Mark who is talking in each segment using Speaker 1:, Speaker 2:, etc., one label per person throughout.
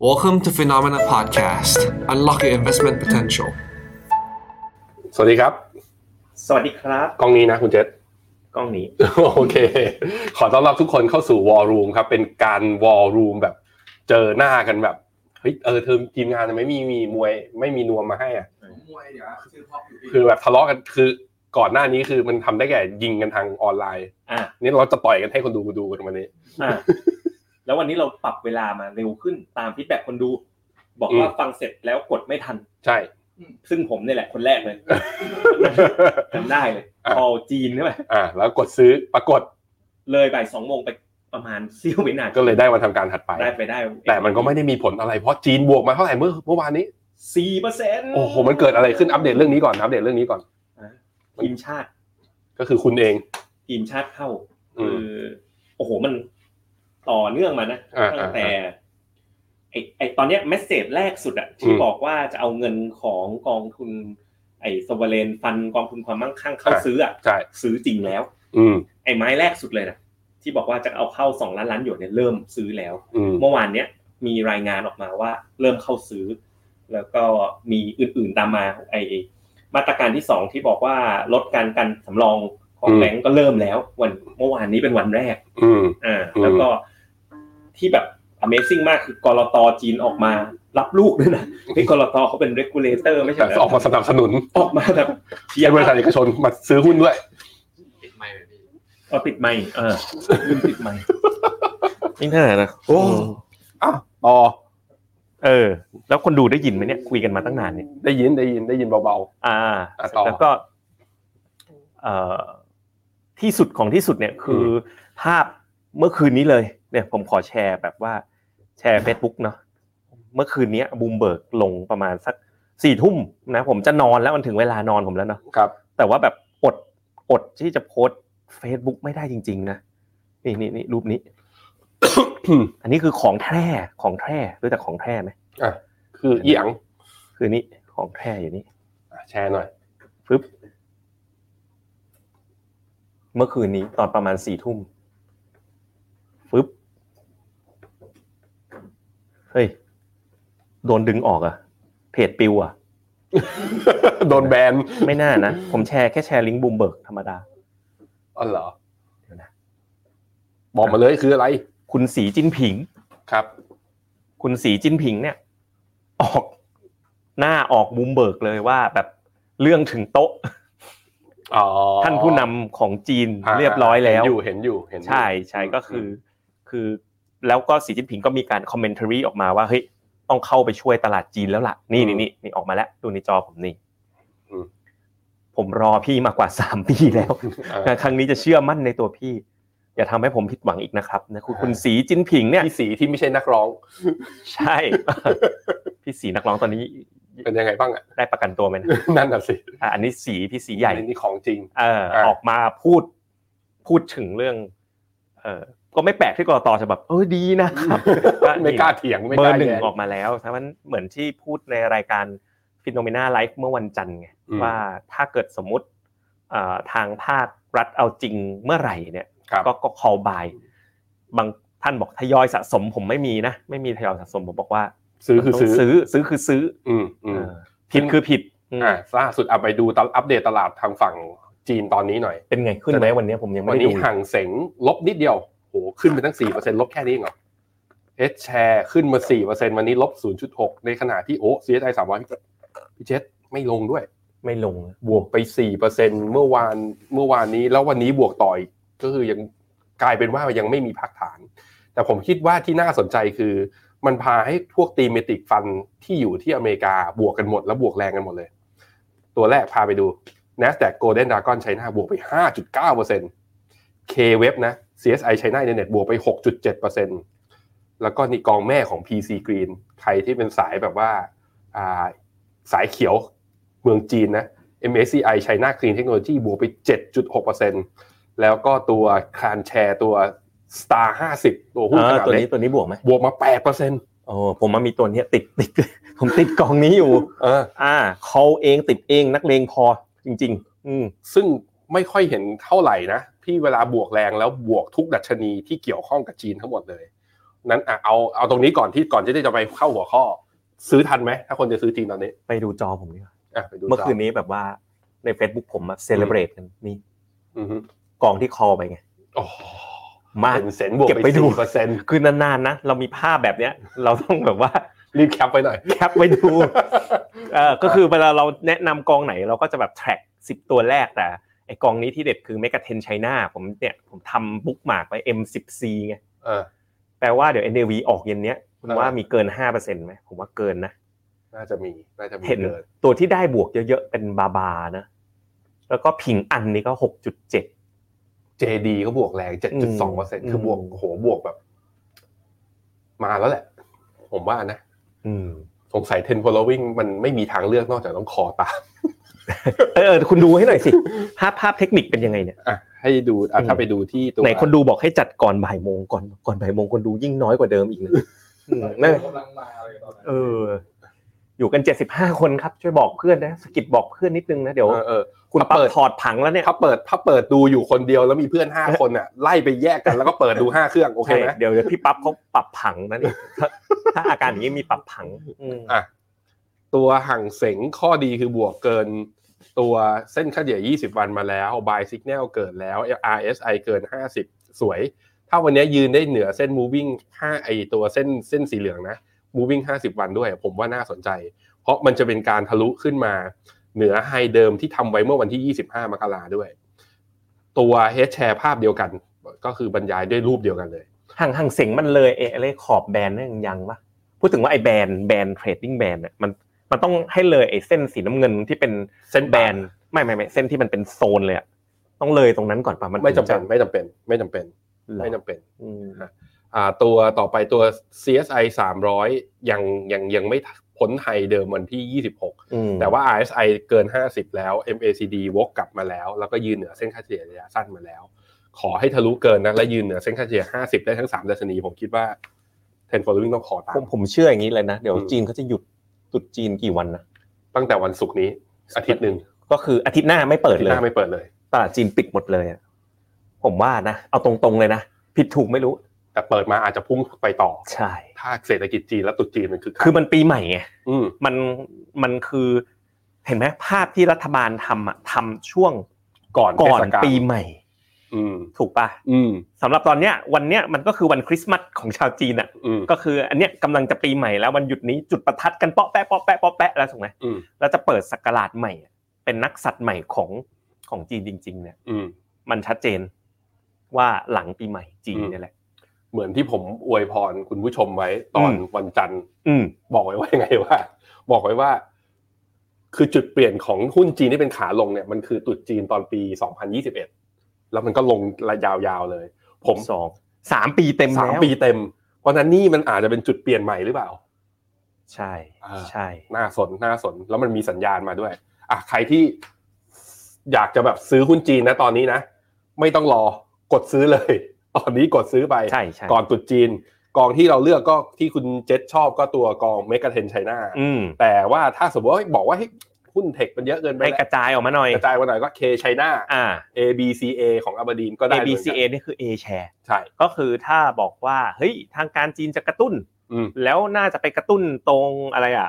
Speaker 1: Welcome to Phenomena Podcast. Unlock your investment potential.
Speaker 2: สวัสดีครับ
Speaker 3: สวัสดีครับ
Speaker 2: กล้องนี้นะคุณเจษ
Speaker 3: กล้องนี้
Speaker 2: โอเค ขอต้อนรับทุกคนเข้าสู่วอลรูมครับ เป็นการวอลรูมแบบเจอหน้ากันแบบเฮ้ยเออเธอทีมงานทำไมไม่มีมีมวยไม่มีนวมมาให้อ่ะ
Speaker 4: มวยเดี๋ยวคือพออยู่ดี
Speaker 2: คือแบบทะเลาะกันคือก่อนหน้านี้คือมันทำได้แก่ยิงกันทางออนไลน์
Speaker 3: อ่ะ
Speaker 2: นี่เราจะต่อยกันให้คนดูดูกันวันนี้
Speaker 3: อ่ะแล้ววันนี้เราปรับเวลามาเร็วขึ้นตามฟีดแบ็กคนดู บอกว่า
Speaker 2: อืม
Speaker 3: ฟังเสร็จแล้วกดไม่ทัน
Speaker 2: ใช่
Speaker 3: ซึ่งผมเนี่ยแหละคนแรกเลยจำได้เลย
Speaker 2: อ่ะ
Speaker 3: พอจีนใช่ไหม
Speaker 2: อ่า แล้วกดซื้อปรากฏ
Speaker 3: เลยบ่ายสองโมงไปประมาณเซี่ยววินาที
Speaker 2: ก็เลยได้วันทำการถัดไป
Speaker 3: ได้ไปได้
Speaker 2: แต่มันก็ไม่ได้มีผลอะไรเพราะจีนบวกมาเท่าไหร่เมื่อเมื่อวานนี้
Speaker 3: สี่เปอร์เซ็นต์
Speaker 2: โอ้โหมันเกิดอะไรขึ้นอัปเดตเรื่องนี้ก่อนอัปเดตเรื่องนี้ก่อน
Speaker 3: ทีมชาติ
Speaker 2: ก็คือคุณเอง
Speaker 3: ทีมชาติเข้า
Speaker 2: อื
Speaker 3: คื
Speaker 2: ม
Speaker 3: อโอ้โหมันต่อเนื่องมานะ
Speaker 2: อ่ะ
Speaker 3: ตั้ง
Speaker 2: อ่ะ
Speaker 3: แต่ไอไอตอนเนี้ยเมสเซจแรกสุดอะที่
Speaker 2: อืม
Speaker 3: บอกว่าจะเอาเงินของกองทุน ไอสวเรนฟันกองทุนความมั่งคั่งเข้า
Speaker 2: อ่ะ
Speaker 3: ซื้ออะ
Speaker 2: ใช่
Speaker 3: ซื้อจริงแล้ว
Speaker 2: อืม
Speaker 3: ไอไม้แรกสุดเลยนะที่บอกว่าจะเอาเข้าสองล้านล้านหยวนเนี่ยเริ่มซื้อแล้ว
Speaker 2: อืม
Speaker 3: เมื่อวานเนี้ยมีรายงานออกมาว่าเริ่มเข้าซื้อ แล้วก็มีอื่นๆตามมาไอมาตรการที่สองที่บอกว่าลดการกันสำรองของ
Speaker 2: อืม
Speaker 3: แบงก์ก็เริ่มแล้ววันเมื่อวานนี้เป็นวันแรก
Speaker 2: อืม
Speaker 3: อ่า
Speaker 2: อืม
Speaker 3: แล้วก็ที่แบบ Amazing มากคือกรตจีนออกมารับลูกด้วยนะ นี่กรตเขาเป็น regulator ไม่ใช่
Speaker 2: แต่
Speaker 3: เหรอ
Speaker 2: ออกมาสนับสนุน
Speaker 3: ออกมาแบบเชีย
Speaker 2: เป็นบ
Speaker 3: ร์
Speaker 2: ริษัทเอกชนมาซื้อหุ้นด้วย
Speaker 4: ปิดไมค์แบบนี้
Speaker 3: เอาติดไม่เออลืมติดไม่
Speaker 5: นี่เท่าไหร่นะ
Speaker 2: โอ้อ่ะต่อ
Speaker 3: เออ แล้วคนดูได้ยินไหมเนี่ยคุยกันมาตั้งนานเนี่ย
Speaker 2: ได้ยินได้ยินได้ยินเบา
Speaker 3: อ่า
Speaker 2: อ่ะต่อ
Speaker 3: แล้วก็เอ่อที่สุดของที่สุดเนี่ยคืออภาพเมื่อคืนนี้เลย เนี่ยผมขอแชร์แบบว่าแชร์ Facebook เนาะเมื่อคืนเนี้ยบูมเบิร์กลงประมาณสักสี่ทุ่มนะผมจะนอนแล้วมันถึงเวลานอนผมแล้วเนาะ
Speaker 2: ๆ ครับ
Speaker 3: แต่ว่าแบบอดอดที่จะโพสต์ Facebook ไม่ได้จริง ๆ นะนี่นี่นี่รู ปนี้ อันนี้คือของแท้ของแท้รู้จักของแท้ไหม
Speaker 2: คือเอีหยง
Speaker 3: คือนี่ของแท้อยู่นี่
Speaker 2: อ่ะแชร์หน่อย
Speaker 3: ปึ๊บเมื่อคืนนี้ตอนประมาณสี่ทุ่มปึ๊บเฮ้ย โดนดึงออกอะเพจปิวอะ
Speaker 2: โดนแบน
Speaker 3: ไม่น่านะ ผมแชร์แค่แชร์ลิงก์บูมเบิร์กธรรมดา
Speaker 2: อ๋อเหรอ
Speaker 3: เดี๋ยวนะ
Speaker 2: บอกมาเลยคืออะไร
Speaker 3: คุณสีจิ้นผิง
Speaker 2: ครับ
Speaker 3: คุณสีจิ้นผิงเนี่ย ออกหน้าออกบูมเบิร์กเลยว่าแบบเรื่องถึงโต๊ะ
Speaker 2: อ๋อ
Speaker 3: ท่านผู้นำของจีน
Speaker 2: อ่ะ
Speaker 3: เรียบร้อยแล้ว
Speaker 2: เห็นอยู่เห็นอยู่เห็นอยู่
Speaker 3: ใช่ใช่ก็คืออคือแล้วก็สีจิ้นผิงก็มีการคอมเมนต์รีออกมาว่าเฮ้ยต้องเข้าไปช่วยตลาดจีนแล้วล่ะ นี่
Speaker 2: อืม
Speaker 3: นี่นี่นี่ออกมาแล้วดูในจอผมนี่
Speaker 2: อืม
Speaker 3: ผมรอพี่มาก ว่าสามปีแล้ว
Speaker 2: อ่ะ
Speaker 3: นะครั้งนี้จะเชื่อมั่นในตัวพี่ อย่าทำให้ผมผิดหวังอีกนะครับนะคุณคุณสีจิ้นผิงเนี่ย
Speaker 2: พี่สีที่ไม่ใช่นักร้อง
Speaker 3: ใช่ พี่สีนักร้องตอนนี้
Speaker 2: เป็นยังไงบ้างอ่ะ
Speaker 3: ได้ประกันตัวไหมนะ
Speaker 2: นั่นน่ะสิ
Speaker 3: อ่ะอันนี้สีพี่สีใหญ่
Speaker 2: นี่ของจริง
Speaker 3: เออ
Speaker 2: อ่า
Speaker 3: ออกมาพูดพูดถึงเรื่อง เออก็ไม่แปลกที่กรตจะแบบเออดีนะครับ
Speaker 2: ไม่กล้าเถียงไม่
Speaker 3: เบ
Speaker 2: ก
Speaker 3: อ
Speaker 2: ล้า
Speaker 3: ร์หนึ่ง
Speaker 2: แย้ง
Speaker 3: ออกมาแล้วทั้งนั้นเหมือนที่พูดในรายการฟิโนเมนาไลฟ์เมื่อวันจันทร์ไง
Speaker 2: อืม
Speaker 3: ว่าถ้าเกิดสมมติเอ่อทางภาครัฐเอาจริงเมื่อไหร่เนี่ย
Speaker 2: ครับ
Speaker 3: ก็ก็ call by บางท่านบอกทยอยสะสมผมไม่มีนะ ไม่มีทยอยสะสมผมบอกว่า
Speaker 2: ซื้อคือ
Speaker 3: ต้ง
Speaker 2: ซื้อ
Speaker 3: ซื้อซื้อคือซื้อ
Speaker 2: อืมอื
Speaker 3: อ
Speaker 2: ม
Speaker 3: เออผิดคือผิดอืม
Speaker 2: อ่าล่าสุดเอาไปดูตอนอัปเดตตลาดทางฝั่งจีนตอนนี้หน่อย
Speaker 3: เป็นไงขึ้นไหมวันนี้ผมยังไม่
Speaker 2: วัน
Speaker 3: ได้
Speaker 2: นี้
Speaker 3: ดู
Speaker 2: ห่างเสงลบนิดเดียวโหขึ้นไปตั้ง 4%ลบแค่นี้เองเหรอเอสแชร์ขึ้นมา 4%วันนี้ลบ 0.6 ในขณะที่โอ้ซีไอสามวันพี่เจษไม่ลงด้วย
Speaker 3: ไม่ลง
Speaker 2: บวกไป 4%เมื่อวานเมื่อวานนี้แล้ววันนี้บวกต่ออีกก็คือยังกลายเป็นว่ายังไม่มีพักฐาน แต่ผมคิดว่าที่น่าสนใจคือ มันพาให้พวกตีเมติกฟันที่อยู่ที่อเมริกาบวกกันหมดแล้วบวกแรงกันหมดเลย ตัวแรกพาไปดู NASDAQ Golden Dragon China บวกไป 5.9% K-Web นะ CSI China Internet บวกไป 6.7%แล้วก็นี่กองแม่ของ PC Green ใครที่เป็นสายแบบว่าอ่าสายเขียวเมืองจีนนะ MSCI China Clean Technology บวกไป 7.6%แล้วก็ตัวคานแชร์ตัว Star 50 ตัวหุ้นข
Speaker 3: อ่า
Speaker 2: นาด
Speaker 3: ตัว
Speaker 2: เล็
Speaker 3: นี้
Speaker 2: ก
Speaker 3: ตัวนี้บวกไหม
Speaker 2: บวกมา 8%
Speaker 3: โอ้ผมมันมีตัวเนี้ยติดติด ผมติดกองนี้อยู่
Speaker 2: เออ
Speaker 3: อ่าเขาเองติดเองนักเลงพอจริง ๆ อืม
Speaker 2: ซึ่งไม่ค่อยเห็นเท่าไหร่นะพี่เวลาบวกแรงแล้วบวกทุกดัชนีที่เกี่ยวข้องกับจีนทั้งหมดเลย นั้นอ่ะเอาเอาตรงนี้ก่อนที่ก่อนที่จะไปเข้าหัวข้อ ซื้อทันไหมถ้าคนจะซื้อจริงตอนนี้
Speaker 3: ไปดูจอผมดีกว่า
Speaker 2: อ่ะไปดู
Speaker 3: เมื่อคืนนี้แบบว่าใน Facebook ผมอะเซเลบรตกันนี่
Speaker 2: อือฮึ
Speaker 3: กองที่คอไปไง
Speaker 2: โอ้
Speaker 3: มาก
Speaker 2: เป็นเซนบวก
Speaker 3: เก็บ
Speaker 2: ไป
Speaker 3: ไปดู
Speaker 2: ดูเปอร์เซ็นต์
Speaker 3: คือนานๆนะเรามีภาพแบบเนี้ย เราต้องแบบว่า
Speaker 2: รีบแคปไปหน่อย
Speaker 3: แคปไว้ดูเออก็คือเวลาเราแนะนำกองไหนเราก็จะแบบแทร็กสิบตัวแรกแต่ไอกองนี้ที่เด็ดคือเมก a เทนไชน่าผมเนี่ยผมทำบุ๊กหมากไว้ M10C ไง
Speaker 2: เออ
Speaker 3: แปลว่าเดี๋ยว NAV ออกเย็นเนี้ยคุณ
Speaker 2: อ่า
Speaker 3: ว่ามีเกิน 5%ไหมผมว่าเกินนะ
Speaker 2: น่าจะมีน่าจะมี
Speaker 3: เห็น
Speaker 2: เกิน
Speaker 3: ตัวที่ได้บวกเยอะๆ เป็นบาบานะ แล้วก็ผิงอันนี่ก็ 6.7
Speaker 2: เจดีเขาบวกแรงเจ็ดจุดสองเปอร์เซ็นต์คือบวก
Speaker 3: อืม
Speaker 2: โอ้โหบวกแบบ มาแล้วแหละ ผมว่านะ
Speaker 3: อืม
Speaker 2: สงสัยเทนโพลวิ่งมันไม่มีทางเลือกนอกจากต้องคอตาม
Speaker 3: เออเออคุณดูให้หน่อย สิ ภาพภาพเทคนิคเป็นยังไงเนี่ย
Speaker 2: อ่ะให้ดูอ่ะ
Speaker 3: อืม
Speaker 2: ถ้าไปดูที่ตัว
Speaker 3: ไหนคนดูบอกให้จัดก่อนบ่ายโมงก่อนก่อนบ่ายโมงคนดูยิ่งน้อยกว่าเดิมอีกนะอืมนั่น
Speaker 4: กำลังมาเลยตอนนั้น
Speaker 3: เออ อยู่กันเจ็ดสิบห้าคนครับ ช่วยบอกเพื่อนนะสะกิดบอกเพื่อนนิดนึงนะ เดี๋ยว
Speaker 2: เออเออ
Speaker 3: คุณ
Speaker 2: ถ้า
Speaker 3: ปั
Speaker 2: เปิ
Speaker 3: ก
Speaker 2: ด
Speaker 3: ถอดผังแล้วเนี่ย
Speaker 2: ถ้าเปิดถ้าเปิดดูอยู่คนเดียวแล้วมีเพื่อนห้าคนอ่ะ ไล่ไปแยกกันแล้วก็เปิดดูห้าเครื่องโอเค
Speaker 3: ใช่
Speaker 2: ไหม
Speaker 3: เดี๋ยวเดี๋ยวพี่ปั๊บเขาปรับผังนะเนี่ยถ้าถ้าอาการอย่างนี้มีปรับผังอืม
Speaker 2: อ่ะตัวห่างเสงข้อดีคือบวกเกิน ตัวเส้นค่าเฉลี่ย20 วันมาแล้ว buy signal เกิดแล้ว RSI เกิน 50 สวย ถ้าวันนี้ยืนได้เหนือเส้น moving 5ไอตัวเส้นเส้นสีเหลืองนะ moving 50 วันด้วย ผมว่าน่าสนใจ เพราะมันจะเป็นการทะลุขึ้นมา เหนือไฮเดิมที่ทำไว้เมื่อวันที่ 25 มกราด้วย ตัว head share ภาพเดียวกัน ก็คือบรรยายด้วยรูปเดียวกันเลย
Speaker 3: ห่างห่างเสียงมันเลยเออะไรขอบแบนนั่นยังยังปะพูดถึงว่าไอ้แบนแบนเทรดดิ้งแบนเนี่ยมันมันต้องให้เลยไอ้เส้นสีน้ำเงินที่เป็น
Speaker 2: เส้น
Speaker 3: แบนไม่ไม่ไม่เส้นที่มันเป็นโซนเลยอะต้องเลยตรงนั้นก่อนปะมัน
Speaker 2: ไม่จำ
Speaker 3: ถึง
Speaker 2: เป็นไม่จำเป็น ไม่จำเป็น
Speaker 3: เหรอ
Speaker 2: ไม่จำเป็น
Speaker 3: อืม
Speaker 2: อ่าตัวต่อไปตัว CSI 300 ยังยังยังไม่พ้นไฮเดิมวันที่ 26
Speaker 3: อืม
Speaker 2: แต่ว่า RSI เกิน 50 แล้ว MACD วกกลับมาแล้ว แล้วก็ยืนเหนือเส้นค่าเฉลี่ยระยะสั้นมาแล้ว ขอให้ทะลุเกินนะ และยืนเหนือเส้นค่าเฉลี่ย 50 ได้ทั้ง3ดัชนี ผมคิดว่า 10 following ต้องขอตา
Speaker 3: ผม
Speaker 2: ม
Speaker 3: ผมเชื่ออย่างนี้เลยนะเดี๋ยว
Speaker 2: อืม
Speaker 3: จีนเขาจะหยุดตรุดจีนกี่วันนะ
Speaker 2: ตั้งแต่วันศุกร์นี้ อาทิตย์หนึ่ง
Speaker 3: ก็คืออาทิตย์หน้าไม่เปิด
Speaker 2: อาทิต
Speaker 3: เล
Speaker 2: ย์ห
Speaker 3: ย
Speaker 2: น้าไม่เปิดเลย
Speaker 3: ตลาดจีนปิดหมดเลยอะผมว่านะ เอาตรงๆเลยนะ ผิดถูกไม่รู้
Speaker 2: แต่เปิดมาอาจจะพุ่งไปต่อ
Speaker 3: ใช่
Speaker 2: ถ้าเศรษฐกิจจีนและตรุษจีนมันคือ
Speaker 3: คือมันปีใหม่ไง
Speaker 2: อืม
Speaker 3: มันมันคือเห็นไหมภาพที่รัฐบาลทำอะทำช่วง
Speaker 2: ก่อน
Speaker 3: ก่
Speaker 2: เท
Speaker 3: อน
Speaker 2: ศกาล
Speaker 3: ปีใหม่
Speaker 2: อืม
Speaker 3: ถูกปะ
Speaker 2: อืม
Speaker 3: สำหรับตอนเนี้ย วันเนี้ยมันก็คือวันคริสต์มาสของชาวจีนอะ
Speaker 2: อืม
Speaker 3: ก็คืออันเนี้ยกำลังจะปีใหม่แล้ววันหยุดนี้จุดประทัดกันเปาะแปะเปาะแปะเปาะแปะแล้วถูกไหม
Speaker 2: อืม
Speaker 3: แล้วจะเปิดศักราชใหม่อะเป็นนักสัตว์ใหม่ของของจีนจริง ๆ เนี่ย
Speaker 2: อืม
Speaker 3: มันชัดเจนว่าหลังปีใหม่จีน
Speaker 2: อืม
Speaker 3: เนี่ยแหละ
Speaker 2: เหมือนที่ผมอวยพรคุณผู้ชมไว้ตอน
Speaker 3: อืม
Speaker 2: วันจันทร์
Speaker 3: อืม
Speaker 2: บอกไว้ว่ายังไงว่า บอกไว้ว่า คือจุดเปลี่ยนของหุ้นจีนที่เป็นขาลงเนี่ยมันคือตรุดจีนตอนปี 2021 แล้วมันก็ลงระยาวๆเลย ผม
Speaker 3: สองสามปีเต็ม
Speaker 2: สาม
Speaker 3: แล้ว
Speaker 2: ปีเต็ม เพราะฉะนั้นนี่มันอาจจะเป็นจุดเปลี่ยนใหม่หรือเปล่า
Speaker 3: ใช่
Speaker 2: อ่า
Speaker 3: ใช่
Speaker 2: น่าสนน่าสน แล้วมันมีสัญญาณมาด้วยอ่ะใครที่อยากจะแบบซื้อหุ้นจีนนะตอนนี้นะ ไม่ต้องรอกดซื้อเลย ตอนนี้กดซื้อไป
Speaker 3: ใช่ใช่
Speaker 2: ก่อนตรุษจีน กองที่เราเลือกก็ที่คุณเจษชอบก็ตัวกองเมก a เทนไชน่า
Speaker 3: อืม
Speaker 2: แต่ว่าถ้าสมมติว่าบอกว่าเฮ้ยหุ้นเทคมันเยอะเกินไป
Speaker 3: ให้
Speaker 2: แล้ว
Speaker 3: กระจายออกมาหน่อย
Speaker 2: กระจายมาหน่อยก็เคไชน่า
Speaker 3: อ่า
Speaker 2: ABCA ของอบดีนก็ได้
Speaker 3: A
Speaker 2: เหมื
Speaker 3: B
Speaker 2: อนกัน
Speaker 3: C A นี่คือ A share
Speaker 2: ใช่
Speaker 3: ก็คือถ้าบอกว่าเฮ้ยทางการจีนจะกระตุ้น
Speaker 2: อืม
Speaker 3: แล้วน่าจะไปกระตุ้นตรงอะไรอ่ะ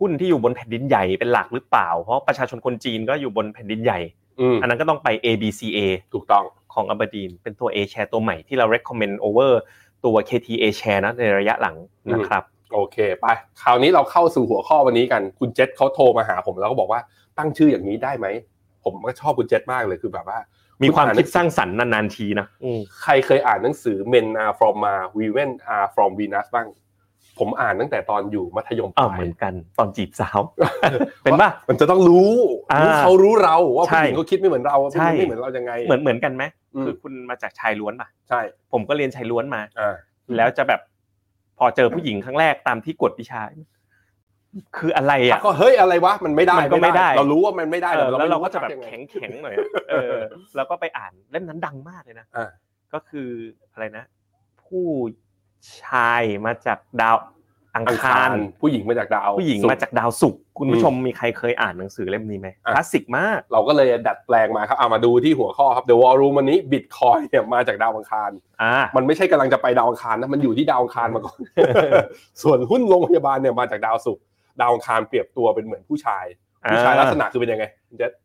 Speaker 3: หุ้นที่อยู่บนแผ่นดินใหญ่เป็นหลักหรือเปล่า เพราะประชาชนคนจีนก็อยู่บนแผ่นดินใหญ่
Speaker 2: อืม
Speaker 3: อันนั้นก็ต้องไป A B C A
Speaker 2: ถูกต้อง
Speaker 3: ของอบดีนเป็นตัว A share ตัวใหม่ที่เรา recommend over ตัว K T A share นะในระยะหลังนะครับ
Speaker 2: โอเคไป คราวนี้เราเข้าสู่หัวข้อวันนี้กัน คุณเจษเขาโทรมาหาผมแล้วก็บอกว่าตั้งชื่ออย่างนี้ได้ไหม ผมก็ชอบคุณเจษมากเลยคือแบบว่า
Speaker 3: มีความคิดสร้างสรรค์นานๆทีนะอืม
Speaker 2: ใครเคยอ่านหนังสือ Men Are From Mars Women Are From Venus บ้าง ผมอ่านตั้งแต่ตอนอยู่มัธยมป
Speaker 3: อ้าว
Speaker 2: ลา
Speaker 3: เห
Speaker 2: ย
Speaker 3: มือนกันตอนจีบสาว เป็นป่ะ
Speaker 2: มันจะต้องรู้
Speaker 3: อ่า
Speaker 2: รู้เขารู้เราว่า
Speaker 3: ใช่
Speaker 2: ผู้หญิงเขาคิดไม่เหมือนเราว่าผู้หญิง
Speaker 3: ใช่
Speaker 2: ไม่เหมือนเรายังไง
Speaker 3: เหมือนเหมือนกันไหม
Speaker 2: อืม
Speaker 3: คือคุณมาจากชายล้วนป่ะ
Speaker 2: ใช่
Speaker 3: ผมก็เรียนชายล้วนมา
Speaker 2: อ่า
Speaker 3: แล้วจะแบบพอเจอผู้หญิงครั้งแรกตามที่กฎวิชา คืออะไรอ่ะ
Speaker 2: ก็เฮ้ยอะไรวะมันไม่ได้
Speaker 3: มันก็ไม่ได้
Speaker 2: เรารู้ว่ามันไม่ได้
Speaker 3: เออแล้วเราก็จะแบบ
Speaker 2: ทำยังไง
Speaker 3: แข็งแข็งๆหน่อยอะเออ แล้วก็ไปอ่านเล่มนั้นดังมากเลยนะ
Speaker 2: อ่า
Speaker 3: ก็คืออะไรนะ ผู้ชายมาจากดาวอ อัง
Speaker 2: อัง
Speaker 3: คา
Speaker 2: คาร รผู้หญิงมาจากดาว
Speaker 3: ผู้หญิง
Speaker 2: ศุก
Speaker 3: มา
Speaker 2: ร์
Speaker 3: จากดาวศุกร์คุณผู้
Speaker 2: อืม
Speaker 3: ชมมีใครเคยอ่านหนังสือเล่มนี้ไหม
Speaker 2: อ่ะ
Speaker 3: คลาสสิกมาก
Speaker 2: เราก็เลยดัดแปลงมาครับเอามาดูที่หัวข้อครับ The War Room วันนี้บิตคอยเนี่ยมาจากดาวอังคาร
Speaker 3: อ่า
Speaker 2: มันไม่ใช่กำลังจะไปดาวอังคารนะมันอยู่ที่ดาวอังคารมาก่อน ส่วนหุ้นโรงพยาบาลเนี่ยมาจากดาวศุกร์ดาวอังคารเปรียบตัวเป็นเหมือนผู้ชาย ผู้ชายลักษณะคือเป็นยังไงคุณเจษ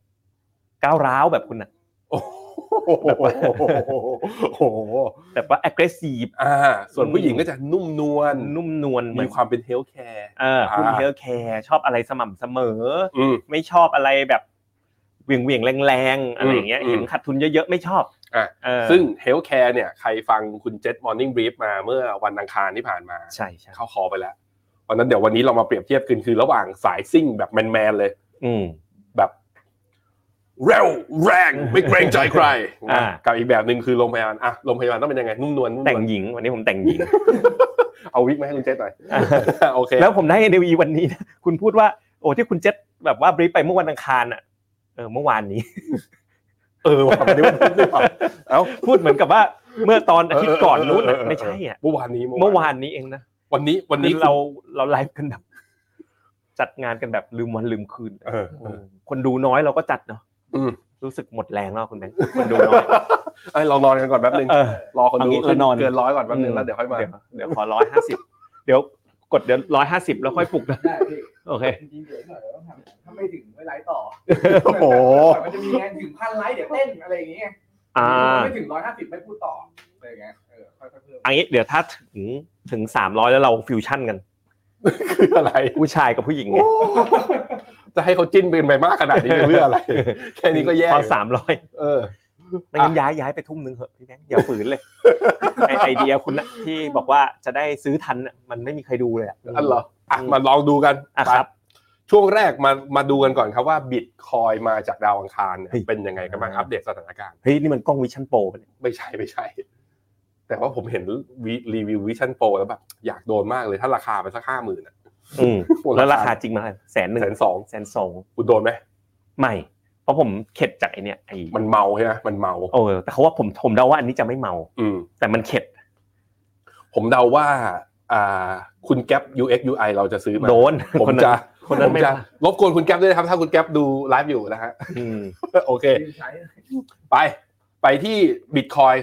Speaker 3: ก้าวร้าวแบบคุณนะ
Speaker 2: โอ้โห
Speaker 3: แต่ว่า aggressive
Speaker 2: อ่า ส่วนผู้หญิงก็จะนุ่มนวล
Speaker 3: นุ่มนวลเหมือ
Speaker 2: มี
Speaker 3: น
Speaker 2: ความเป็นเฮลท์แคร์
Speaker 3: เออคุณ
Speaker 2: อ่า
Speaker 3: เฮลแคร์ชอบอะไรสม่ำเสมอ
Speaker 2: อืม
Speaker 3: ไม่ชอบอะไรแบบเหวี่ยงเวียงๆแรงๆอะไรอย่างเงี้ย
Speaker 2: อืม
Speaker 3: เห็นขาดทุนเยอะๆ ไม่ชอบ
Speaker 2: อ่ะ
Speaker 3: เออ
Speaker 2: ซึ่งเฮลท์แคร์เนี่ยใครฟังคุณเจษมอร์นิ่งบรีฟมาเมื่อวันอังคารที่ผ่านมา
Speaker 3: ใช่ใช่
Speaker 2: เข้าคอไปแล้ววันนั้นเดี๋ยววันนี้เรามาเปรียบเทียบกันคือระหว่างสายซิ่งแบบแมนๆเลย
Speaker 3: อืม
Speaker 2: แบบเร็วแรงไม่เกรงใจใคร
Speaker 3: อ่า
Speaker 2: กับอีกแบบหนึ่งคือโรงพยาบาลอ่ะโรงพยาบาลต้องเป็นยังไงนุ่มนวลนุ่มน
Speaker 3: แต่
Speaker 2: วล
Speaker 3: งหญิงวันนี้ผมแต่งหญิง
Speaker 2: เอาวิกมาให้ลุงเจษหน่อย
Speaker 3: อ่ะ
Speaker 2: โอเค
Speaker 3: แล้วผมได้ NLE วันนี้นะคุณพูดว่าโอ้ที่คุณเจษแบบว่าบรีฟไปเมื่อวันอังคารอ่ะเออเมื่อวานนี้
Speaker 2: เออว่าไม่ได้ว่าไม่ได้ว่าเอ้า
Speaker 3: พูดเหมือนกับว่าเมื่อตอนอาทิตย์ก่อนนู้นน่ะไม่ใช่อ่ะ
Speaker 2: เมื่อวานนี้
Speaker 3: เมื่อวานนี้เองนะ
Speaker 2: วันนี้วัน
Speaker 3: คื
Speaker 2: นี้
Speaker 3: อเราเราไลฟ์กันแบบ จัดงานกันแบบลืมวันลืมคืน
Speaker 2: เออเออ
Speaker 3: คนดูน้อยเราก็จัดเนาะ
Speaker 2: อืม
Speaker 3: รู้สึกหมดแรงแล้วคุณแบงค์คนดูน้อย
Speaker 2: ไอ้ยเรานอนกันก่อนแป๊บนึง
Speaker 3: เออ
Speaker 2: รอคนดู
Speaker 3: เอางี้เรานอน
Speaker 2: เกินร้อยก่อนแป๊บนึงแล้วเดี๋ยวค่อยมา
Speaker 3: เดี๋ยวขอ ร้อยห้าสิบเดี๋ยวกดเดี๋ยวร้อยห้าสิบแล้วค่อยปลุกนะ
Speaker 4: ได้พี่
Speaker 3: โอเค
Speaker 4: จริงๆเดี๋ยวหน่อยเราต้องทำถ้าไม่ถึงไม่ไลฟ์ต่อ
Speaker 2: โอ้โห
Speaker 4: มันจะมีงานถึงพันไลฟ์เดี๋ยวเต้นอะไรอย่างเงี้ย
Speaker 3: อ่า
Speaker 4: ไม่ถึงร้อยห้าสิบไม่พูดต่ออะไรอย่างเงี้ยเออค่อยๆเพิ่ม
Speaker 3: อันนี้เดี๋ยวถ้าถึงถึงสามร้อยแล้วเราฟิวชั่นกัน
Speaker 2: คืออะไร
Speaker 3: ผู้ชายกับผู้หญิงไง
Speaker 2: โอ้จะให้เขาจิ้นเป็นไปมากขนาดนี้เพื่อ อะไรแค่นี้ก็แย่
Speaker 3: พอสามร้อย
Speaker 2: เออ
Speaker 3: ไม่งั้นย้ายย้ายไปทุ่มนึงเหอะพี่แบงค์อย่าฝืนเลยไอไอเดียคุณนะที่บอกว่าจะได้ซื้อทันน่ะมันไม่มีใครดูเลยอ่ะ
Speaker 2: อันเหรออ่ะ
Speaker 3: อืม
Speaker 2: มาลองดูกัน
Speaker 3: อ่ะครับ
Speaker 2: ไปช่วงแรกมามาดูกันก่อนครับว่าบิตคอยมาจากดาวอังคารเนี่ย
Speaker 3: เฮ้ย
Speaker 2: เป็นยังไงกันบ้างอัปเดตสถานการณ์
Speaker 3: เฮ้ยนี่มันกล้องวิชั่นโปรปะเนี่ย
Speaker 2: ไม่ใช่ไม่ใช่ แต่ว่าผมเห็นวิรีวิววิชั่นโปรแล้วแบบอยากโดนมากเลยถ้าราคาไปสักห้าหมื่น
Speaker 3: อืมแล้วราคาจริงมันแสนหนึ่ง
Speaker 2: แสนสอง
Speaker 3: แสนสอง
Speaker 2: คุณโดนไหม
Speaker 3: ไม่ เพราะผมเข็ดจากไอเนี่ยไอ
Speaker 2: มันเมาใช่ไหมมันเมา
Speaker 3: โอ้แต่เขาว่าผมผมเดาว่าอันนี้จะไม่เมา
Speaker 2: อืม
Speaker 3: แต่มันเข็ด
Speaker 2: ผมเดาว่า อ่า คุณแก๊ป UX UI เราจะซื้อมา
Speaker 3: โดน
Speaker 2: ผม
Speaker 3: คนนั้น
Speaker 2: จะ
Speaker 3: คนนั้น
Speaker 2: ผม
Speaker 3: ไม่
Speaker 2: จะ
Speaker 3: มา
Speaker 2: รบกวนคุณแก๊ปด้วยนะครับ ถ้าคุณแก๊ปดูไลฟ์อยู่นะฮะ
Speaker 3: อืม
Speaker 2: โอเค
Speaker 4: ยืนใช้
Speaker 2: ไปไปที่บิตคอย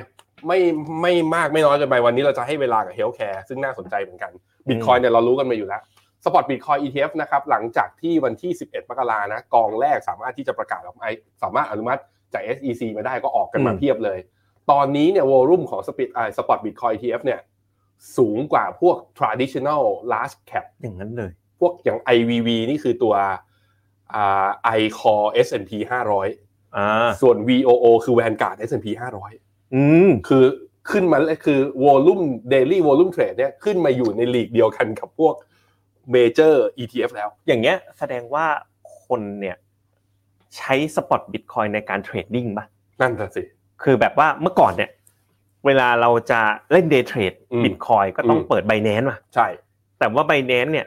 Speaker 2: ไม่ไม่มากไม่น้อยเกินไปวันนี้เราจะให้เวลากับเฮลท์แคร์ซึ่งน่าสนใจเหมือนกันบิตคอยเนี่ยเรารู้กันมาอยู่แล้วสปอตบิตคอย ETF นะครับหลังจากที่วันที่ 11 มกรานะกองแรกสามารถที่จะประกาศออกไอสามารถอนุมัติจาก SEC มาได้ก็ออกกันมา
Speaker 3: อืม
Speaker 2: เพียบเลย ตอนนี้เนี่ยวอลุ่มของสปิตไอสปอตบิตคอย ETF เนี่ยสูงกว่าพวก traditional large cap
Speaker 3: อย่างนั้นเลย
Speaker 2: พวกอย่าง IVV นี่คือตัวอ่า i c o r S&P 500
Speaker 3: อ่า
Speaker 2: ส่วน VOO คือ Vanguard S&P 500
Speaker 3: อืม
Speaker 2: คือขึ้นมาเลยคือวอลุ่มเดลี่วอลุ่มเทรดเนี่ยขึ้นมาอยู่ในลีกเดียวกันกับพวกเมเจอร์ ETF แล้ว
Speaker 3: อย่างเงี้ยแสดงว่าคนเนี่ยใช้สปอตบิตคอยในการเทรดดิ้งป่ะ
Speaker 2: นั่นน่ะสิ
Speaker 3: คือแบบว่าเมื่อก่อนเนี่ย เวลาเราจะเล่นเดย์เทรด
Speaker 2: อืม
Speaker 3: บิตคอยก็ต้อง
Speaker 2: อืม
Speaker 3: เปิดไบแนนซ์มา
Speaker 2: ใช่
Speaker 3: แต่ว่าไบแนนซ์เนี่ย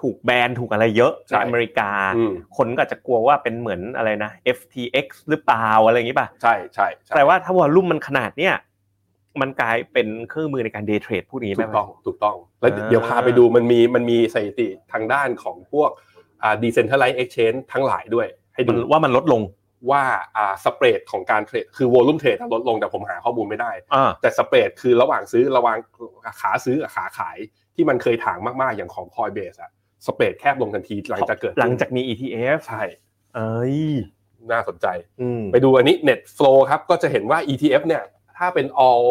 Speaker 3: ถูกแบนถูกอะไรเยอะ
Speaker 2: ใช่
Speaker 3: ในอเมริกา
Speaker 2: อืม
Speaker 3: คนก็อาจจะกลัวว่าเป็นเหมือนอะไรนะ FTX หรือเปล่าอะไรอย่างงี้ป่ะ
Speaker 2: ใช่ใช่ใช่
Speaker 3: แต่ว่าถ้าวอลลุ่มมันขนาดเนี่ยมันกลายเป็นเครื่องมือในการเดย์เทรดพูดอย่างนี้
Speaker 2: ถู
Speaker 3: ได้
Speaker 2: ก
Speaker 3: ไหม
Speaker 2: ต้องถูกต้อง แล้ว
Speaker 3: อ่า
Speaker 2: เดี๋ยวพาไปดูมันมีมันมีสถิติทางด้านของพวกอ่า decentralized exchange ทั้งหลายด้วย ให้ดู
Speaker 3: มันว่ามันลดลง
Speaker 2: ว่าอ่าสเปรดของการเทรดคือวอลุ่มเทรดลดลงแต่ผมหาข้อมูลไม่ได้
Speaker 3: อ่า
Speaker 2: แต่สเปรดคือระหว่างซื้อระหว่างขาซื้อกับขาขายที่มันเคยถางมากๆอย่างของคอยเบสอะสเปรดแคบลงทันทีหลังจากเกิด
Speaker 3: หลังจากมี ETF
Speaker 2: ใช่
Speaker 3: เอ้ย
Speaker 2: น่าสนใจ
Speaker 3: อืม
Speaker 2: ไปดูอันนี้ net flow ครับ ก็จะเห็นว่า ETF เนี่ย ถ้าเป็น all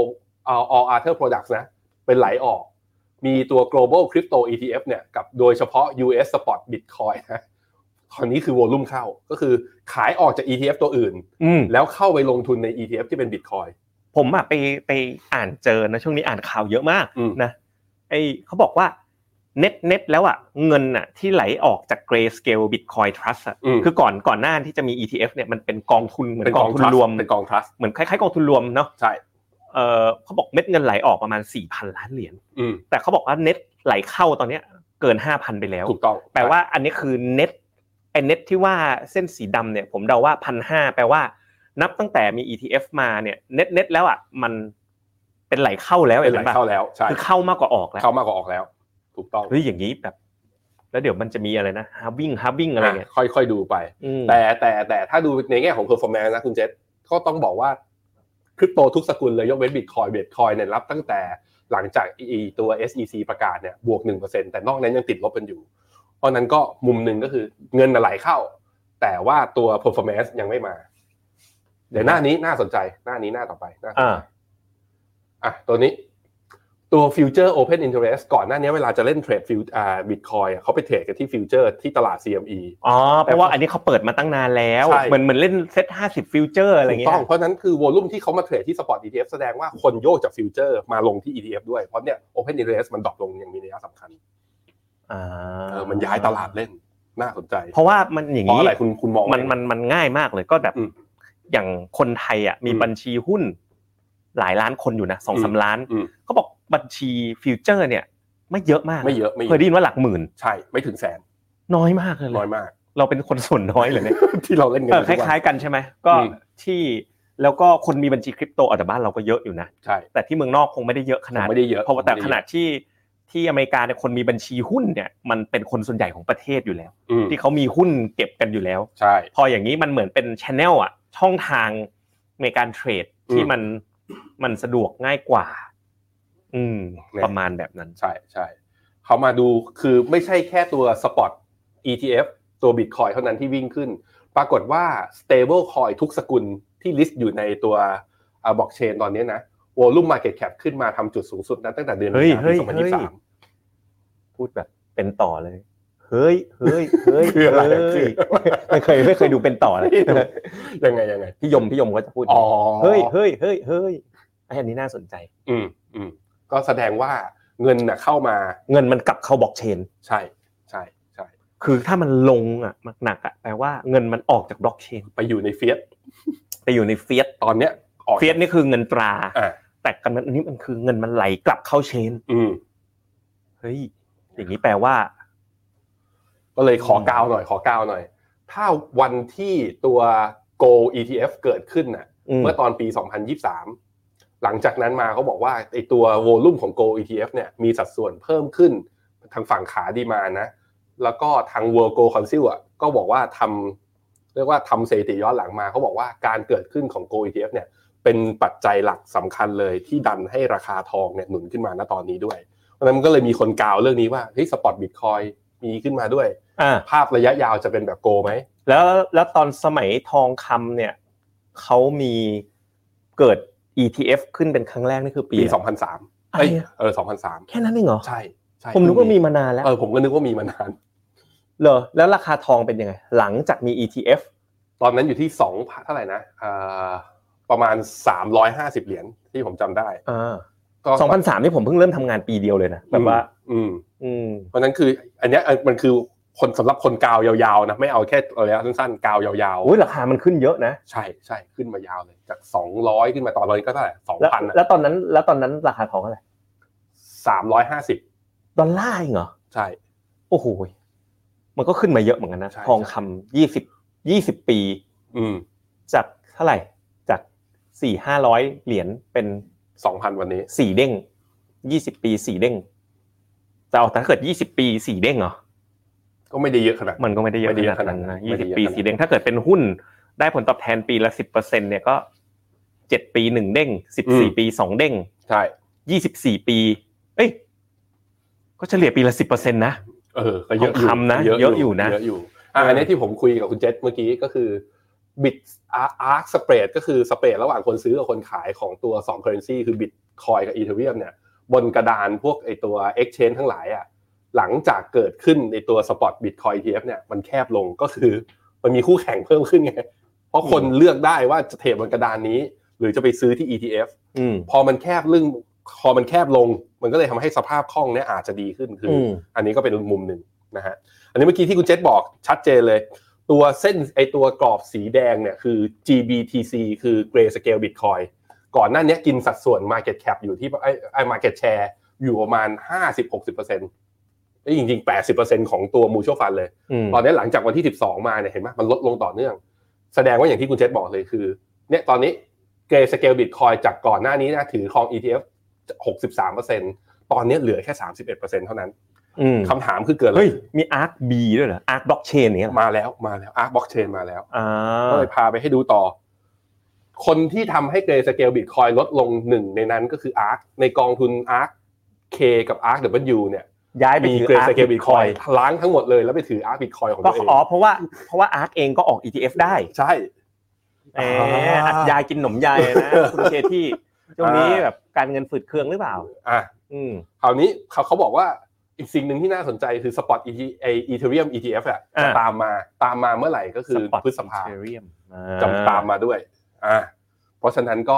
Speaker 2: all, all other products นะ เป็นไหลออก มีตัว global crypto ETF เนี่ย กับโดยเฉพาะ US spot bitcoin นะคราวนี้คือ volume เข้า ก็คือขายออกจาก ETF ตัวอื่น
Speaker 3: อืม
Speaker 2: แล้วเข้าไปลงทุนใน ETF ที่เป็น bitcoin
Speaker 3: ผมอะไปไปอ่านเจอนะช่วงนี้อ่านข่าวเยอะมาก
Speaker 2: อืม
Speaker 3: นะไอเขาบอกว่าเน็ตเน็ตแล้วอะเงินอะที่ไหลออกจาก Grayscale Bitcoin Trust อะ
Speaker 2: อืม
Speaker 3: คือก่อนก่อนหน้าที่จะมี ETF เนี่ยมันเป็นกองทุนเหมือ
Speaker 2: เป็น
Speaker 3: นก
Speaker 2: ก
Speaker 3: อ
Speaker 2: อง ง
Speaker 3: ทุ
Speaker 2: ทุ
Speaker 3: น
Speaker 2: น
Speaker 3: ร
Speaker 2: ร
Speaker 3: ว
Speaker 2: ว
Speaker 3: ม
Speaker 2: มเป็นกอง trust
Speaker 3: เหมือนคล้ายๆกองทุนรวมเนาะ
Speaker 2: ใช่
Speaker 3: เออเขาบอกเม็ดเงินไหลออกประมาณ 4,000 ล้านเหรียญ
Speaker 2: อืม
Speaker 3: แต่เขาบอกว่าเน็ตไหลเข้าตอนเนี้ยเกิน 5,000 ไปแล้ว
Speaker 2: ถูกต้อง
Speaker 3: แปลว่าอันนี้คือเน็ตไอเน็ตที่ว่าเส้นสีดำเนี่ยผมเดาว่าพันห้าแปลว่า นับตั้งแต่มี ETF มาเนี่ยเน็ตเน็ตแล้วอ่ะมันเป็นไหลเข้าแล้ว
Speaker 2: เป็นไหล
Speaker 3: ห็ปะ
Speaker 2: เข้าแล้วใช่
Speaker 3: คือเข้ามากกว่าออกแล้ว
Speaker 2: เข้ามากกว่าออกแล้ว ถูกต้อง
Speaker 3: เฮ้ยอย่างนี้แบบ แล้วเดี๋ยวมันจะมีอะไรนะฮาวิ่งฮาวิ่งอะไรเงี้ย
Speaker 2: ค่อยค่อยๆดูไป
Speaker 3: อืม
Speaker 2: แต่แต่แต่ถ้าดูในแง่ของ performance นะคุณเจษก็ต้องบอกว่าคริปโตทุกสกุลเลยยกเว้นบิตคอยบิตคอยเนี่ยรับตั้งแต่หลังจากอีตัว SEC ประกาศเนี่ยบวก 1%แต่นอกนั้นยังติดลบกันอยู่ เพราะนั้นก็มุมหนึ่งก็คือเงินน่ะไหลเข้า แต่ว่าตัว performance ยังไม่มา เดี๋ยวหน้านี้น่าสนใจหน้านี้หน้าต่อไปน่าสนใจ
Speaker 3: อ่า
Speaker 2: อ่ะตัวนี้ตัวฟิวเจอร์ Open Interest ก่อนหน้านี้เวลาจะเล่นเทรดฟิวอ่าบิตคอยเขาไปเทรดกันที่ฟิวเจอร์ที่ตลาด CME
Speaker 3: อ๋อเพราะว่าอันนี้เขาเปิดมาตั้งนานแล้ว
Speaker 2: ใช่
Speaker 3: เหมือนเหมือนเล่นเซตห้าสิบฟิวเจอร์อะไร
Speaker 2: ถูก
Speaker 3: เงี้
Speaker 2: ต้อย งเพราะฉะนั้นคือวอลุ่มที่เขามาเทรดที่สปอร์ต ETF แสดงว่าคนโยกจากฟิวเจอร์มาลงที่ ETF ด้วย เพราะเนี่ย Open Interest มันดรอปลงอย่างมีนัยสำคัญ
Speaker 3: อ่า
Speaker 2: เออมันย้ายตลาดเล่นน่าสนใจ
Speaker 3: เพราะว่ามันอย่าง
Speaker 2: เพราะ
Speaker 3: นี้
Speaker 2: อะไรคุณคุณมอง
Speaker 3: มัน
Speaker 2: ไง
Speaker 3: มันมันง่ายมากเลยก็แบบ
Speaker 2: อืม
Speaker 3: อย่างคนไทยอ่ะมี
Speaker 2: อืม
Speaker 3: บัญชีหุ้น หลายล้านคนอยู่นะสองสามล้าน
Speaker 2: อืม
Speaker 3: เขาบอกบัญชีฟิวเจอร์ เนี่ย ไม่เยอะมาก
Speaker 2: ไม่เยอะไม่เย
Speaker 3: เคย
Speaker 2: อะ
Speaker 3: ได้ยินว่าหลักหมื่น
Speaker 2: ใช่ไม่ถึงแสน
Speaker 3: น้อยมากเลย
Speaker 2: น้อยมาก
Speaker 3: เราเป็นคนส่วนน้อยเลยเนี่ย
Speaker 2: ที่เราเล่นกัน
Speaker 3: เออ
Speaker 2: อ
Speaker 3: ค
Speaker 2: ทุกวัน
Speaker 3: ล้ายๆกันใช่ไหมก็
Speaker 2: อืม
Speaker 3: ที่แล้วก็คนมีบัญชีคริปโตอ่ะแต่บ้านเราก็เยอะอยู่นะ
Speaker 2: ใช่
Speaker 3: แต่ที่เมืองนอกคงไม่ได้เยอะข
Speaker 2: ผ
Speaker 3: นาม ด
Speaker 2: ไม่ได้เยอะ
Speaker 3: เพราะว่าแต่
Speaker 2: ผม
Speaker 3: ข
Speaker 2: ไม่ไเยอะ
Speaker 3: ณะที่ที่อเมริกาเนี่ยคนมีบัญชีหุ้นเนี่ยมันเป็นคนส่วนใหญ่ของประเทศอยู่แล้ว
Speaker 2: อืม
Speaker 3: ที่เขามีหุ้นเก็บกันอยู่แล้ว
Speaker 2: ใช่
Speaker 3: พออย่างนี้มันเหมือนเป็นชแนลอะช่องทางในการเทรดที่
Speaker 2: อืม
Speaker 3: มันมันสะดวกง่ายกว่า อืม
Speaker 2: เนี่ย
Speaker 3: ประมาณแบบนั้น
Speaker 2: ใช่ใช่เขามาดูคือไม่ใช่แค่ตัวสปอต ETF ตัว Bitcoin เท่านั้นที่วิ่งขึ้น ปรากฏว่า Stable Coin ทุกสกุลที่ list อยู่ในตัวบล็อกเชนตอนนี้นะ Volume Market Cap ขึ้นมาทำจุดสูงสุดนะตั้งแต่เดือน
Speaker 3: เฮ้
Speaker 2: มี
Speaker 3: ย
Speaker 2: นาค
Speaker 3: เฮ้ย
Speaker 2: ม
Speaker 3: เฮ้ย พูดแบบเป็นต่อเลย เฮ้ยเฮ้ยเฮ้ย
Speaker 2: 2023คืออะไร
Speaker 3: เฮ้
Speaker 2: คือย
Speaker 3: ไม่เคยไม่เคยดูเป็นต่อเลย
Speaker 2: ยังไงยังไง
Speaker 3: พี่ยมพี่ยมก็จะพูด
Speaker 2: อ๋อ
Speaker 3: เฮ้ยเฮ้ยเฮ้ยเฮ้ยไอ้อันนี้น่าสนใจ
Speaker 2: อืมอืมก็แสดงว่าเงินน่ะเข้ามา
Speaker 3: เงินมันกลับเข้าบล็อกเชน
Speaker 2: ใช่ใช่ใช่
Speaker 3: คือถ้ามันลงอ่ะหนักๆอ่ะแปลว่าเงินมันออกจากบล็อกเชน
Speaker 2: ไปอยู่ในเฟียส
Speaker 3: ไปอยู่ในเฟียส
Speaker 2: ตอนเนี้ยออก
Speaker 3: เฟียสนี่คือเงินตรา
Speaker 2: อ่า
Speaker 3: แต่กันนั้นอันนี้มันคือเงินมันไหลกลับเข้าเชน
Speaker 2: อืม
Speaker 3: เฮ้ยอย่างนี้แปลว่า
Speaker 2: ก็เลยขอกาวหน่อยขอกาวหน่อย ถ้าวันที่ตัว Go ETF เกิดขึ้นน่ะ
Speaker 3: อืม
Speaker 2: เมื่อตอนปี 2023 หลังจากนั้นมาเขาบอกว่าไอตัวโวลุ่มของ Go ETF เนี่ยมีสัดส่วนเพิ่มขึ้นทางฝั่งขาดีมานะ แล้วก็ทาง World Go Council อ่ะก็บอกว่าทำเรียกว่าทำสถิติย้อนหลังมาเขาบอกว่าการเกิดขึ้นของ Go ETF เนี่ยเป็นปัจจัยหลักสำคัญเลยที่ดันให้ราคาทองเนี่ยหนุนขึ้นมาณตอนนี้ด้วย เพราะฉะนั้นมันก็เลยมีคนกาวเรื่องนี้ว่าเฮ้ยสปอตบิตคอยมีขึ้นมาด้วย
Speaker 3: อ่า
Speaker 2: ภาพระยะยาวจะเป็นแบบโกไหม
Speaker 3: แล้วแล้วตอนสมัยทองคำเนี่ยเขามีเกิด ETF ขึ้นเป็นครั้งแรกนี่คือปี
Speaker 2: ปี 2003
Speaker 3: อะไร
Speaker 2: เอ้ย
Speaker 3: อะ
Speaker 2: เออ 2003
Speaker 3: แค่นั้นเองเหรอ
Speaker 2: ใช่ใช่
Speaker 3: ผมนึกว่ามีมานานแล้ว
Speaker 2: เออผมก็นึกว่ามีมานาน
Speaker 3: เหรอแล้วราคาทองเป็นยังไง หลังจากมี ETF
Speaker 2: ตอนนั้นอยู่ที่2เท่าไหร่นะเอ่อประมาณ 350 เหรียญที่ผมจำได้
Speaker 3: อ่า
Speaker 2: ก็
Speaker 3: สองพันสามนี่ผมเพิ่งเริ่มทำงานปีเดียวเลยนะแบบว่า
Speaker 2: อืม
Speaker 3: อืม
Speaker 2: เพราะฉะนั้นคือ อันเนี้ยเอ่อมันคือคนสำหรับคนกาวยาวๆนะ ไม่เอาแค่ระยะสั้นๆ กาวยาว
Speaker 3: โอ้ยราคามันขึ้นเยอะนะ
Speaker 2: ๆ ใช่ใช่ขึ้นมายาวเลย จาก 200 ขึ้นมาตอนนี้ก็เท่าไหร่
Speaker 3: แล้ว
Speaker 2: 2,000นะ
Speaker 3: แล้วตอนนั้นแล้วตอนนั้นราคาทองอะไร
Speaker 2: 350
Speaker 3: ดอลลาร์เองเหรอ
Speaker 2: ใช่
Speaker 3: โอ้โหยมันก็ขึ้นมาเยอะเหมือนกันนะ
Speaker 2: ใช่
Speaker 3: ทองคำยี่สิบยี่สิบปี
Speaker 2: อืม
Speaker 3: จากเท่าไหร่จากสี่ห้าร้อยเหรียญเป็น
Speaker 2: 2,000 วันนี้
Speaker 3: สี่เด้งยี่สิบปีสี่เด้งแต่เอาแต่ถ้าเกิดยี่สิบปีสี่เด้งเหรอ
Speaker 2: ก็ไม่ได้เยอะขนาด
Speaker 3: มันก็ไม่ได้เยอะ
Speaker 2: ไม่ได้เยอะ
Speaker 3: ขนาดนั้นนะ
Speaker 2: ขนาดนั้นไม่
Speaker 3: ยี่
Speaker 2: ได้
Speaker 3: สิบ
Speaker 2: เยอะ
Speaker 3: ปี
Speaker 2: ขนาดนั้น
Speaker 3: สี่เด้งถ้าเกิดเป็นหุ้นได้ผลตอบแทนปีละสิบเปอร์เซ็นเนี่ยก็เจ็ดปีหนึ่งเด้งสิบสี่ปีสองเด้ง
Speaker 2: ใช่
Speaker 3: ยี่สิบสี่ปี เอ้ย ก็เฉลี่ยปีละสิบเปอร์เซ็นต์นะ
Speaker 2: เออก็เยอะอยู่
Speaker 3: ทองคำนะเยอะอยู่นะ
Speaker 2: เยอะอยู่อ่ะ
Speaker 3: เอออั
Speaker 2: อันนี้ที่ผมคุยกับคุณเจษเมื่อกี้ก็คือบิตอาร์คสเปรดก็คือสเปรดระหว่างคนซื้อกับคนขายของตัว2 currency คือบิตคอยกับอีเทเรียมเนี่ยบนกระดานพวกไอตัว exchange ทั้งหลายอ่ะหลังจากเกิดขึ้นในตัวสปอตบิตคอย ETF เนี่ยมันแคบลงก็คือมันมีคู่แข่งเพิ่มขึ้นไง เพราะคนเลือกได้ว่าจะเทรดบนกระดานนี้ หรือจะไปซื้อที่ ETF
Speaker 3: อืม
Speaker 2: พอมันแคบเรื่องพอมันแคบลง มันก็เลยทำให้สภาพคล่องเนี่ยอาจจะดีขึ้นคืออ
Speaker 3: ม
Speaker 2: อันนี้ก็เป็นมุมหนึ่งนะฮะอันนี้เมื่อกี้ที่คุณเจษบอกชัดเจนเลย ตัวเส้นไอตัวกรอบสีแดงเนี่ยคือ GBTC คือ Gray Scale Bitcoin ก่อนหน้านี้กินสัดส่วน Market Cap อยู่ที่ไอไอ Market Share อยู่ประมาณ 50-60%ไอ้ยจริงๆ 80%ของตัว Mutual Fund เลย
Speaker 3: อืม
Speaker 2: ตอนนี้หลังจากวันที่ 12 มาเนี่ยเห็นไหมมันลดลงต่อเนื่อง แสดงว่าอย่างที่คุณเจษบอกเลยคือเนี่ยตอนนี้เกรสเกลบิตคอยจากก่อนหน้านี้นะถือครอง ETF 63%ตอนนี้เหลือแค่ 31%เท่านั้น
Speaker 3: อืม
Speaker 2: คำถามคือเกิดอะไร
Speaker 3: เฮ้ยมีอาร์คบีด้วยเหรออาร์คบล็อกเชนเนี้ยเหรอ
Speaker 2: มาแล้วมาแล้วอาร์บล็อกเชนมาแล้ว
Speaker 3: อ่า
Speaker 2: ก็เลยพาไปให้ดูต่อ คนที่ทำให้เกรดสเกลบิตคอยลดลงหนึ่งในนั้นก็คืออาร์คในกองทุนอาร์คเคกับอาร์คเดบิเนี่ย
Speaker 3: ย้ายไป
Speaker 2: มี
Speaker 3: ถือ
Speaker 2: เกรด
Speaker 3: อาร์
Speaker 2: ส
Speaker 3: ค
Speaker 2: เกลบิตคอยล้างทั้งหมดเลยแล้วไปถืออาร์คบิตคอยของตั
Speaker 3: ก็
Speaker 2: วเอง
Speaker 3: อ๋อเพราะว่าเพราะว่าอาร์คเองก็ออก ETF ได้
Speaker 2: ใช่
Speaker 3: แหมอัดยายกินหนมยาย นะคุณเคที่ช่วงนี้
Speaker 2: อ่า
Speaker 3: แบบการเงินฝืดเคืองหรือเปล่า
Speaker 2: อ่ะ
Speaker 3: อืม
Speaker 2: คราวนี้เขาเขาบอกว่าอีกสิ่งหนึ่งที่น่าสนใจคือสปอตอีทีไออีเทเรียมอีทีเอฟอะจะตามมาตามมาเมื่อไหร่ก็คือพฤษภา
Speaker 3: เทเรียม
Speaker 2: จำตามมาด้วย อ่า เพราะฉะนั้นก็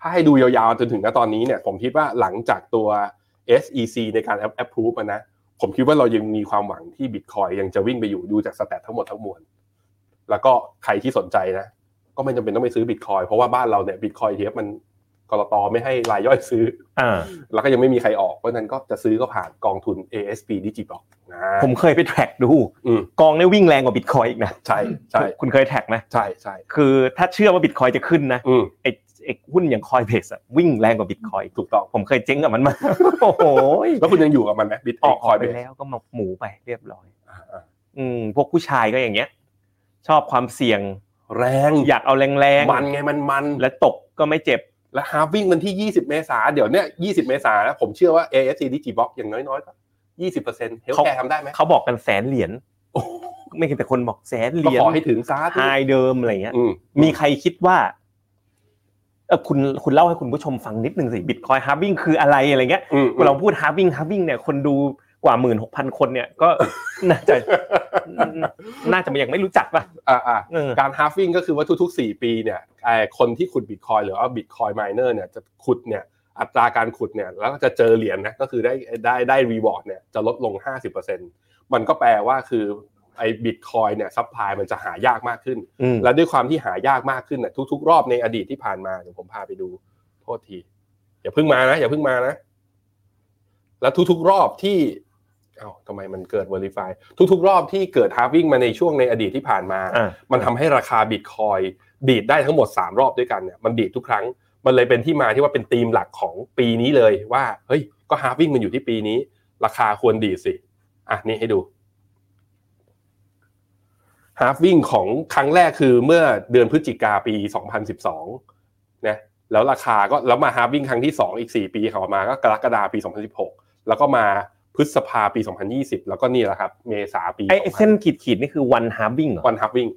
Speaker 2: ถ้าให้ดูยาวๆจนถึงณตอนนี้เนี่ย ผมคิดว่าหลังจากตัว SEC ในการ a p p r o v e นะ ผมคิดว่าเรายังมีความหวังที่บิตคอยยังจะวิ่งไปอยู่ดูจากสแตททั้งหมดทั้งมวล แล้วก็ใครที่สนใจนะ ก็ไม่จำเป็นต้องไปซื้อบิตคอยเพราะว่าบ้านเราเนี่ยบิตคอยเทปมันกรตไม่ให้รายย่อยซื้อ
Speaker 3: อ่า
Speaker 2: แล้วก็ยังไม่มีใครออก เพราะฉะนั้นก็จะซื้อก็ผ่านกองทุน ASP Digibox นะ
Speaker 3: ผมเคยไปแทร็กดู
Speaker 2: อืม
Speaker 3: กองเนี่ยวิ่งแรงกว่าบิตคอยอีกนะ
Speaker 2: ใช่ใช่
Speaker 3: คุณเคยแทร็กไหม
Speaker 2: ใช่ใช่
Speaker 3: คือถ้าเชื่อว่าบิตคอยจะขึ้นนะ
Speaker 2: อืม
Speaker 3: ไอ้ไอ้หุ้นอย่างคอยเพกอะวิ่งแรงกว่าบิตคอย
Speaker 2: ถูกต้อง
Speaker 3: ผมเคยเจ๊งกับมันมา โอ้โหย
Speaker 2: แล้วคุณยังอยู่กับมันไหมบิต
Speaker 3: ออก
Speaker 2: คอย
Speaker 3: ไป
Speaker 2: เบส
Speaker 3: แล้วก็มาหมูไปเรียบร้อย
Speaker 2: อ่าอ่า
Speaker 3: อืมพวกผู้ชายก็อย่างเงี้ย ชอบความเสี่ยง
Speaker 2: แรง
Speaker 3: อยากเอาแรง
Speaker 2: มันไงมันมันและ
Speaker 3: และตกก็ไม่เจ็บ
Speaker 2: และฮาวิ่งวันที่ 20 เมษาเดี๋ยวเนี้ย20 เมษานะผมเชื่อว่า AFC ดิจิบ็อกอย่างน้อยๆก็20เปอร์เซ็นต์เฮล
Speaker 3: เขา
Speaker 2: แคร์ทำได้ไหม
Speaker 3: เขาบอกกันแสนเหรียญ
Speaker 2: โอ้โห
Speaker 3: ไม่เห็นแต่คนบอกแสนเห
Speaker 2: ก็
Speaker 3: รียญ
Speaker 2: ขอให้ถึงซาธุ
Speaker 3: ไฮเดิมอะไรเงี้ย
Speaker 2: อืม
Speaker 3: มีใครคิดว่าเออคุณคุณเล่าให้คุณผู้ชมฟังนิดนึงสิบิตคอยฮาร์วิ่งคืออะไรอะไรเงี้ย
Speaker 2: อืม
Speaker 3: เราพูดฮาร์วิ่งฮาร์วิ่งเนี่ยคนดูกว่าหมื่นหกพันคนเนี่ยก็ น่าจะน่าจะยังไม่รู้จักป่ะ
Speaker 2: อ่าอ่า
Speaker 3: เออ
Speaker 2: การฮาวิ่งก็คือว่าทุกๆ 4 ปีเนี่ยไอ้คนที่ขุดบิตคอยหรือว่าบิตคอยไมเนอร์เนี่ยจะขุดเนี่ยอัตราการขุดเนี่ยแล้วก็จะเจอเหรียญนะก็คือได้ได้ได้รีวอร์ดเนี่ยจะลดลง 50%มันก็แปลว่าคือไอ้บิตคอยเนี่ยซัพพลายมันจะหายากมากขึ้น
Speaker 3: อืม
Speaker 2: และด้วยความที่หายากมากขึ้นน่ะทุก ๆ รอบในอดีตที่ผ่านมาเดี๋ยวผมพาไปดูโทษที อย่าเพิ่งมานะอย่าเพิ่งมานะ และทุกๆรอบที่เอ้าทำไมมันเกิด Verify ทุกๆ รอบที่เกิด Halving มาในช่วงในอดีตที่ผ่านมา
Speaker 3: อ่ะ
Speaker 2: มันทำให้ราคาบิตคอยดีดได้ทั้งหมด 3 รอบด้วยกันเนี่ยมันดีดทุกครั้ง มันเลยเป็นที่มาที่ว่าเป็นธีมหลักของปีนี้เลยว่าเฮ้ยก็ Halving มันอยู่ที่ปีนี้ ราคาควรดีดสิอ่ะนี่ให้ดู ฮาร์ฟวิ่งของครั้งแรกคือเมื่อเดือนพฤศจิกาปี 2012 นะ แล้วราคาก็แล้วมาฮาร์ฟวิ่งครั้งที่ 2 อีก 4 ปีเขามาก็กรกฎาปี 2016 แล้วก็มาพฤษภาปี 2020 แล้วก็นี่แหละครับ เมษาปี
Speaker 3: ไอ้ไอ้เส้นขีดขีดๆนี่คือวันฮาร์วิ่งเหรอ
Speaker 2: วันฮาร์ฟวิ่ง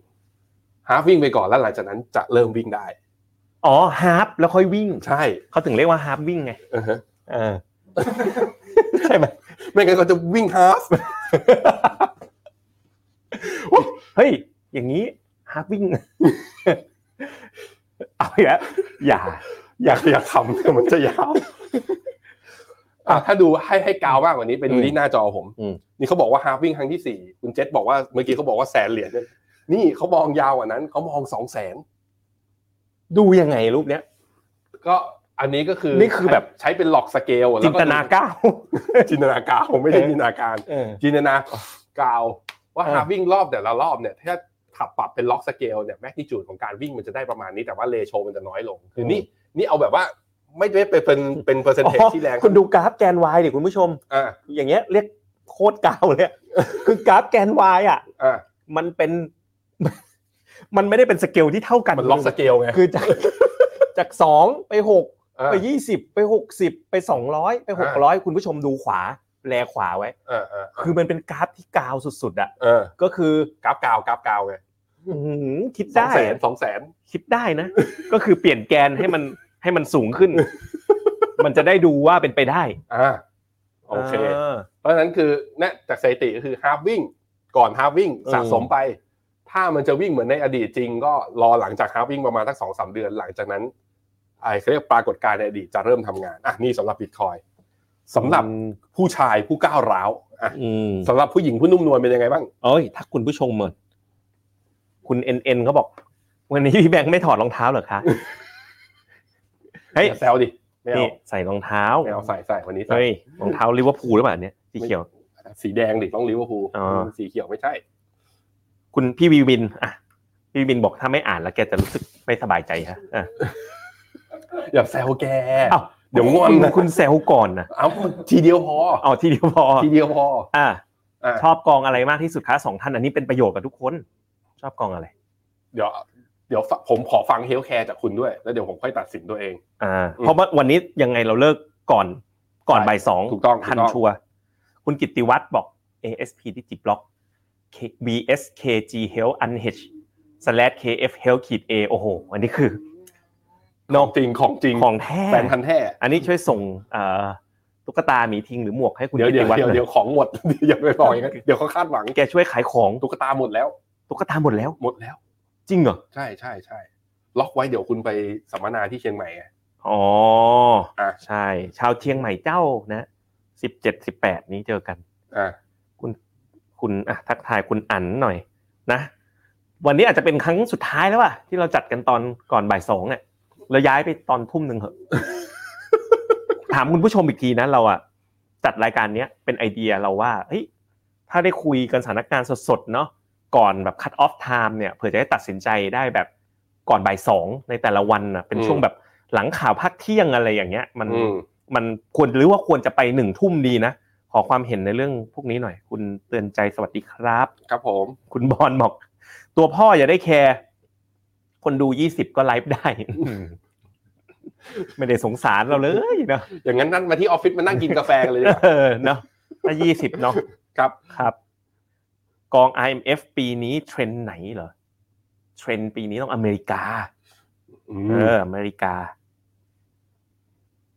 Speaker 2: ฮาร์ฟวิ่งไปก่อนแล้วหลังจากนั้นจะเริ่มวิ่งได้
Speaker 3: อ๋อฮาร์ฟแล้วค่อยวิ่ง
Speaker 2: ใช่
Speaker 3: เขาถึงเรียกว่าฮาร์ฟวิ่งไง
Speaker 2: อือฮะ
Speaker 3: เออใช่ไหม
Speaker 2: ไม่งั้นก็จะวิ่งฮาร์ฟ
Speaker 3: เฮ้ยอย่างนี้ฮาร์ฟวิ่ง เอาอีกแล้วอย่า
Speaker 2: อยากอยากทำแต่มันจะยาว อ่ะถ้าดูให้ให้กาวมากกว่านี้ไปดูที่หน้าจอผม
Speaker 3: อืม
Speaker 2: นี่เขาบอกว่าฮาร์วิ่งครั้งที่สี่คุณเจษบอกว่าเมื่อกี้เขาบอกว่าแสนเหรียญเนี่ยนี่เขามองยาวกว่านั้นเขามองสองแสน
Speaker 3: ดูยังไงรูปเนี้ย
Speaker 2: ก็อันนี้ก็คือ
Speaker 3: นี่คือแบบ
Speaker 2: ใช้เป็นหลอกสเกล
Speaker 3: จินตนาก้าว
Speaker 2: จินตนาการผมไม่ใช่จินตนาการ
Speaker 3: เออ
Speaker 2: จินตนาการว่า
Speaker 3: อ่า
Speaker 2: ฮาร์วิ่งรอบแต่ละรอบเนี่ยถ้าขับปรับเป็นล็อกสเกลเนี่ยแมกนิจูดของการวิ่งมันจะได้ประมาณนี้แต่ว่าเลโชมันจะน้อยลงคือนี่นี่เอาแบบว่าไม่ได้ไปเป็นเป็นเปอร์เซ็นเทจที่แรง
Speaker 3: คุณดูกราฟแกน Y ดิคุณผู้ชม
Speaker 2: อ่า
Speaker 3: อย่างเงี้ยเรียกโคตรกาวเลยอะ คือกราฟแกน Y อ่ะ
Speaker 2: อ่ะ
Speaker 3: มันเป็น มันไม่ได้เป็นสเกลที่เท่ากัน
Speaker 2: มันล็อกสเกลไง
Speaker 3: คือจาก จากสองไปหก
Speaker 2: อ่ะ
Speaker 3: ไปยี่สิบไปหกสิบไปสองร้อยไปห
Speaker 2: อ่า
Speaker 3: กร้อยคุณผู้ชมดูขวา แลขวาไว้
Speaker 2: อ่ะอ่ะ
Speaker 3: คือมันเป็นกราฟที่กาวสุดๆอ่ะ
Speaker 2: เออ
Speaker 3: ก็คือก
Speaker 2: ราฟกาวกราฟกาวไง
Speaker 3: อื้อหือคิด
Speaker 2: สอ
Speaker 3: ได้
Speaker 2: งแสน
Speaker 3: อะ
Speaker 2: สองแสน
Speaker 3: คิดได้นะ ก็คือเปลี่ยนแกนให้มัน ให้มันสูงขึ้น มันจะได้ดูว่าเป็นไปได้
Speaker 2: อ่าโอเค
Speaker 3: า
Speaker 2: เพราะฉะนั้นคือเนะจากสถิติก็คือฮาร์วิ่งก่อนฮาร์วิ่ง
Speaker 3: อืม
Speaker 2: สะสมไป ถ้ามันจะวิ่งเหมือนในอดีตจริง ก็รอหลังจากฮาร์วิ่งประมาณสักสองสามเดือนหลังจากนั้นไอ้เขาเรียกปรากฏการณ์ในอดีตจะเริ่มทำงานอ่ะนี่สำหรับบิตคอยสำหรับผู้ชายผู้ก้าวร้าวอ่ะ
Speaker 3: อืม
Speaker 2: สำหรับผู้หญิงผู้นุ่มนวลเป็นยังไงบ้าง
Speaker 3: เอ้ยถ้าคุณผู้ชมเหมือนคุณเอ็นเอ็นเขาบอก วันนี้พี่แบงค์ไม่ถอดรองเท้าเหรอคะ เฮ้ย
Speaker 2: อย่าแซวดิไม่เอา
Speaker 3: นี่ใส่รองเท้า
Speaker 2: ไม่เอาใส่ใส่วันนี้ใส่
Speaker 3: เฮ้ยรองเท้าลิเวอร์พูลหรือเปล่าเนี่ยสีเขียว
Speaker 2: สีแดงดิต้องลิเวอร์พูล
Speaker 3: อ๋อ
Speaker 2: สีเขียวไม่ใช่
Speaker 3: คุณพี่วีวินอ่ะพี่วีวินบอกถ้าไม่อ่านแล้วแกจะรู้สึกไม่สบายใจฮะอ่ะ
Speaker 2: อย่าแซวแก
Speaker 3: เอ้า
Speaker 2: เดี๋ยวงอน
Speaker 3: คุณ
Speaker 2: นะ
Speaker 3: คุณแซวก่อนนะ
Speaker 2: เอาทีเดียวพอ
Speaker 3: เอาทีเดียวพอ
Speaker 2: ทีเดียวพอ
Speaker 3: อ่ะ
Speaker 2: อ่ะ
Speaker 3: ชอบกองอะไรมากที่สุดคะสองท่านอันนี้เป็นประโยชน์กับทุกคน ชอบกองอะไร
Speaker 2: เดี๋ยวเดี๋ยวผมขอฟังเฮลท์แคร์จากคุณด้วย แล้วเดี๋ยวผมค่อยตัดสินตัวเอง
Speaker 3: อ่า
Speaker 2: อืม
Speaker 3: เพราะว่าวันนี้ยังไงเราเลิกก่อนก่อน
Speaker 2: ใช่
Speaker 3: บ่ายสอง
Speaker 2: ถูกต้องถูก
Speaker 3: ทัน
Speaker 2: ต้อง
Speaker 3: ชัวร์คุณกิตติวัตรบอก ASP ที่จิบล็อก K- BSKG Health Unhedge slash KF Health ขีด A โอ้โห อันนี้คือ
Speaker 2: นอกจริงของจริง
Speaker 3: ของแท้
Speaker 2: แฟนพันธุ์แท้
Speaker 3: อันนี้ช่วยส่งเอ่อตุ๊กตาหมีทิงหรือหมวกให้คุณ
Speaker 2: เดี๋ยว
Speaker 3: กิต
Speaker 2: เดี๋ยว
Speaker 3: ติวัตร
Speaker 2: เดี๋ยวเดี๋
Speaker 3: หน่อย
Speaker 2: ยวของหมด อย่าไปบอกอย่างนั้นเดี๋ยวเขาคาดหวัง
Speaker 3: แกช่วยขายของ
Speaker 2: ตุ๊กตาหมดแล้ว
Speaker 3: ตุ๊กตาหมดแล้ว
Speaker 2: หมดแล้ว
Speaker 3: จริงเหรอ
Speaker 2: ใช่ใช่ใช่ล็อกไว้เดี๋ยวคุณไปสัมมนาที่เชียงใหม่ไง
Speaker 3: อ๋ออะ ใช่ ชาวเชียงใหม่เจ้านะสิบเจ็ดสิบแปดนี้เจอกัน
Speaker 2: อ่า
Speaker 3: คุณคุณอ่ะทักทายคุณอั๋นหน่อยนะ วันนี้อาจจะเป็นครั้งสุดท้ายแล้วอะที่เราจัดกันตอนก่อนบ่ายสองอะเราย้ายไปตอนทุ่มหนึ่งเหอะ ถามคุณผู้ชมอีกทีนะเราอะจัดรายการเนี้ยเป็นไอเดียเราว่าเฮ้ยถ้าได้คุยกันสถานการณ์สดๆเนาะก่อนแบบคัตออฟไทม์เนี่ยเผื่อจะได้ตัดสินใจได้แบบก่อนบ่ายสองในแต่ละวันอะเป็นช่วง
Speaker 2: อืม
Speaker 3: แบบหลังข่าวพักเที่ยงอะไรอย่างเงี้ยมัน
Speaker 2: อืม
Speaker 3: มันควรหรือว่าควรจะไปหนึ่งทุ่มดีนะ ขอความเห็นในเรื่องพวกนี้หน่อย คุณเตือนใจสวัสดีครับ
Speaker 2: ครับผม
Speaker 3: คุณบอลบอก ตัวพ่ออย่าได้แคร์คนดูยี่สิบก็ไลฟ์ได้ ไม่ได้สงสารเราเลยเนาะ
Speaker 2: อย่างนั้นนั่นมาที่ออฟฟิศมานั่งกินกาแฟกันเลยดีกว่า
Speaker 3: เออเนาะถ้ายี่สิบเนาะ
Speaker 2: ครับ
Speaker 3: ครับ กอง IMF ปีนี้เทรนด์ไหนเหรอเทรนด์ปีนี้ต้องอเมริกา
Speaker 2: อืม
Speaker 3: เอออเมริกา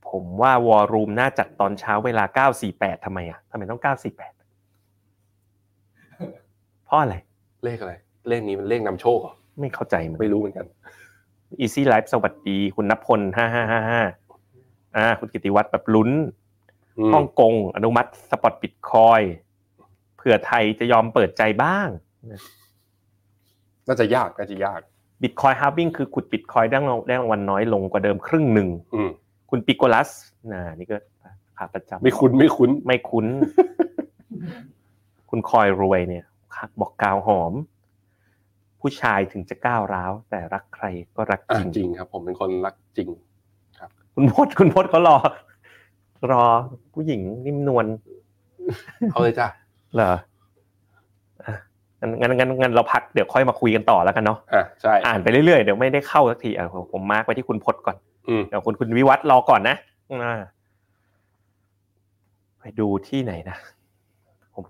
Speaker 3: ผมว่าวอลรูมน่าจัดตอนเช้าเวลา 948ทำไมอ่ะทำไมต้อง 948 เพราะอะไร
Speaker 2: เลขอะไร เลขนี้มันเลขนำโชคเหรอ
Speaker 3: ไม่เข้าใจเหมัน
Speaker 2: ไม่รู้เหมือนกัน
Speaker 3: Easy Life สวัสดี คุณนพล 5555อ่า คุณกิติวัตรแบบลุ้น
Speaker 2: อืม
Speaker 3: ฮ่องกงอนุมัติสปอตบิตคอยน์เผื่อไทยจะยอมเปิดใจบ้าง
Speaker 2: น่าจะยากน่าจะยาก
Speaker 3: บิตคอยฮาร์วิ่งคือขุดบิตคอยได้รางวัลได้รางวัลน้อยลงกว่าเดิมครึ่งหนึ่ง
Speaker 2: อืม
Speaker 3: คุณปิโกลัสน่ะนี่ก็ขาประจำ
Speaker 2: ไม่คุ้นไม่คุ้น
Speaker 3: ไม่คุ้น คุณคอยรวยเนี่ยบอกกาวหอม ผู้ชายถึงจะก้าวร้าว แต่รักใครก็รัก
Speaker 2: อ่ะ
Speaker 3: จริง
Speaker 2: จริงครับ ผมเป็นคนรักจริง
Speaker 3: คุณพศคุณพศเขารอ รอผู้หญิงนิ่มนวล
Speaker 2: เอาเลยจ้ะ
Speaker 3: เหรออ่ะงั้นงั้นงั้นงั้นเราพักเดี๋ยวค่อยมาคุยกันต่อแล้วกันเนาะ
Speaker 2: อ่ะใช่
Speaker 3: อ่านไปเรื่อยๆเดี๋ยวไม่ได้เข้าสักทีอ่ะผมมาร์กไปที่คุณพศก่อน
Speaker 2: อืม
Speaker 3: เดี๋ยวคุณคุณวิวัฒน์รอก่อนนะอ่าไปดูที่ไหนนะ ผม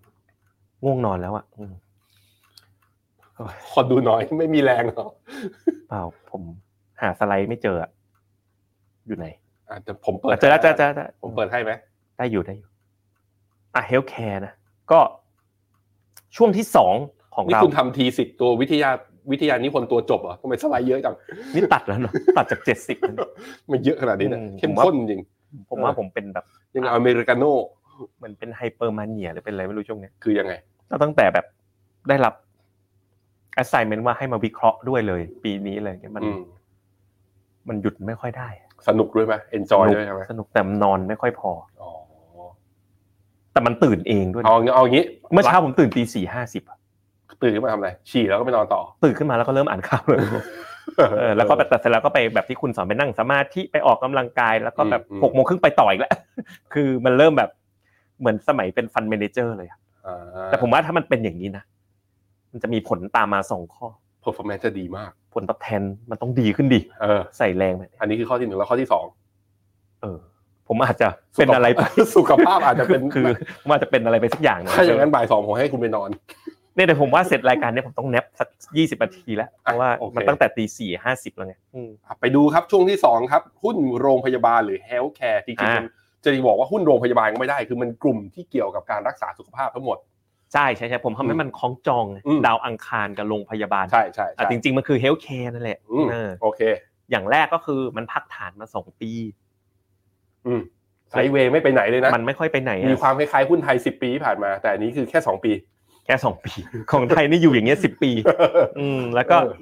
Speaker 3: ง่วงนอนแล้วอ่ะอืม
Speaker 2: คนดูน้อยไม่มีแรงหรอก
Speaker 3: เปล่าผมหาสไลด์ไม่เจออะอยู่ไหน
Speaker 2: อ่ะแต่ผมเปิด
Speaker 3: อ่ะเจอแล้วเจอเจอเจอ
Speaker 2: ผมเปิดให้ไหม
Speaker 3: ได้อยู่ได้อยู่ อ่ะเฮลท์แคร์นะ ก็ช่วงที่สองของ
Speaker 2: นี่
Speaker 3: เรา
Speaker 2: คุณทำทีสิตัววิทยาวิทยานิพนธ์ตัวจบเหรอทำไมสไลด์เยอะจัง
Speaker 3: นี่ตัดแล้วเนาะ ตัดจากเจ็ดสิบ
Speaker 2: มันเยอะขนาดนี้เนะ
Speaker 3: อืม
Speaker 2: เข้มข้นจริง
Speaker 3: ผม
Speaker 2: เอ
Speaker 3: ว่า
Speaker 2: อ
Speaker 3: ผมเป็นแบบ
Speaker 2: ยังอเมริกาโน่
Speaker 3: เหมือนเป็นไฮเปอร์มาเนียหรือเป็นอะไรไม่รู้ช่วงเนี้ย
Speaker 2: คือยังไง
Speaker 3: ก็ตั้งแต่แบบได้รับ assignment ว่าให้มาวิเคราะห์ด้วยเลย ปีนี้เลยเนี่ยมัน
Speaker 2: อืม
Speaker 3: มันหยุดไม่ค่อยได้
Speaker 2: สนุกด้วยไหมเอนจอยด้วยใช่ไหม
Speaker 3: สนุกแต่นอนไม่ค่อยพอ
Speaker 2: อ๋อ
Speaker 3: แต่มันตื่นเองด้วยนะ
Speaker 2: เอางี้เอางี้
Speaker 3: เมื่อเช้าผมตื่นตีสี่ห้าสิบ
Speaker 2: ตื่นขึ้นมาทำอะไรฉี่แล้วก็ไปนอนต่อ
Speaker 3: ตื่นขึ้นมาแล้วก็เริ่มอ่านข่าวเลยเออแล้วก็แต่เสร็จแล้วก็ไปแบบที่คุณสอนไปนั่งสมาธิไปออกกำลังกายแล้วก็แบบ
Speaker 2: อืมอืม
Speaker 3: หกโมงครึ่งไปต่ออีกแล้ว คือมันเริ่มแบบเหมือนสมัยเป็นฟันเมเนเจอร์เลยอะ
Speaker 2: อ่า
Speaker 3: แต่ผมว่าถ้ามันเป็นอย่างนี้นะมันจะมีผลตามมาสองข้อ
Speaker 2: performance จะดีมาก
Speaker 3: ผลตอบแทนมันต้องดีขึ้นดิ
Speaker 2: เออ
Speaker 3: ใส่แรงแบบนี้
Speaker 2: อันนี้คือข้อที่หนึ่งแล้วข้อที่สอง
Speaker 3: เออ ผมอาจจะเป็นอะไรไป
Speaker 2: สุขภาพอาจจะเป็น
Speaker 3: คือผมอาจจะเป็นอะไรไปสักอย่างนะ
Speaker 2: ถ้าอย่างนั้นบ่ายสองผมให้คุณไปนอน
Speaker 3: เนี่ยแต่ผมว่าเสร็จรายการเนี่ยผมต้องแนปสักยี่สิบนาทีแล้วเพราะว่า
Speaker 2: โอเค
Speaker 3: มันตั้งแต่ตีสี่ห้าสิบแล้วไงอืม
Speaker 2: อ่ะไปดูครับช่วงที่สองครับ หุ้นโรงพยาบาลหรือ healthcare จริง
Speaker 3: อ่า
Speaker 2: ๆมันจะบอกว่าหุ้นโรงพยาบาลก็ไม่ได้ คือมันกลุ่มที่เกี่ยวกับการรักษาสุขภาพทั้งหมด
Speaker 3: ใช่ใช่ใช่ผมทำให้มันคล้องจองไง
Speaker 2: อืม
Speaker 3: ดาวอังคารกับโรงพยาบาล
Speaker 2: ใช่ใช่
Speaker 3: อ่ะ
Speaker 2: ใช่
Speaker 3: จริง ๆ มันคือเฮลท์แคร์นั่นแหละ
Speaker 2: อืม
Speaker 3: เออ
Speaker 2: โอเค
Speaker 3: อย่างแรกก็คือมันพักฐานมาสองปี
Speaker 2: อืมไซด์เวย์ไม่ไปไหนเลยนะ
Speaker 3: มันไม่ค่อยไปไหนอะ
Speaker 2: มีความคล้ายๆหุ้นไทย 10 ปีที่ผ่านมา แต่อันนี้คือแค่ 2 ปี
Speaker 3: แค่สองปี ของไทยนี่อยู่อย่างเงี้ยสิบปี อืมแล้วก็
Speaker 2: เออ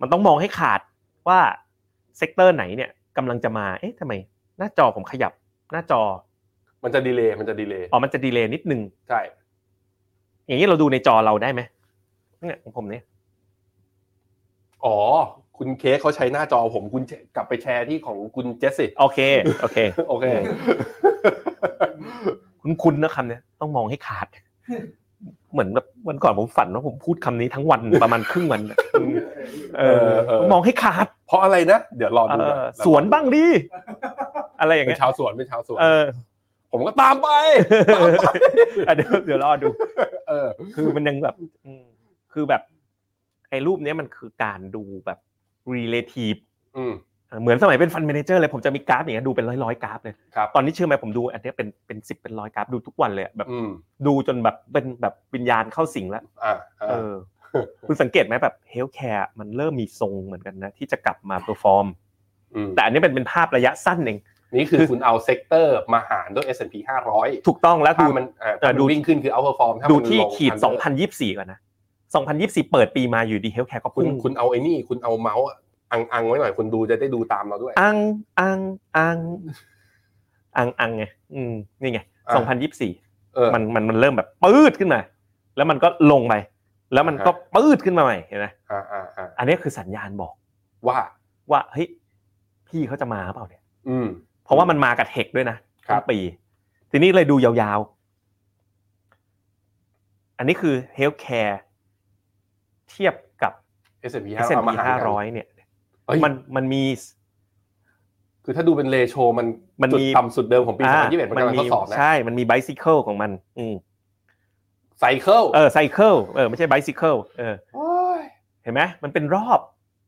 Speaker 3: มันต้องมองให้ขาดว่าเซกเตอร์ไหนเนี่ยกำลังจะมาเอ๊ะทำไม หน้าจอผมขยับ หน้าจอ
Speaker 2: มันจะดีเลย์มันจะดีเลย์
Speaker 3: อ๋อมันจะดีเลย์นิดนึง
Speaker 2: ใช่
Speaker 3: อย่างนี้เราดูในจอเราได้ไหมเนี่ยของผมเนี่ย
Speaker 2: อ๋อ คุณเค้กเขาใช้หน้าจอผมคุณกลับไปแชร์ที่ของคุณเจสสิ
Speaker 3: โอเคโอเค
Speaker 2: โอเค
Speaker 3: คุณคุณนะคำเนี้ยต้องมองให้ขาด เหมือนแบบวันก่อนผมฝันว่าผมพูดคำนี้ทั้งวันประมาณครึ่งวันน่ะเออ
Speaker 2: เออ
Speaker 3: มองให้ขาด
Speaker 2: เพราะอะไรนะ เดี๋ยวรอดู
Speaker 3: เอ
Speaker 2: ก่อ
Speaker 3: อสวนบ้างดิอะไรอย่าง
Speaker 2: เป็
Speaker 3: เงี้
Speaker 2: น
Speaker 3: ย
Speaker 2: ชาวสวนเป็นชาวสวน
Speaker 3: เอ อ
Speaker 2: ผมก็ตามไป
Speaker 3: อ่ะเดี๋ยวเดี๋ยวรอดู
Speaker 2: เออ
Speaker 3: คือมันยังแบบอืมคือแบบไอ้รูปเนี้ยมันคือการดูแบบ relative
Speaker 2: อืม
Speaker 3: อ่ะเหมือนสมัยเป็นฟันเมนเจอร์เลยผมจะมีกราฟอย่างเงี้ยดูเป็นร้อยร้อยๆกราฟเลย
Speaker 2: ครับ
Speaker 3: ตอนนี้เชื่อไหมผมดูอันเนี้ยเป็นเป็นสิบเป็นร้อยกราฟดูทุกวันเลยอ่ะแบบ
Speaker 2: อืม
Speaker 3: ดูจนแบบเป็นแบบวิญญาณเข้าสิงแล้ว
Speaker 2: อ่า
Speaker 3: เอ
Speaker 2: อ่า
Speaker 3: อ คุณสังเกตไหมแบบเฮลท์แคร์มันเริ่มมีทรงเหมือนกันนะ ที่จะกลับมาเ e อร์ฟอร์ม
Speaker 2: อืม
Speaker 3: แต่อันนี้เป็นเป็นภาพระยะสั้นเอง
Speaker 2: นี่คือคุณเอาเซกเตอร์มาหารด้วย S&P 500
Speaker 3: ถูกต้องแล้ว
Speaker 2: ถ้า
Speaker 3: ดู
Speaker 2: มันอ่า
Speaker 3: เออดู
Speaker 2: ดูวิ่งขึ้นคือเอาเปอร์ฟอร์ม
Speaker 3: ดูที่ขีด 2024 ก่อนนะ 2024 เปิดปีมาอยู่ดีเฮลท์แคร์ก็
Speaker 2: คุณ
Speaker 3: พุ่ง
Speaker 2: คุณเอาไอ้นี่ คุณเอาเมาส์อังอังๆไว้หน่อยคนดูจะได้ดูตามเราด้วย
Speaker 3: อังอังอังอังอังไงอืมนี่ไง
Speaker 2: อ่ะ
Speaker 3: สองพันยี่สี่
Speaker 2: เออ
Speaker 3: มันมันมันเริ่มแบบปื๊ดขึ้นมา แล้วมันก็ลงไป แล้วมันก็
Speaker 2: อ่าฮะ
Speaker 3: ปื๊ดขึ้นมาใหม่เห็นไหม
Speaker 2: อ่าอ่าอ่า
Speaker 3: อันนี้คือสัญญาณบอก
Speaker 2: ว่า
Speaker 3: ว่าเฮ้ยพี่เขาจะมาเปล่าเนี่ย
Speaker 2: อืม
Speaker 3: เพราะว่ามันมากับเทคด้วยนะครับ ทั้งปี ทีนี้เลยดูยาวๆ อันนี้คือเฮลท์แคร์เทียบกับ
Speaker 2: S&P 500
Speaker 3: S&P
Speaker 2: เอามาหารกัน
Speaker 3: 500เนี่ย
Speaker 2: เฮ้ย
Speaker 3: มันมันมี
Speaker 2: คือถ้าดูเป็นเลโชมัน
Speaker 3: มัน
Speaker 2: จุด
Speaker 3: มี
Speaker 2: ต่ำสุดเดิมของปี
Speaker 3: อ่า
Speaker 2: 2021มันกำลังทดสอบนะ
Speaker 3: ใช่ มันมีไบซิเคิลของมัน อืม
Speaker 2: ไซเคิล
Speaker 3: เออไซเคิลเออไม่ใช่ไบซิเคิลเออ
Speaker 2: โอ้ย
Speaker 3: เห็นไหมมันเป็นรอบ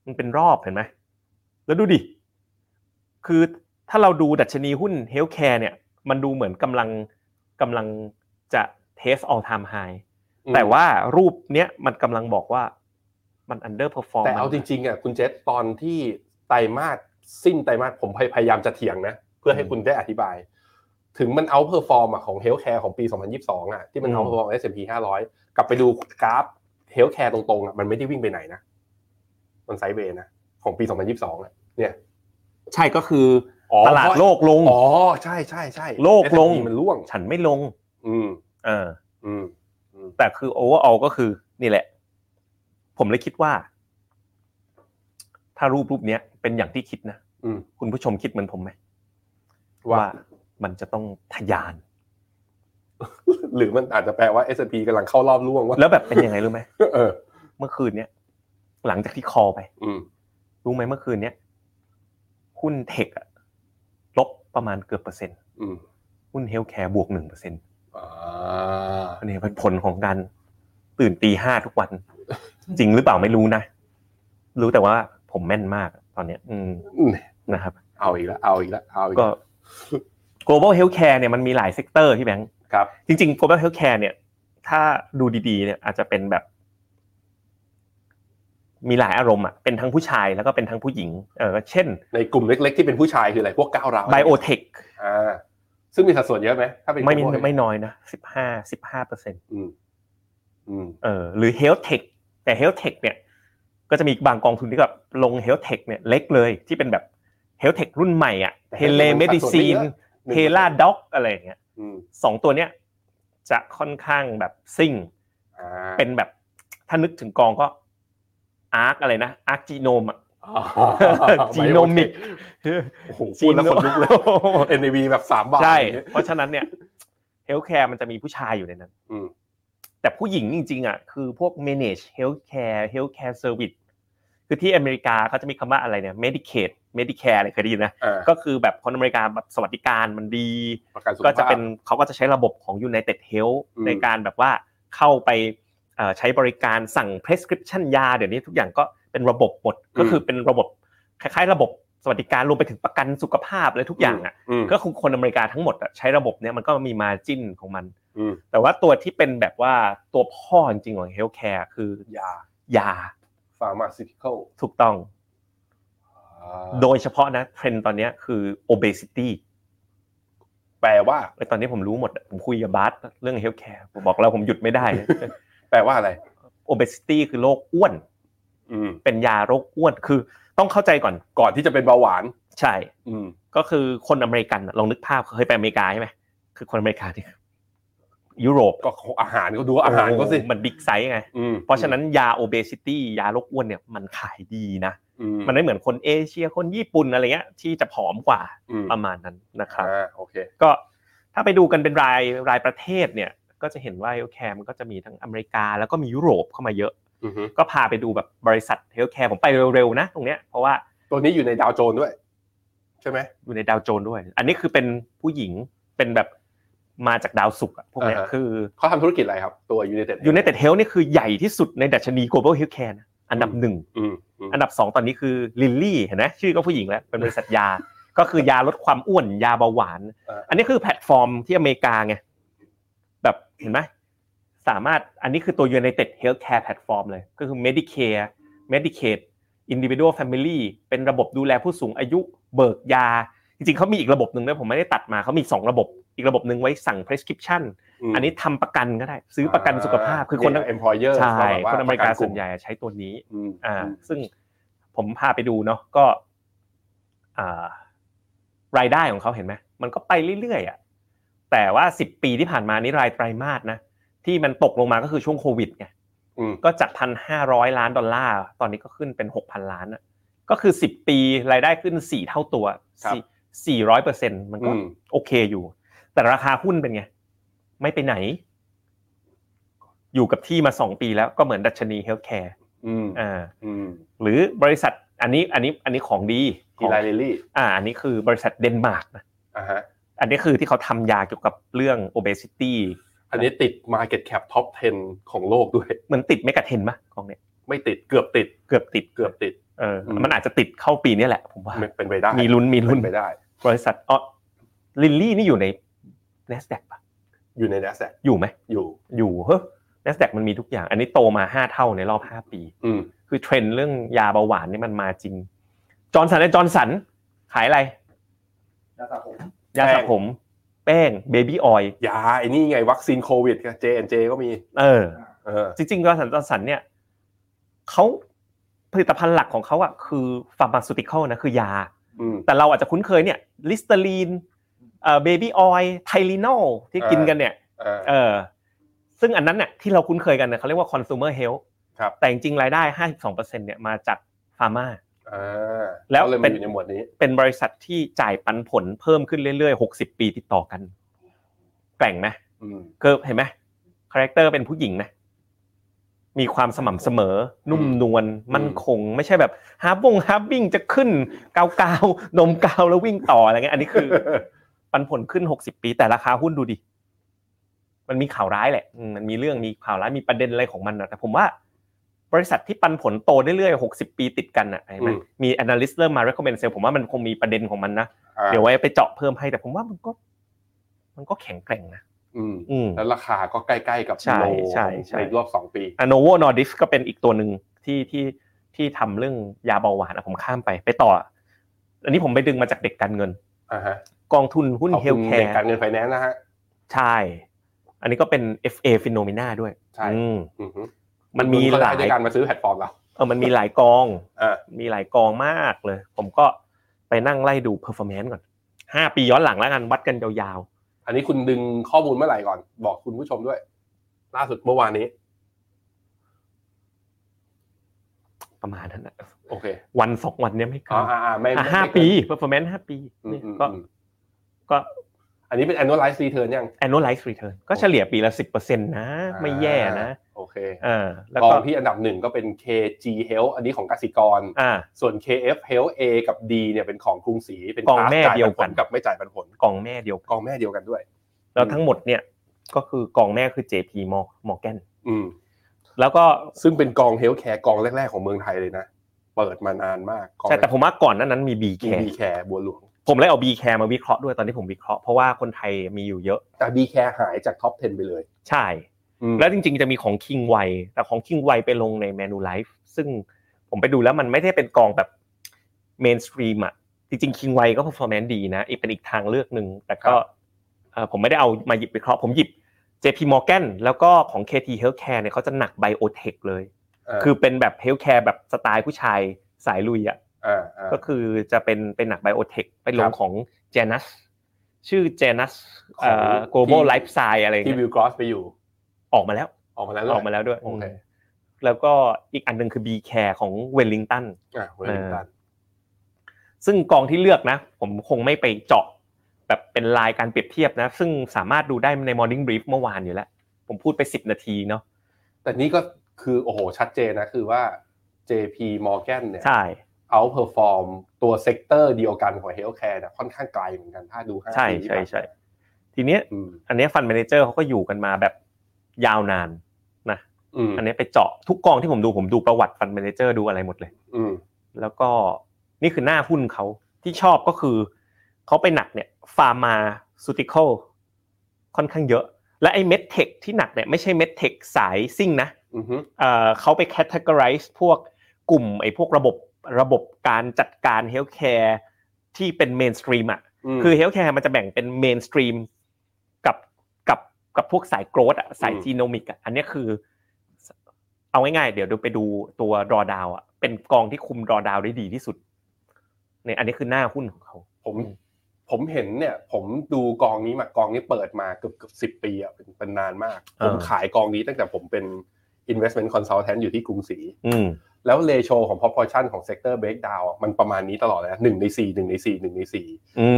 Speaker 3: มันเป็นรอบเห็นไหมแล้วดูดิ คือถ้าเราดูดัชนีหุ้นเฮลท์แคร์เนี่ย มันดูเหมือนกำลังกำลังจะเทสออ l time high แต่ว่ารูปเนี้ยมันกำลังบอกว่ามัน underperform
Speaker 2: แต่เอาจริงๆอ่ะคุณเจษตอนที่ไตรมาสสิ้นไตรมาสผมพยายามจะเถียงนะ เพื่อให้คุณได้อธิบาย ถึงมันเอาเพอร์ฟอร์มของเฮลท์แคร์ของปี 2022 อ่ะ ที่มัน
Speaker 3: อืม
Speaker 2: เอาเพอร์ฟอร์ม S&P 500 กลับไปดูกราฟเฮลท์แคร์ตรงๆอ่ะมันไม่ได้วิ่งไปไหนนะ มันไซด์เวย์นะ ของปี 2022อ่ะ
Speaker 3: ใช่ก็คือ
Speaker 2: อ๋อ
Speaker 3: ตลาดโลกลง
Speaker 2: อ๋อใช่ใช่ใช่
Speaker 3: โลกลง
Speaker 2: S&P มันร่วง
Speaker 3: ฉันไม่ลง
Speaker 2: อืม
Speaker 3: เออ
Speaker 2: อืม
Speaker 3: แต่คือโอเวอร์อก็คือนี่แหละ ผมเลยคิดว่า ถ้ารูปรูปเนี้ยเป็นอย่างที่คิดนะ
Speaker 2: อืม
Speaker 3: คุณผู้ชมคิดเหมือนผมไหม
Speaker 2: ว่า
Speaker 3: ว่ามันจะต้องทะยาน
Speaker 2: หรือมันอาจจะแปลว่า S&P กำลังเข้ารอบล่วงว่า
Speaker 3: แล้วแบบเป็นยังไงรู้ไหม
Speaker 2: เออ
Speaker 3: เมื่อคืนเนี้ยหลังจากที่คอไป
Speaker 2: อืม
Speaker 3: รู้ไหมเมื่อคืนเนี้ยหุ้นเทคอะลบประมาณเกือบเปอร์เซ็นต์
Speaker 2: อืม
Speaker 3: หุ้นเฮลท์แคร์บวกหนึ่งเปอร์เซ็นต์
Speaker 2: อ่า
Speaker 3: อันนี้เป็นผลของการตื่นตีห้าทุกวัน จริงหรือเปล่าไม่รู้นะ รู้แต่ว่าผมแม่นมากตอนเนี้ย อืมนะครับ
Speaker 2: เอาอีกแล้วเอาอีกแล้วเอาอีก
Speaker 3: ก็
Speaker 2: แล้ว
Speaker 3: global healthcare เนี่ยมันมีหลายเซกเตอร์ที่แบงค์
Speaker 2: ครับ
Speaker 3: จริง ๆ global healthcare เนี่ย ถ้าดูดีๆ เนี่ยอาจจะเป็นแบบ มีหลายอารมณ์อ่ะเป็นทั้งผู้ชายแล้วก็เป็นทั้งผู้หญิง เออเช่น
Speaker 2: ในกลุ่มเล็ก ๆ ที่เป็นผู้ชายคืออะไรพวกก้าวร้าว
Speaker 3: biotech
Speaker 2: อ่าซึ่งมีสัดส่วนเยอะไหมถ้าเป็น
Speaker 3: ไม่มี
Speaker 2: พวก
Speaker 3: ไม่น้อยนะสิบห้าสิบห้าเปอร์เซ็น
Speaker 2: อืมอืม
Speaker 3: เออหรือ health tech แต่ health tech เนี่ย ก็จะมีบางกองทุนที่แบบลง health tech เนี่ยเล็กเลยที่เป็นแบบ health tech รุ่นใหม่อ่ะ telemedicine
Speaker 2: หง
Speaker 3: teladoc อะไรอย่างเงี้ย
Speaker 2: อืม
Speaker 3: สองตัวเนี้ยจะค่อนข้างแบบซิ่ง
Speaker 2: อ่า
Speaker 3: เป็นแบบถ้านึกถึงกองก็อาร์คอะไรนะอาร์คจีโน มอะ
Speaker 2: อ๋อ
Speaker 3: Genomic
Speaker 2: โอ้โหพูดแล้วคนลุกเลย NAV แบบสามบาท
Speaker 3: ใช่
Speaker 2: อย่างเงี้ย
Speaker 3: เพราะฉะนั้นเนี่ยเฮลท์แคร์มันจะมีผู้ชายอยู่ในนั้น
Speaker 2: อืม
Speaker 3: แต่ผู้หญิงจริงๆอ่ะคือพวก manage healthcare healthcare service คือที่อเมริกาเขาจะมีคำว่าอะไรเนี่ย Medicaid Medicare อะไรเคยได้ยินนะ
Speaker 2: อ่า
Speaker 3: ก็คือแบบคนอเมริกาแบบสวัสดิการมันดี
Speaker 2: ประกันสุข
Speaker 3: ก็
Speaker 2: ภาพ
Speaker 3: จะเป็นเขาก็จะใช้ระบบของ United Health
Speaker 2: อืม
Speaker 3: ในการแบบว่าเข้าไปเอ่อใช้บริการสั่ง prescription ยา เดี๋ยวนี้ทุกอย่างก็เป็นระบบหมดก็คือเป็นระบบคล้ายๆ ระบบสวัสดิการรวมไปถึงประกันสุขภาพอะไรทุกอย่างอ่ะ
Speaker 2: ม
Speaker 3: ก็คือคนอเมริกาทั้งหมดอะใช้ระบบเนี้ยมันก็มีมาจิ้นของมัน
Speaker 2: อืม
Speaker 3: แต่ว่าตัวที่เป็นแบบว่าตัวพ่อจริงๆของ healthcare คือย
Speaker 2: า
Speaker 3: ยา
Speaker 2: pharmaceutical
Speaker 3: ถูกต้อง
Speaker 2: อ่า
Speaker 3: โดยเฉพาะนะเทรนด์ตอนเนี้ยคือ obesity
Speaker 2: แปลว่า
Speaker 3: เอ้ยตอนนี้ผมรู้หมดอะผมคุยกับบาสเรื่อง healthcare ผมบอกแล้วผมหยุดไม่ได้
Speaker 2: แปลว่าอะไร
Speaker 3: obesity คือโรคอ้วน
Speaker 2: อืม
Speaker 3: เป็นยาโรคอ้วน คือต้องเข้าใจก่อน
Speaker 2: ก่อนที่จะเป็นเบาหวาน
Speaker 3: ใช่
Speaker 2: อืม
Speaker 3: ก็คือคนอเมริกันน่ะลองนึกภาพเคยไปอเมริกาใช่ไหม คือคนอเมริกาที่ยุโรป
Speaker 2: ก็อาหารก็ดูอาหารก็สิ
Speaker 3: โโหมันบิ๊กไซส์ไง
Speaker 2: อืม
Speaker 3: เพราะฉะนั้นยา obesity ยาโรคอ้วนเนี่ยมันขายดีนะ
Speaker 2: อื
Speaker 3: มันไม่เหมือนคนเอเชียคนญี่ปุ่นอะไรเงี้ยที่จะผอมกว่า
Speaker 2: อืม
Speaker 3: ประมาณนั้นนะครับ
Speaker 2: อ่าโอเค
Speaker 3: ก็ถ้าไปดูกันเป็นรายรายประเทศเนี่ยก็จะเห็นว่าเฮลท์แคร์มันก็จะมีทั้งอเมริกาแล้วก็มียุโรปเข้ามาเยอะ
Speaker 2: อือฮึ
Speaker 3: ก็พาไปดูแบบบริษัทเฮลท์แคร์ผมไปเร็วๆนะตรงเนี้ยเพราะว่า
Speaker 2: ตัวนี้อยู่ในดาวโจนส์ด้วย ใช่ไหม
Speaker 3: อยู่ในดาวโจนส์ด้วย อันนี้คือเป็นผู้หญิงเป็นแบบมาจากดาวศุกร์อะพวกเนี้ย
Speaker 2: อ่าฮะ
Speaker 3: คือ
Speaker 2: เขาทำธุรกิจอะไรครับ ตัวยูเนเต็ด
Speaker 3: อยู่ในเต็ดเฮลนี่คือใหญ่ที่สุดในดัชนี global healthcare นะอันดับหนึ่ง
Speaker 2: อืมอืม
Speaker 3: อันดับสองตอนนี้คือลิลลี่เห็นไหมชื่อก็ผู้หญิงแล้ว เป็นบริษัทยา ก็คือยาลดความอ้วนยาเบาหวาน อันนี้คือแพลตฟอร์มที่อเมริกาไงแบบเห็นไหมสามารถอันนี้คือตัว United Healthcare Platform เลย ก็คือ Medicare Medicaid Individual Family เป็นระบบดูแลผู้สูงอายุ เบิกยา จริงๆเขามีอีกระบบหนึ่งด้วยผมไม่ได้ตัดมาเขามีสองระบบ อีกระบบหนึ่งไว้สั่ง prescription
Speaker 2: ม
Speaker 3: อันนี้ทำประกันก็ได้ ซื้อประกันสุขภาพคือคน
Speaker 2: เย employer
Speaker 3: ใช่
Speaker 2: แบบว่
Speaker 3: คนอเมริกา
Speaker 2: ปะ
Speaker 3: ส่วนใหญ่ใช้ตัวนี้
Speaker 2: อืม
Speaker 3: อ่า
Speaker 2: อืม
Speaker 3: ซึ่งผมพาไปดูเนาะก็อ่ารายได้ของเขาเห็นไหมมันก็ไปเรื่อยๆอ่ะแต่ว่าสิบปีที่ผ่านมานี้รายไตรมาสนะ ที่มันตกลงมาก็คือช่วงโควิดไง
Speaker 2: อืม
Speaker 3: ก็จากพันห้าร้อยล้านดอลลาร์ ตอนนี้ก็ขึ้นเป็นหกพันล้านอ่ะก็คือสิบปีรายได้ขึ้นสี่เท่าตัวสี่ร้อยเปอร์เซ็นมันก็
Speaker 2: อืม
Speaker 3: โอเคอยู่ แต่ราคาหุ้นเป็นไง ไม่ไปไหน อยู่กับที่มาสองปีแล้วก็เหมือนดัชนีเฮลท์แคร์
Speaker 2: อืม
Speaker 3: อ่า
Speaker 2: อืม
Speaker 3: หรือบริษัทอันนี้อันนี้อันนี้ของดี
Speaker 2: กีฬาเรลลี่
Speaker 3: อ่าอันนี้คือบริษัทเดนมาร์กนะ
Speaker 2: อ่าฮะ
Speaker 3: อันนี้คือที่เขาทำยาเกี่ยวกับเรื่อง obesity
Speaker 2: อันนี้ติด Market Cap Top 10 ของโลกด้วย
Speaker 3: เหมือนติดเมกะเทนปะของเนี้ย
Speaker 2: ไม่ติดเกือบติด
Speaker 3: เกือบติด
Speaker 2: เกือบติด
Speaker 3: เอออ
Speaker 2: ม
Speaker 3: มันอาจจะติดเข้าปีเนี้ยแหละ ผมว่า
Speaker 2: มันเป็นไปได้
Speaker 3: มีลุ้นมีลุ้น
Speaker 2: เป็ไปได้
Speaker 3: บริษัทอ๋อลิลลี่นี่อยู่ใน n a s d a q ปะ
Speaker 2: อยู่ใน NASDAQ
Speaker 3: อยู่ไหม
Speaker 2: อยู่
Speaker 3: อยู่เฮ้ย n a s d a q มันมีทุกอย่าง อันนี้โตมา 5 เท่าในรอบ 5 ปี
Speaker 2: อืม
Speaker 3: คือเทรนด์เรื่องยาเบาหวานนี่มันมาจริงจอร์นสันและจอร์นสันขายอะไร
Speaker 4: ยาสระผม
Speaker 3: ยาสระผมแป้งเบบี้ออย
Speaker 2: ยาไอ้นี่ไงวัคซีนโควิดไง J&J ก็มี
Speaker 3: เออ
Speaker 2: เออ
Speaker 3: จริงๆจอร์สันจอร์สันเนี่ยเขาผลิตภัณฑ์หลักของเขาอะคือฟาร์มาส u ติคอลนะคือยา
Speaker 2: อืม
Speaker 3: แต่เราอาจจะคุ้นเคยเนี่ยลิสเตอรีนเอ่อเบบี้ออยไทลินอลที่กินกันเนี่ย
Speaker 2: อ่า
Speaker 3: เออซึ่งอันนั้นเนี่ยที่เราคุ้นเคยกันเนี่ยเขาเรียกว่าคอน sumer health
Speaker 2: ครับ
Speaker 3: แต่จริงๆรายได้ 52%เนี่ยมาจากฟาร์มา
Speaker 2: อ่า
Speaker 3: แล้ว
Speaker 2: ก็เลย
Speaker 3: เป็
Speaker 2: มาน อยู่ในหมวดนี้
Speaker 3: เป็นบริษัทที่จ่ายปันผลเพิ่มขึ้นเรื่อยๆ 60 ปีติดต่อกันแกร่งไหม
Speaker 2: อืม
Speaker 3: คือเห็นไหมคาแรคเตอร์เป็นผู้หญิงนะ มีความสม่ำเสมอ นุ่มนวลมั่นคง ไม่ใช่แบบฮาร์บงฮาร์บิ้งจะขึ้นกาวกาวนมกาวแล้ววิ่งต่ออะไรเงี้ยอันนี้ คือ ปันผลขึ้นหกสิบปีแต่ราคาหุ้นดูดิ มันมีข่าวร้ายแหละอืมมันมีเรื่องมีข่าวร้ายมีประเด็นอะไรของมันนะแต่ผมว่า บริษัทที่ปันผลโตเรื่อยๆหกสิบปีติดกันอ่ะเห็นไหม
Speaker 2: อืม
Speaker 3: มี analyst เริ่มมา recommend sale ผมว่ามันคงมีประเด็นของมันนะ
Speaker 2: อ่า
Speaker 3: เดี๋ยวไว้ไปเจาะเพิ่มให้แต่ผมว่ามันก็ มันก็แข็งแกร่งนะ
Speaker 2: อืม
Speaker 3: อืม
Speaker 2: แล้วราคาก็ใกล้ๆกับ
Speaker 3: ใช่
Speaker 2: โล
Speaker 3: ใช่ใช่
Speaker 2: รอบสองปี
Speaker 3: อโนโวนอร์ดิสก็เป็นอีกตัวหนึ่งที่ที่ที่ทำเรื่องยาเบาหวานอะผมข้ามไปไปต่อ อันนี้ผมไปดึงมาจากเด็กการเงิน
Speaker 2: อ่าฮะ
Speaker 3: กองทุนหุ้น
Speaker 2: ขอบ
Speaker 3: เฮล
Speaker 2: คุณ
Speaker 3: ท์แค
Speaker 2: เด็ก
Speaker 3: ร์
Speaker 2: การเงินไฟแนนซ์นะฮะ
Speaker 3: ใช่ อันนี้ก็เป็น FA p h e n o m e n a ด้วย
Speaker 2: ใช่
Speaker 3: อืม
Speaker 2: อือฮึ
Speaker 3: มันมี
Speaker 2: ก็
Speaker 3: ห
Speaker 2: ได้
Speaker 3: ลาย
Speaker 2: ด้วยการมาซื้อแพลตฟอร์มเรา
Speaker 3: เออมันมีหลายกอง
Speaker 2: อ่า
Speaker 3: มีหลายกองมากเลย ผมก็ไปนั่งไล่ดู performance ก่อน 5 ปีย้อนหลังแล้วกันวัดกันยาว
Speaker 2: อันนี้คุณดึงข้อมูลเมื่อไหร่ก่อน บอกคุณผู้ชมด้วย ล่าสุดเมื่อวานนี้
Speaker 3: ๆ ประมาณนั้นนะ
Speaker 2: โอเค
Speaker 3: วันสองวันเนี้ยไม่เกิ
Speaker 2: อ่าน อ่าอ่าไม่
Speaker 3: อ่ะ
Speaker 2: ไม่
Speaker 3: ห้า
Speaker 2: ไม่เกิน
Speaker 3: ปี performance ห้าปี
Speaker 2: อืม
Speaker 3: เนี่ย
Speaker 2: อืม
Speaker 3: ก็
Speaker 2: อืม
Speaker 3: ก็
Speaker 2: อันนี้เป็น annualized return ยัง
Speaker 3: annualized return ก็เฉลี่ยปีละสิบเปอร์เซ็นต์นะ ไม่แย่นะ
Speaker 2: อ่าโอเค
Speaker 3: เออแล้ว
Speaker 2: กอ
Speaker 3: ก็
Speaker 2: งที่อันดับหนึ่งก็เป็น KG Health อันนี้ของกสิกร
Speaker 3: อ่า
Speaker 2: ส่วน KF Health A กับ D เนี่ยเป็นของกรุงศรีเป็น
Speaker 3: กอง
Speaker 2: พาส
Speaker 3: แม่
Speaker 2: จ่า
Speaker 3: เดียว
Speaker 2: ปัผล
Speaker 3: กัน
Speaker 2: กับไม่จ่ายปันผล
Speaker 3: กองแม่เดียวกัน
Speaker 2: กองแม่เดียวกันด้วย
Speaker 3: แล้วทั้งหมดเนี่ยก็คือกองแม่คือ JP Morgan
Speaker 2: อืม
Speaker 3: แล้วก็
Speaker 2: ซึ่งเป็นกองเฮลท์แคร์กองแรก ๆ ของเมืองไทยเลยนะ เปิดมานานมากกอง
Speaker 3: ใช่แต่ผมว่าก่อนหนั้นนั้นมี B
Speaker 2: มี
Speaker 3: Care
Speaker 2: บีแคร์บัวหลวง
Speaker 3: ผมเลยเอา B Care มาวิเคราะห์ด้วยตอนที่ผมวิเคราะห์เพราะว่าคนไทยมีอยู่เยอะ
Speaker 2: แต่บีแคร์หายจากท็อป 10 ไปเลย
Speaker 3: ใช่
Speaker 2: อืม
Speaker 3: แล้วจริงๆจะมีของ King ไวแต่ของ King ไวไปลงใน Manulife ซึ่งผมไปดูแล้วมันไม่ได้เป็นกองแบบ mainstream อะจริงๆ King ไวก็ performance ดีนะอีกเป็นอีกทางเลือกหนึ่งแต่ก็เอ่อผมไม่ได้เอามาหยิบวิเคราะห์ผมหยิบ JP Morgan แล้วก็ของ KT Healthcare เนี่ยเขาจะหนัก biotech เลย
Speaker 2: เอ่อ
Speaker 3: คือเป็นแบบ healthcare แบบสไตล์ผู้ชายสายลุยอะ
Speaker 2: อ่าอ่า
Speaker 3: ก็คือจะเป็นเป็นหนัก biotech ไป
Speaker 2: ค
Speaker 3: ล
Speaker 2: รั
Speaker 3: ง
Speaker 2: บ
Speaker 3: ของ Janus ชื่อ Janus เอ่อ
Speaker 2: ของที่
Speaker 3: global life science อะไร
Speaker 2: ที่
Speaker 3: เงี้ย
Speaker 2: วิวกรอสไปอยู่
Speaker 3: ออกมาแล้ว
Speaker 2: ออกมาแล้ว
Speaker 3: ออกมาแล้วด้วย
Speaker 2: โอเค
Speaker 3: แล้วก็อีกอันหนึงคือ B Care ของเวลลิงตัน
Speaker 2: อ่ะเวลลิงตัน
Speaker 3: ซึ่งกองที่เลือกนะ ผมคงไม่ไปเจาะแบบเป็นลายการเปรียบเทียบนะ ซึ่งสามารถดูได้ใน Morning Brief เมื่อวานอยู่แล้ว ผมพูดไป 10 นาทีเนาะ
Speaker 2: แต่นี่ก็คือโอ้โหชัดเจนนะคือว่า JP Morgan เนี่ย
Speaker 3: ใช่
Speaker 2: outperform ตัวเซกเตอร์เดียวกันของ healthcare นะค่อนข้างไกลเหมือนกันถ้าดูห้า
Speaker 3: ใช่
Speaker 2: ปีที่
Speaker 3: ใช่
Speaker 2: ผ่าน
Speaker 3: ใช่ทีเนี้ย
Speaker 2: อืม
Speaker 3: อันเนี้ฟัน d ม a เจอร์เขาก็อยู่กันมาแบบยาวนานนะ
Speaker 2: อืม
Speaker 3: อันเนี้ยไปเจาะทุกกองที่ผมดูผมดูประวัติฟัน d ม a เจอร์ดูอะไรหมดเลย
Speaker 2: อืม
Speaker 3: แล้วก็นี่คือหน้าหุ้นเขาที่ชอบก็คือเขาไปหนักเนี่ยฟาร์มาซูติคอลค่อนข้างเยอะ และไอ้เมดเทคที่หนักเนี่ยไม่ใช่เมดเทคสายซิ่งนะ
Speaker 2: อือฮึ
Speaker 3: เอ่อเขาไปแคตตากร i z e พวกกลุ่มไอ้พวกระบบระบบการจัดการเฮลท์แคร์ที่เป็นเมนสตรีมอ่ะ
Speaker 2: ม
Speaker 3: คือเฮลท์แคร์มันจะแบ่งเป็นเมนสตรีมกับกับกับพวกสายโกรดอะสาย
Speaker 2: อืม
Speaker 3: จีโนมิกอะอันเนี้ยคือ เอาง่ายๆเดี๋ยวดูไปดูตัวรอดาวอะเป็นกองที่คุมรอดาวได้ดีที่สุดเนี่ยอันนี้คือหน้าหุ้นของเขา
Speaker 2: ผมผมเห็นเนี่ย ผมดูกองนี้มากองนี้เปิดมาเกือบเกือบสิบ10 ปีอ่ะเป็นเป็นนานมาก
Speaker 3: เอ
Speaker 2: ผ
Speaker 3: อ
Speaker 2: มขายกองนี้ตั้งแต่ผมเป็น investment consultant อยู่ที่กรุงศรี
Speaker 3: อืม
Speaker 2: แล้วเลโชของ proportion ของ sector breakdown อะมันประมาณนี้ตลอดเลยนะหนึ่งในสี่หนึ่งในสี่หนึ่งในสี่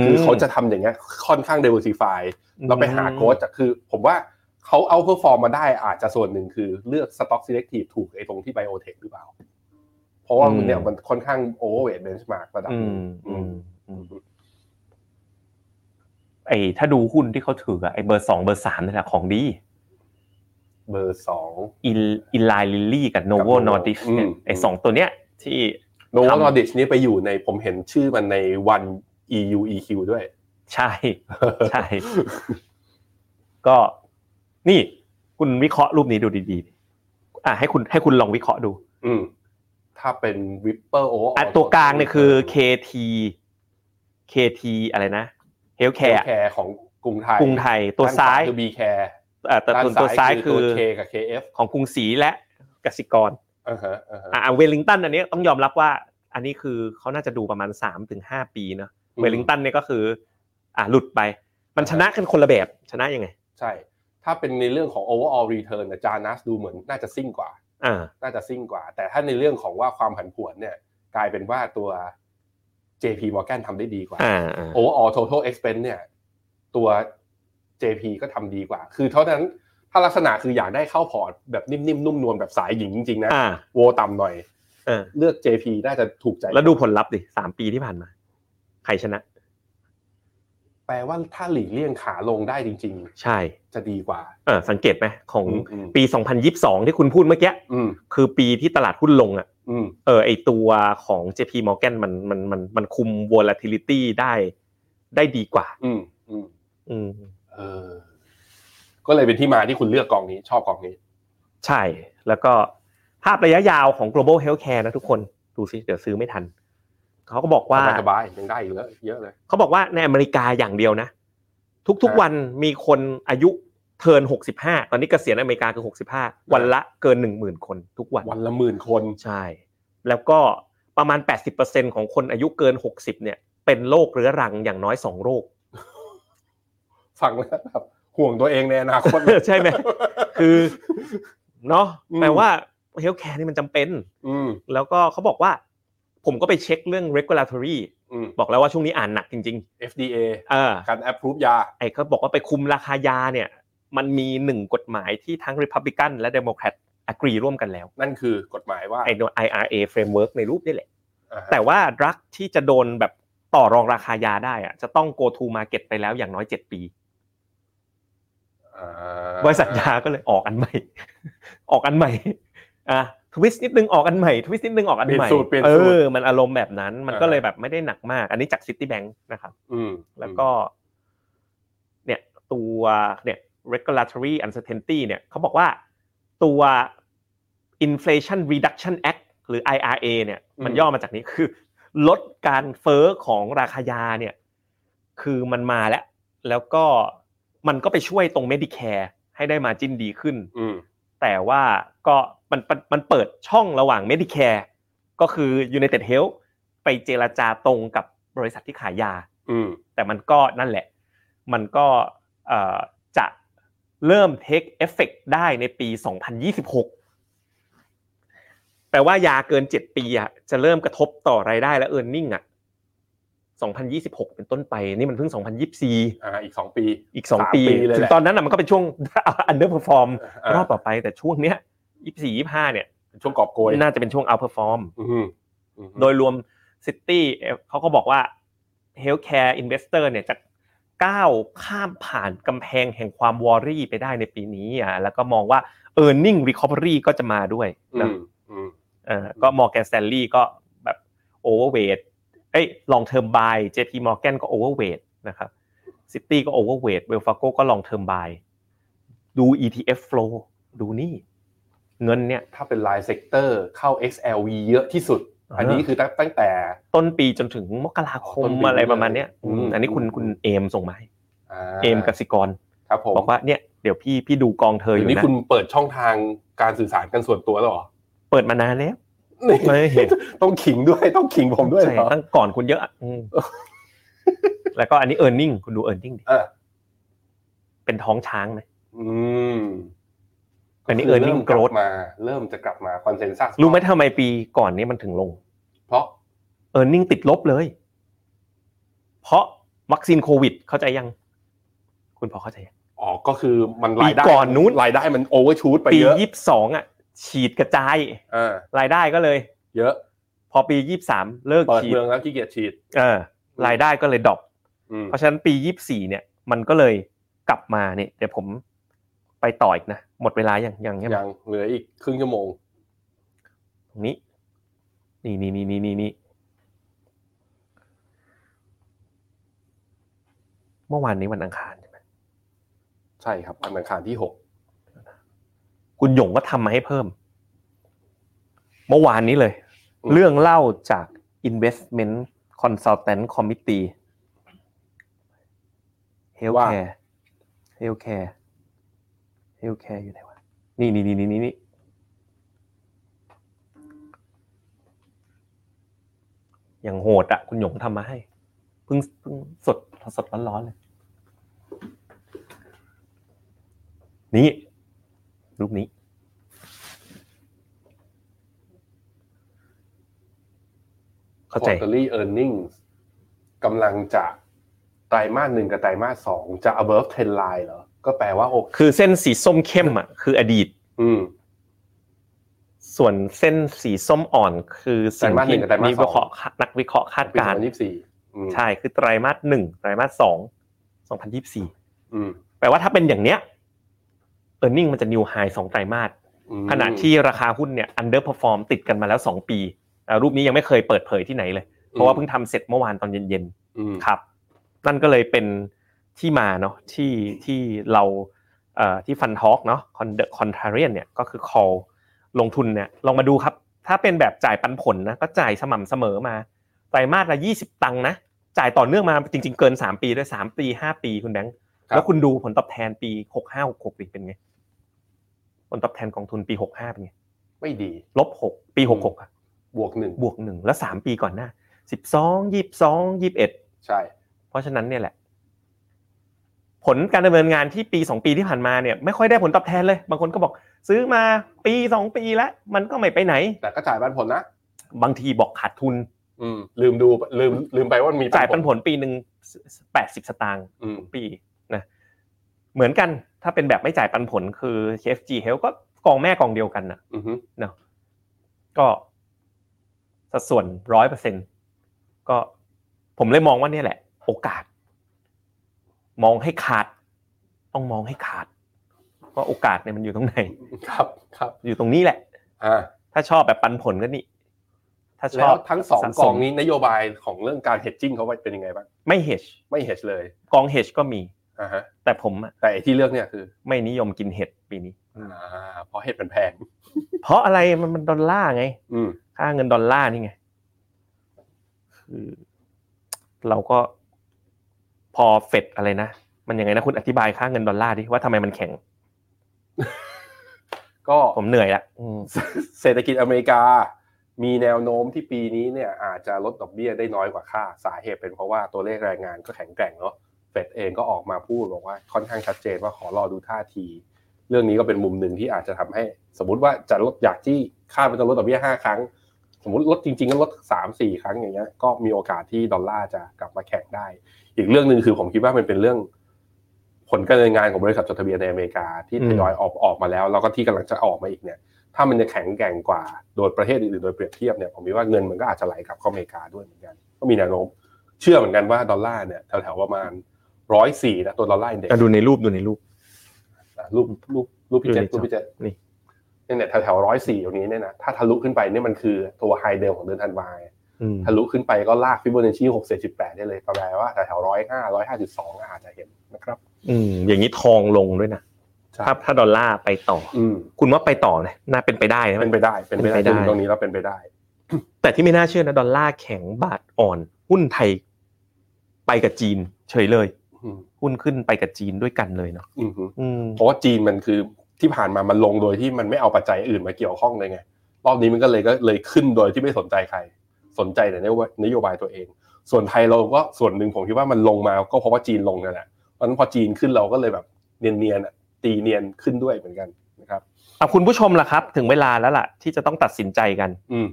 Speaker 2: คือเขาจะทำอย่างเงี้ยค่อนข้าง diversify เราไปหาโค้ชอะคือ ผมว่าเขาเอาเพอร์ฟอร์มมาได้อาจจะส่วนหนึ่งคือเลือกสต็อก selective ถูกไอ้ตรงที่ไบโอเทคหรือเปล่า เพราะว่า
Speaker 3: อืม
Speaker 2: เนี่ยมันค่อนข้างโอเวอร์เวทเบนช์มาร์กระดับ
Speaker 3: อื
Speaker 2: หนึ่ง
Speaker 3: มอืมอื
Speaker 2: อื
Speaker 3: ม
Speaker 2: ม
Speaker 3: ไอ้ถ้าดูหุ้นที่เขาถืออะไอ้เบอร์สองเบอร์สามนี่แหละของดี
Speaker 2: เบอร์สอง
Speaker 3: อินอินไลน์ลิลลี่กับโน
Speaker 2: กับ
Speaker 3: โว
Speaker 2: Novo
Speaker 3: นอร์ดิสเนี่ย
Speaker 2: อืม
Speaker 3: ไอ้สองตัวเนี้ยที่
Speaker 2: โนว
Speaker 3: ทำ
Speaker 2: นอดิชนี่ไปอยู่ในผมเห็นชื่อมันในวัน EU EQ ด้วย
Speaker 3: ใช่ ใช่ ก็นี่คุณวิเคราะห์รูปนี้ดูดีๆ อ่ะให้คุณให้คุณลองวิเคราะห์ดู
Speaker 2: อืมถ้าเป็นวิปเปอร์โอ
Speaker 3: อ่ะตัวกลางเนี่ยคือ KT KT อะไรนะ
Speaker 2: แค
Speaker 3: Healthcare
Speaker 2: ร์ ของกรุงไทย
Speaker 3: กรุงไทยตัว
Speaker 2: ด้นข
Speaker 3: ซ้าย
Speaker 2: คือ B แคร์
Speaker 3: อ่ะแต่ตัวตัวซ้ายคือ
Speaker 2: เคกับ KF
Speaker 3: ของกรุงศรีและกสิกร
Speaker 2: อ่าฮะอ่าฮะ
Speaker 3: อ่ะเวลลิงตันอันนี้ต้องยอมรับว่า อันนี้คือเขาน่าจะดูประมาณ 3-5 ปีเนาะเวลลิงตันเนี่ยก็คือ อ่ะหลุดไป มันชนะกันคนละแบบชนะยังไง
Speaker 2: ใช่ ถ้าเป็นในเรื่องของ overall return นะจานัสดูเหมือนน่าจะซิ่งกว่า
Speaker 3: อ่า
Speaker 2: น่าจะซิ่งกว่า แต่ถ้าในเรื่องของว่าความผันผวนเนี่ย กลายเป็นว่าตัว JP Morgan ทำได้ดีกว่า
Speaker 3: อ่าอ่า
Speaker 2: overall total expense เนี่ย ตัว JP ก็ทำดีกว่า คือเท่านั้นถ้าลักษณะคืออยากได้เข้าพอร์ตแบบนิ่มๆนุ่มนวลแบบสายหญิงจริง ๆ นะ
Speaker 3: อ่า
Speaker 2: โวต่ำหน่อย
Speaker 3: อ่า
Speaker 2: เลือก JP น่าจะถูกใจ
Speaker 3: แล้วดูผลลัพธ์ดิสามปีที่ผ่านมา ใครชนะ
Speaker 2: แปลว่าถ้าหลีกเลี่ยงขาลงได้จริง
Speaker 3: ใช่
Speaker 2: ๆ จะดีกว่า
Speaker 3: เออสังเกตไหมของ
Speaker 2: อืมอืม
Speaker 3: ปี 2022 ที่คุณพูดเมื่อกี้
Speaker 2: อืม
Speaker 3: คือปีที่ตลาดหุ้นลงอ่ะ
Speaker 2: อืม
Speaker 3: เออไอตัวของ JP Morgan มันมันมันมันคุม volatility ได้ได้ดีกว่า
Speaker 2: อืมอืม
Speaker 3: อืม
Speaker 2: เออ ก็เลยเป็นที่มาที่คุณเลือกกองนี้ ชอบกองนี้
Speaker 3: ใช่ แล้วก็ภาพระยะยาวของ global healthcare นะทุกคน ดูสิ เดี๋ยวซื้อไม่ทัน เขาก็บอกว่า
Speaker 2: สบายๆยังได้อีกเยอะเยอะเลย
Speaker 3: เขาบอกว่าในอเมริกาอย่างเดียวนะ ทุก
Speaker 2: ครับ
Speaker 3: ๆวันมีคนอายุเทิร์น65 ตอนนี้เกษียณอเมริกาคือ 65 วันละเกิน 1 0,000 คนทุกวัน
Speaker 2: วันละหมื่นคน
Speaker 3: ใช่ แล้วก็ประมาณ 80%ของคนอายุเกิน 60 เนี่ย เป็นโรคเรื้อรังอย่างน้อย 2 โรค
Speaker 2: ฟังแล้วแบบห่วงตัวเองในอนาคตเลย
Speaker 3: ใช่ไหม คือ เนาะ
Speaker 2: อืม
Speaker 3: แปลว่าเฮลท์แคร์นี่มันจำเป็น
Speaker 2: อืม
Speaker 3: แล้วก็เขาบอกว่า ผมก็ไปเช็คเรื่อง regulatory
Speaker 2: อืม
Speaker 3: บอกแล้วว่าช่วงนี้อ่านหนักจริง
Speaker 2: FDA
Speaker 3: ๆเออ
Speaker 2: การแอปพรูฟยา
Speaker 3: ไอ้เขาบอกว่าไปคุมราคายาเนี่ย มันมีหนึ่งกฎหมายที่ทั้ง Republican และ Democrat อักรีร่วมกันแล้ว
Speaker 2: นั่นคือกฎหมายว่า
Speaker 3: ไอ้ตัว IRA framework ในรูปนี่แหละ
Speaker 2: อ่าฮะ
Speaker 3: แต่ว่ารักที่จะโดนแบบต่อรองราคายาได้อะจะต้อง go to market ไปแล้วอย่างน้อย 7 ปี
Speaker 2: อ่า
Speaker 3: บริษัทยาก็เลยออกอันใหม่ ออกอันใหม่อ่ะทวิสต์นิดนึงออกอันใหม่ทวิสต์นิดนึงออกอัน
Speaker 2: เปลี่ย
Speaker 3: ใหม่
Speaker 2: นสูตรเปลี่ยน
Speaker 3: เอ
Speaker 2: สูตร
Speaker 3: อมันอารมณ์แบบนั้น มันก็
Speaker 2: อ่า
Speaker 3: เลยแบบไม่ได้หนักมาก อันนี้จาก Citibank นะครับ
Speaker 2: อืม
Speaker 3: แล้วก็ เนี่ยตัวเนี่ย regulatory uncertainty เนี่ยเขาบอกว่าตัว inflation reduction act หรือ IRA เนี่ย มันย่อมาจากนี้คือ ลดการเฟอ้อของราคายาเนี่ย คือมันมาแล้ว แล้วก็มันก็ไปช่วยตรง Medicare ให้ได้มาจิ้นดีขึ้น
Speaker 2: อืม
Speaker 3: แต่ว่าก็มันมันมันเปิดช่องระหว่าง Medicare ก็คือ United Health ไปเจราจาตรงกับบริษัทที่ขายยา
Speaker 2: อืม
Speaker 3: แต่มันก็นั่นแหละ มันก็เอ่อจะเริ่ม take effect ได้ในปี 2026 แปลว่ายาเกินเจ็ดปีอ่ะจะเริ่มกระทบต่อรายได้และเออร์เน็งอ่ะสองพันยี่สิบหกเป็นต้นไปนี่มันเพิ่งสองพันยี่สิบสี่
Speaker 2: อ่าอีกสองปี
Speaker 3: อีกสอง
Speaker 2: สามปี
Speaker 3: ปี
Speaker 2: เลยแหละ
Speaker 3: ถึงตอนนั้นอ่ะมันก็เป็นช่วง อันเดอร์เพอร์ฟอร์ม
Speaker 2: อ่าร
Speaker 3: อบต่อไปแต่ช่วงเนี้ยยี่สี่ยี่ห้าเนี่ย
Speaker 2: เป็นช่วงกอบโกย
Speaker 3: น่าจะเป็นช่วงเอาเพอร์ฟอร์ม
Speaker 2: อืมอืม
Speaker 3: โดยรวมซิตี้เขาก็บอกว่า Healthcare Investor เนี่ยจะก้าวข้ามผ่านกำแพงแห่งความวอรี่ไปได้ในปีนี้อ่ะแล้วก็มองว่า e a r n i n g Recovery ก็จะมาด้วย
Speaker 2: อื
Speaker 3: นะ
Speaker 2: มอืม
Speaker 3: เออก็ Morgan Stanley ก็แบบ Overweight เอ้ย Long Term Buy JP Morgan ก็ Overweight นะครับ City ก็ Overweight Wells Fargo ก็ Long Term Buy ดู ETF Flow ดูนี่ เงินเนี่ย
Speaker 2: ถ้าเป็นรายเซกเตอร์เข้า XLV เยอะที่สุด
Speaker 3: อ่า
Speaker 2: อันนี้คือตั้งตั้งแต่
Speaker 3: ต้นปีจนถึงมกราค
Speaker 2: ต้
Speaker 3: ม
Speaker 2: นปี
Speaker 3: อะไรประมาณเนี้ย
Speaker 2: อืม
Speaker 3: อืมอันนี้คุณคุณเอมส่งมาให้ เอมกสิกร
Speaker 2: ครับผม
Speaker 3: บอกว่าเนี่ยเดี๋ยวพี่พี่ดูกองเธออ
Speaker 2: เดี๋ย
Speaker 3: ยู่
Speaker 2: วนี้
Speaker 3: นะ
Speaker 2: คุณเปิดช่องทางการสื่อสารกันส่วนตัวแล้วเหรอ
Speaker 3: เปิดมานานแล้ว
Speaker 2: นี่
Speaker 3: ไม่เห็น
Speaker 2: ต้องขิงด้วยต้องขิงผมด้วย
Speaker 3: ใช่
Speaker 2: เหรอ
Speaker 3: ตั้งก่อนคุณเยอะอะอื มแล้วก็อันนี้เออร์เน็งคุณดูเออร์เน็งดิ
Speaker 2: เออ
Speaker 3: เป็นท้องช้างไหม
Speaker 2: อืม
Speaker 3: อันนี้ earning
Speaker 2: กลับ
Speaker 3: growth
Speaker 2: มาเริ่มจะกลับมาคอนเซนแซส
Speaker 3: รู้ไหมทำไมปีก่อนเนี้มันถึงลง
Speaker 2: เพราะ
Speaker 3: เออร์เน็งติดลบเลย เพราะวัคซีนโควิดเข้าใจยัง คุณพอเข้าใจยัง
Speaker 2: อ๋อก็คือมันรายได้
Speaker 3: ปีก่อนนู้น
Speaker 2: รายได้มันโอเวอร์ชูตไป
Speaker 3: ปี
Speaker 2: เยอะ
Speaker 3: ยี่สิบสองอ่ะ ฉีดกระจาย
Speaker 2: อ่าร
Speaker 3: ายได้ก็เลย
Speaker 2: เยอะ
Speaker 3: พอปียี่สิบสามเลิก
Speaker 2: เปิด
Speaker 3: ฉีด
Speaker 2: เมืองแล้วขี้เกียจฉีด
Speaker 3: เออรายได้ก็เลยดรอป
Speaker 2: อืม
Speaker 3: เพราะฉะนั้นปี 24 เนี่ย มันก็เลยกลับมาเนี่ยเดี๋ยวผมไปต่ออีกนะ หมดเวลาอย่างอย่างเงี้ย
Speaker 2: ยังเหลืออีกครึ่งชั่วโมง
Speaker 3: ตรงนี้ นี่นี่นี่นี่นี่นี่เมื่อวานนี้วันอังคารใช่ไหม
Speaker 2: ใช่ครับวันอังคารที่หก
Speaker 3: คุณหยงก็ทำมาให้เพิ่ม เมื่อวานนี้เลย
Speaker 2: อืม
Speaker 3: เรื่องเล่าจาก Investment Consultant Committee Healthcare Healthcare Healthcare อยู่ไหนวะ นี่นี่นี่นี่นี่นี่อย่างโหดอะคุณหยงทำมาให้ เพิ่งเพิ่งสดสดร้อนๆเลย นี่ รูปนี้ เข้าใจ
Speaker 2: quarterly earnings กำลังจะไตรมาสหนึ่งกับไตรมาสสองจะ above trend line เหรอ ก็แปลว่าโอเค
Speaker 3: คือเส้นสีส้มเข้มอ่ะคืออดีต
Speaker 2: อืม
Speaker 3: ส่วนเส้นสีส้มอ่อนคือสิ่ง
Speaker 2: ไตรมาสหนึ่งกับ
Speaker 3: ที่
Speaker 2: ไตรมาสสอง
Speaker 3: นักวิเคราะห์นักวิเคราะห์คาด
Speaker 2: ปีส
Speaker 3: กา
Speaker 2: อ
Speaker 3: รง ณ์
Speaker 2: พันยี่สิบสี่อืม
Speaker 3: ใช่คือไตรมาสหนึ่งไตรมาสสองสองพันยี่สี่
Speaker 2: อืม
Speaker 3: แปลว่าถ้าเป็นอย่างเนี้ยเออร์เน็งมันจะนิวไฮสองไตรมาส
Speaker 2: อืม
Speaker 3: ขณะที่ราคาหุ้นเนี่ยอันเดอร์เพอร์ฟอร์มติดกันมาแล้วสองปีอ่ารูปนี้ยังไม่เคยเปิดเผยที่ไหนเลย เพราะว่าเพิ่งทำเสร็จเมื่อวานตอนเย็นๆ
Speaker 2: อืม
Speaker 3: ครับนั่นก็เลยเป็นที่มาเนาะที่ที่เราเอ่อที่ฟันทอกเนาะคอนเดคอนทาเรียนเนี่ยก็คือ call ลงทุนเนี่ยลองมาดูครับ ถ้าเป็นแบบจ่ายปันผลนะก็จ่ายสม่ำเสมอมาไตรมาสละ20 ตังค์นะจ่ายต่อเนื่องมาจริง ๆ เกิน 3 ปีด้วย 3 ปี 5 ปีคุณแบงค์แล้วคุณดูผลตอบแทนปี 65 66ปีเป็นไง ผลตอบแทนกองทุนปี 65 เป็นไง
Speaker 2: ไม่ดี
Speaker 3: ลบ6ปี 66อะ
Speaker 2: บวกหนึ่ง
Speaker 3: บวกหนึ่งแล้ว 3 ปีก่อนหน้า 12 22 21
Speaker 2: ใช่
Speaker 3: เพราะฉะนั้นเนี่ยแหละ ผลการดำเนินงานที่ปีสองปีที่ผ่านมาเนี่ยไม่ค่อยได้ผลตอบแทนเลย บางคนก็บอก ซื้อมาปีสองปีแล้ว มันก็ไม่ไปไหน
Speaker 2: แต่ก็จ่ายปันผลนะ
Speaker 3: บางทีบอกขาดทุน
Speaker 2: อืม ลืมดูลืมลืมไปว่ามันมี
Speaker 3: จ่ายปันผลปีหนึ่งแปดสิบสตางค์
Speaker 2: อืม
Speaker 3: ปีนะเหมือนกันถ้าเป็นแบบไม่จ่ายปันผลคือ KFG Health ก็กองแม่กองเดียวกันนะ
Speaker 2: อือฮึ
Speaker 3: ก็สัดส่วนร้อยเปอร์เซ็นก็ผมเลยมองว่าเนี่ยแหละ โอกาส มองให้ขาด ต้องมองให้ขาดว่าโอกาสเนี่ยมันอยู่ตรงไหน
Speaker 2: ครับครับ
Speaker 3: อยู่ตรงนี้แหละ
Speaker 2: อ่า
Speaker 3: ถ้าชอบแบบปันผลก็นี่ ถ้าช
Speaker 2: แล้
Speaker 3: อ
Speaker 2: ว
Speaker 3: บ
Speaker 2: ทั้งสอง
Speaker 3: ะ
Speaker 2: กองนี้นโยบายของเรื่องการ hedging เขาว่าเป็นยังไงบ้าง
Speaker 3: ไม่เฮช
Speaker 2: ไม่ hedge เลย
Speaker 3: กองเฮชก็มี
Speaker 2: อ่าฮะ
Speaker 3: แต่ผมอะ
Speaker 2: แต่ไอ้ที่เลือกเนี่ยคือ
Speaker 3: ไม่นิยมกินเห็ดปีนี้
Speaker 2: อ่าเพราะเห็ดมันแพง
Speaker 3: เพราะอะไรมันมันดอลลาร์ไง
Speaker 2: อืม
Speaker 3: ค่าเงินดอลลาร์นี่ไงคือเราก็พอเฟดอะไรนะ มันยังไงนะคุณอธิบายค่าเงินดอลลาร์ดิว่าทำไมมันแข็ง
Speaker 2: ก็
Speaker 3: ผมเหนื่อยละอืม
Speaker 2: เศรษฐกิจอเมริกา มีแนวโน้มที่ปีนี้เนี่ยอาจจะลดดอกเบี้ยได้น้อยกว่าคาดสาเหตุเป็นเพราะว่าตัวเลขแรงงานก็แข็งแกร่งเนาะเฟดเองก็ออกมาพูดบอกว่าค่อนข้างชัดเจนว่าขอรอดูท่าที เ รื่องนี้ก็เป็นมุมหนึ่งที่อาจจะทำให้ สมมติว่าจะลดอยากที่คาดว่าจะลดดอกเบี้ยห้าครั้ง สมมติลดจริงๆก็ลดสามสี่ครั้งอย่างเงี้ยก็มีโอกาสที่ดอลลาร์จะกลับมาแข็งได้ อีกเรื่องหนึ่งคือผมคิดว่ามันเป็นเรื่อง ผลการดำเนินงานของบริษัทจดทะเบียนในอเมริกาที่ทยอยออกออกมาแล้วแล้วก็ที่กำลังจะออกมาอีกเนี่ย ถ้ามันจะแข็งแกร่งกว่าโดยประเทศอื่นๆโดยเปรียบเทียบเนี่ยผมคิดว่าเงินมันก็อาจจะไหลกลับเข้าอเมริกาด้วยเหมือนกัน ก็มีแนวโน้มเชื่อเหมือนกันว่าดอลลาร์เนี่ยแถวๆประมาณร้อยสี่นะตัวดอลลาร์อินเด็ก
Speaker 3: อ่ะดูในรูปดูในรูป
Speaker 2: รูปรูปรูปพี่เจษรูปพี่เจษ
Speaker 3: นี่
Speaker 2: เนี่ยเนี่ยแถวๆร้อยสี่ตรงนี้เนี่ยนะถ้าทะลุขึ้นไปเนี่ยมันคือตัวไฮเดิมของเดือนธันวาไง
Speaker 3: อืม
Speaker 2: ทะลุขึ้นไปก็ลากฟิโบนัชชีหกเศษสิบแปดได้เลยแปลว่าแถวร้อยห้าร้อยห้าจุดสองอาจจะเห็นนะครับ
Speaker 3: อืมอย่างนี้ทองลงด้วยนะ
Speaker 2: ใช่
Speaker 3: ถ้าถ้าดอลลาร์ไปต่อ
Speaker 2: อืม
Speaker 3: คุณว่าไปต่อนะน่าเป็นไปได้นะ
Speaker 2: เป็นไปได้ เป็นไปได้
Speaker 3: เป็นไปได้
Speaker 2: ตรงนี้เราเป็นไปได้
Speaker 3: แต่ที่ไม่น่าเชื่อนะดอลลาร์แข็งบาทอ่อน หุ้นไทย ไปกับจีน เฉยเลย
Speaker 2: อืม
Speaker 3: หุ้นขึ้นไปกับจีนด้วยกันเลยเนาะ
Speaker 2: อืมฮึ
Speaker 3: อืม
Speaker 2: เพราะว่าจีนมันคือที่ผ่านมามันลงโดยที่มันไม่เอาปัจจัยอื่นมาเกี่ยวข้องเลยไง รอบนี้มันก็เลยก็เลยขึ้นโดยที่ไม่สนใจใคร สนใจแต่นโยบายนโยบายตัวเอง ส่วนไทยเราก็ส่วนหนึ่งผมคิดว่ามันลงมาก็เพราะว่าจีนลงนั่นแหละเพราะฉะนั้นพอจีนขึ้นเราก็เลยแบบเนียนๆอะตีเนียนขึ้นด้วยเหมือนกันนะครับ
Speaker 3: อ่ะคุณผู้ชมล่ะครับ ถึงเวลาแล้วล่ะ ที่จะต้องตัดสินใจกัน
Speaker 2: อืม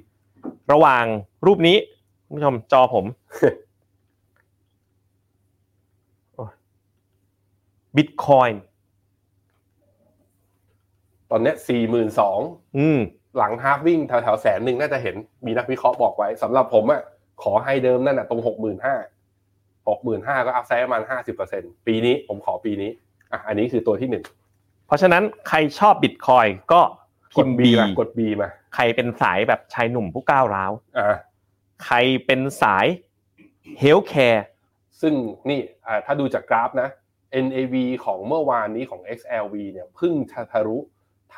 Speaker 3: ระหว่างรูปนี้คุณผู้ชมจอผม บิตคอยน์
Speaker 2: ตอนเนี้สี่หมื่นสอง
Speaker 3: อืม
Speaker 2: หลังฮาร์ฟวิ่งแถวๆแสนหนึ่งน่าจะเห็นมีนักวิเคราะห์บอกไว้สำหรับผมอ่ะขอให้เดิมนั่นอ่ะตรงหกหมื่นห้าหกหมื่นห้าก็อัพไซด์ประมาณห้าสิบเปอร์เซ็นปีนี้ผมขอปีนี้อ่ะอันนี้คือตัวที่หนึ่ง
Speaker 3: เพราะฉะนั้นใครชอบบิตคอยน์ก็
Speaker 2: ก
Speaker 3: พิ
Speaker 2: ด
Speaker 3: มพ์
Speaker 2: บี
Speaker 3: บี
Speaker 2: มากดบีมา
Speaker 3: ใครเป็นสายแบบชายหนุ่มผู้ก้าวร้าว
Speaker 2: อ่า
Speaker 3: ใครเป็นสายเฮลท์แคร์
Speaker 2: ซึ่งนี่อ่าถ้าดูจากกราฟนะ NAV ของเมื่อวานนี้ของ XLV เนี่ยเพึ่งทะทะลุ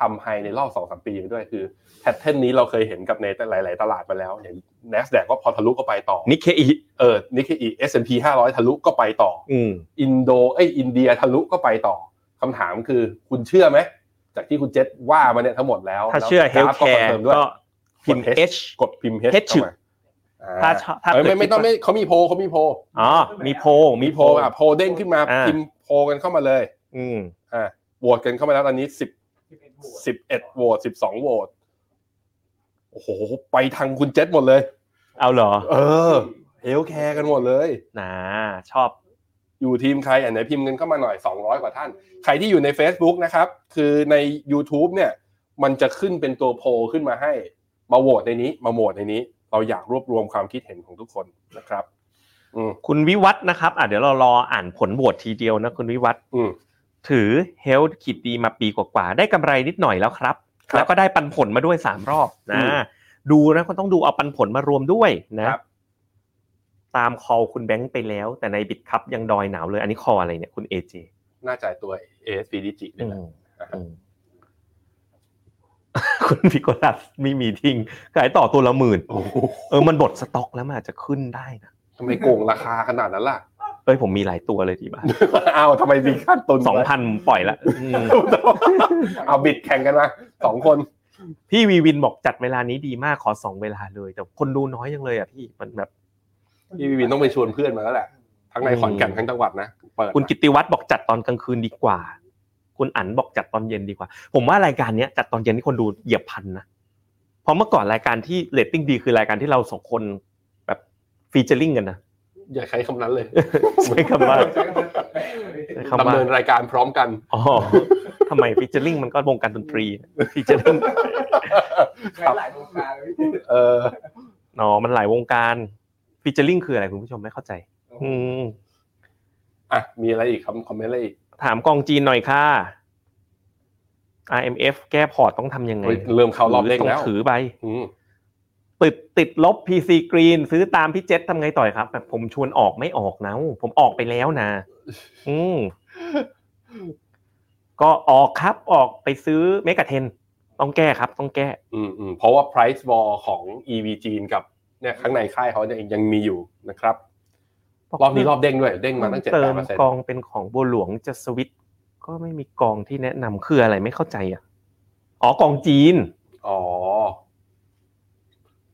Speaker 2: ทำไฮในรอบสองสามปีไปด้วยคือแพทเทิร์นนี้เราเคยเห็นกับในหลาย ๆ ตลาดมาแล้วอย่าง NASDAQ ก็พอทะลุก็ไปต่อ
Speaker 3: นิเคอี
Speaker 2: เออนี่คือ S&P 500 ทะลุก็ไปต่อ
Speaker 3: อืม
Speaker 2: อินโดเอ้ยอินเดียทะลุก็ไปต่อคำถามคือคุณเชื่อไหม จากที่คุณเจษว่ามาเนี่ยทั้งหมดแล้ว
Speaker 3: ถ้าเชื่อเฮ
Speaker 2: แว
Speaker 3: ลท์แค
Speaker 2: กาฟอน
Speaker 3: ร์
Speaker 2: ฟิมด้วย
Speaker 3: ก็พิมพ์
Speaker 2: กด
Speaker 3: H
Speaker 2: H กดพิมพ์ H
Speaker 3: เฮดฉึก
Speaker 2: เข้ามาอ่
Speaker 3: ถ้าชอบถ้า
Speaker 2: เอ้ยไม่
Speaker 3: เกิด
Speaker 2: ไม่ต้องไม่เขามีโพลเขามีโพล
Speaker 3: อ๋อ มีโพล
Speaker 2: มี
Speaker 3: มี
Speaker 2: โพ
Speaker 3: โพ
Speaker 2: ล
Speaker 3: ล
Speaker 2: อ่ะโพลเด้งขึ้นมา
Speaker 3: อ่า
Speaker 2: พิมพ์โพลกันเข้ามาเลย
Speaker 3: อืม
Speaker 2: อ่าโหวตกันเข้ามาแล้วตอนนี้สิบ
Speaker 4: ที่เป็นบวก
Speaker 2: สิบเอ็ดโหวตสิบสองโหวตโอ้โหไปทางคุณเจษหมดเลย
Speaker 3: เอาเหรอ
Speaker 2: เออเฮลท์แคร์กันหมดเลย
Speaker 3: นะชอบ
Speaker 2: อยู่ทีมใครอันไหนพิมพ์เงินเข้ามาหน่อย 200 กว่าท่าน ใครที่อยู่ใน Facebook นะครับ คือใน YouTube เนี่ย มันจะขึ้นเป็นตัวโพลขึ้นมาให้ มาโหวตในนี้ มาโหวตในนี้ เราอยากรวบรวมความคิดเห็นของทุกคนนะครับ อืม
Speaker 3: คุณวิวัฒน์นะครับ อ่ะเดี๋ยวเรารออ่านผลโหวตทีเดียวนะคุณวิวัฒน์
Speaker 2: อืม
Speaker 3: ถือเฮลท์ขีดดีมาปีกว่าๆได้กำไรนิดหน่อยแล้วครับ
Speaker 2: ครับ
Speaker 3: แล้วก็ได้ปันผลมาด้วยสามรอบ
Speaker 2: อืม
Speaker 3: นะดูนะก็ต้องดูเอาปันผลมารวมด้วยนะ
Speaker 2: ครับ
Speaker 3: ตามคอคุณแบงค์ไปแล้ว แต่ในบิตคัพยังดอยหนาวเลย อันนี้คออะไรเนี่ยคุณเอเจ
Speaker 2: น่าจ่ายตัว ASP ดิจิเนี่ยแหละ
Speaker 3: อืม คุณพิโกลัสมีมีทิ้งขายต่อตัวละหมื่น
Speaker 2: โอ้โห
Speaker 3: เออมันบดสต็อกแล้วมันอาจจะขึ้นได้นะ
Speaker 2: ทำไมโกงราคาขนาดนั้นล่ะ
Speaker 3: เอ้ยผมมีหลายตัวเลยที่บ้าน
Speaker 2: อ้าวทำไมมีขั้นตน
Speaker 3: สองพันปล่อยละอืม
Speaker 2: เอาบิดแข่งกันมาสองคน
Speaker 3: พี่วีวินบอกจัดเวลานี้ดีมากขอสองเวลาเลย แต่คนดูน้อยยังเลยอ่ะพี่มันแบบ
Speaker 2: พี่วินต้องไปชวนเพื่อนมาแล้วแหละ ทั้งในขอนแก่นทั้งจังหวัดนะเปิด
Speaker 3: คุณกิตติวัตรบอกจัดตอนกลางคืนดีกว่า คุณอั๋นบอกจัดตอนเย็นดีกว่า ผมว่ารายการเนี้ยจัดตอนเย็นที่คนดูเหยียบพันนะเพราะเมื่อก่อนรายการที่เรตติ้งดีคือรายการที่เราสองคนแบบฟีเจอริงกันนะ
Speaker 2: อย่าใช้คำนั้นเลย
Speaker 3: ใช้คำว่า ใช้คำ
Speaker 2: ดำ
Speaker 3: ว่า
Speaker 2: เนินรายการพร้อมกัน
Speaker 3: อ๋อทำไมฟีเจอริงมันก็วงการดนตรีฟีเจอริง
Speaker 4: ใช้หลายวงการเลยพี่
Speaker 2: เออ
Speaker 3: เนาะมันหลายวงการฟีเจอริงคืออะไรคุณผู้ชมไม่เข้าใจ อืม
Speaker 2: อ่ะมีอะไรอีกคำคอมเมนต์อะไรอีก
Speaker 3: ถามกองจีนหน่อยค่ะ IMF แก้พอร์ตต้องทำยังไง
Speaker 2: เฮ้ยเริ่มเข้ารอบเลขแล้ว
Speaker 3: ถือไป
Speaker 2: อืม
Speaker 3: ติดติดลบ PC Green ซื้อตามพี่เจษทำไงต่อยครับแบบผมชวนออกไม่ออกนะ ผมออกไปแล้ว นะ อืม ก็ออกครับออกไปซื้อเมกะเทน ต้องแก้ครับ ต้องแก้
Speaker 2: อืมอืมเพราะว่า price war ของ EV จีนกับเนี่ยข้างในค่ายเขาเนี่ยยังมีอยู่นะครับ รอบนี้รอบเด้งด้วย เด้งมาตั้งเจ็ด
Speaker 3: เติ
Speaker 2: แปด
Speaker 3: ม
Speaker 2: เปอร์เซ็นต์
Speaker 3: กองเป็นของบัวหลวงจะสวิตช์ก็ไม่มีกองที่แนะนำคืออะไรไม่เข้าใจอ่ะอ๋อกองจีน
Speaker 2: อ๋อ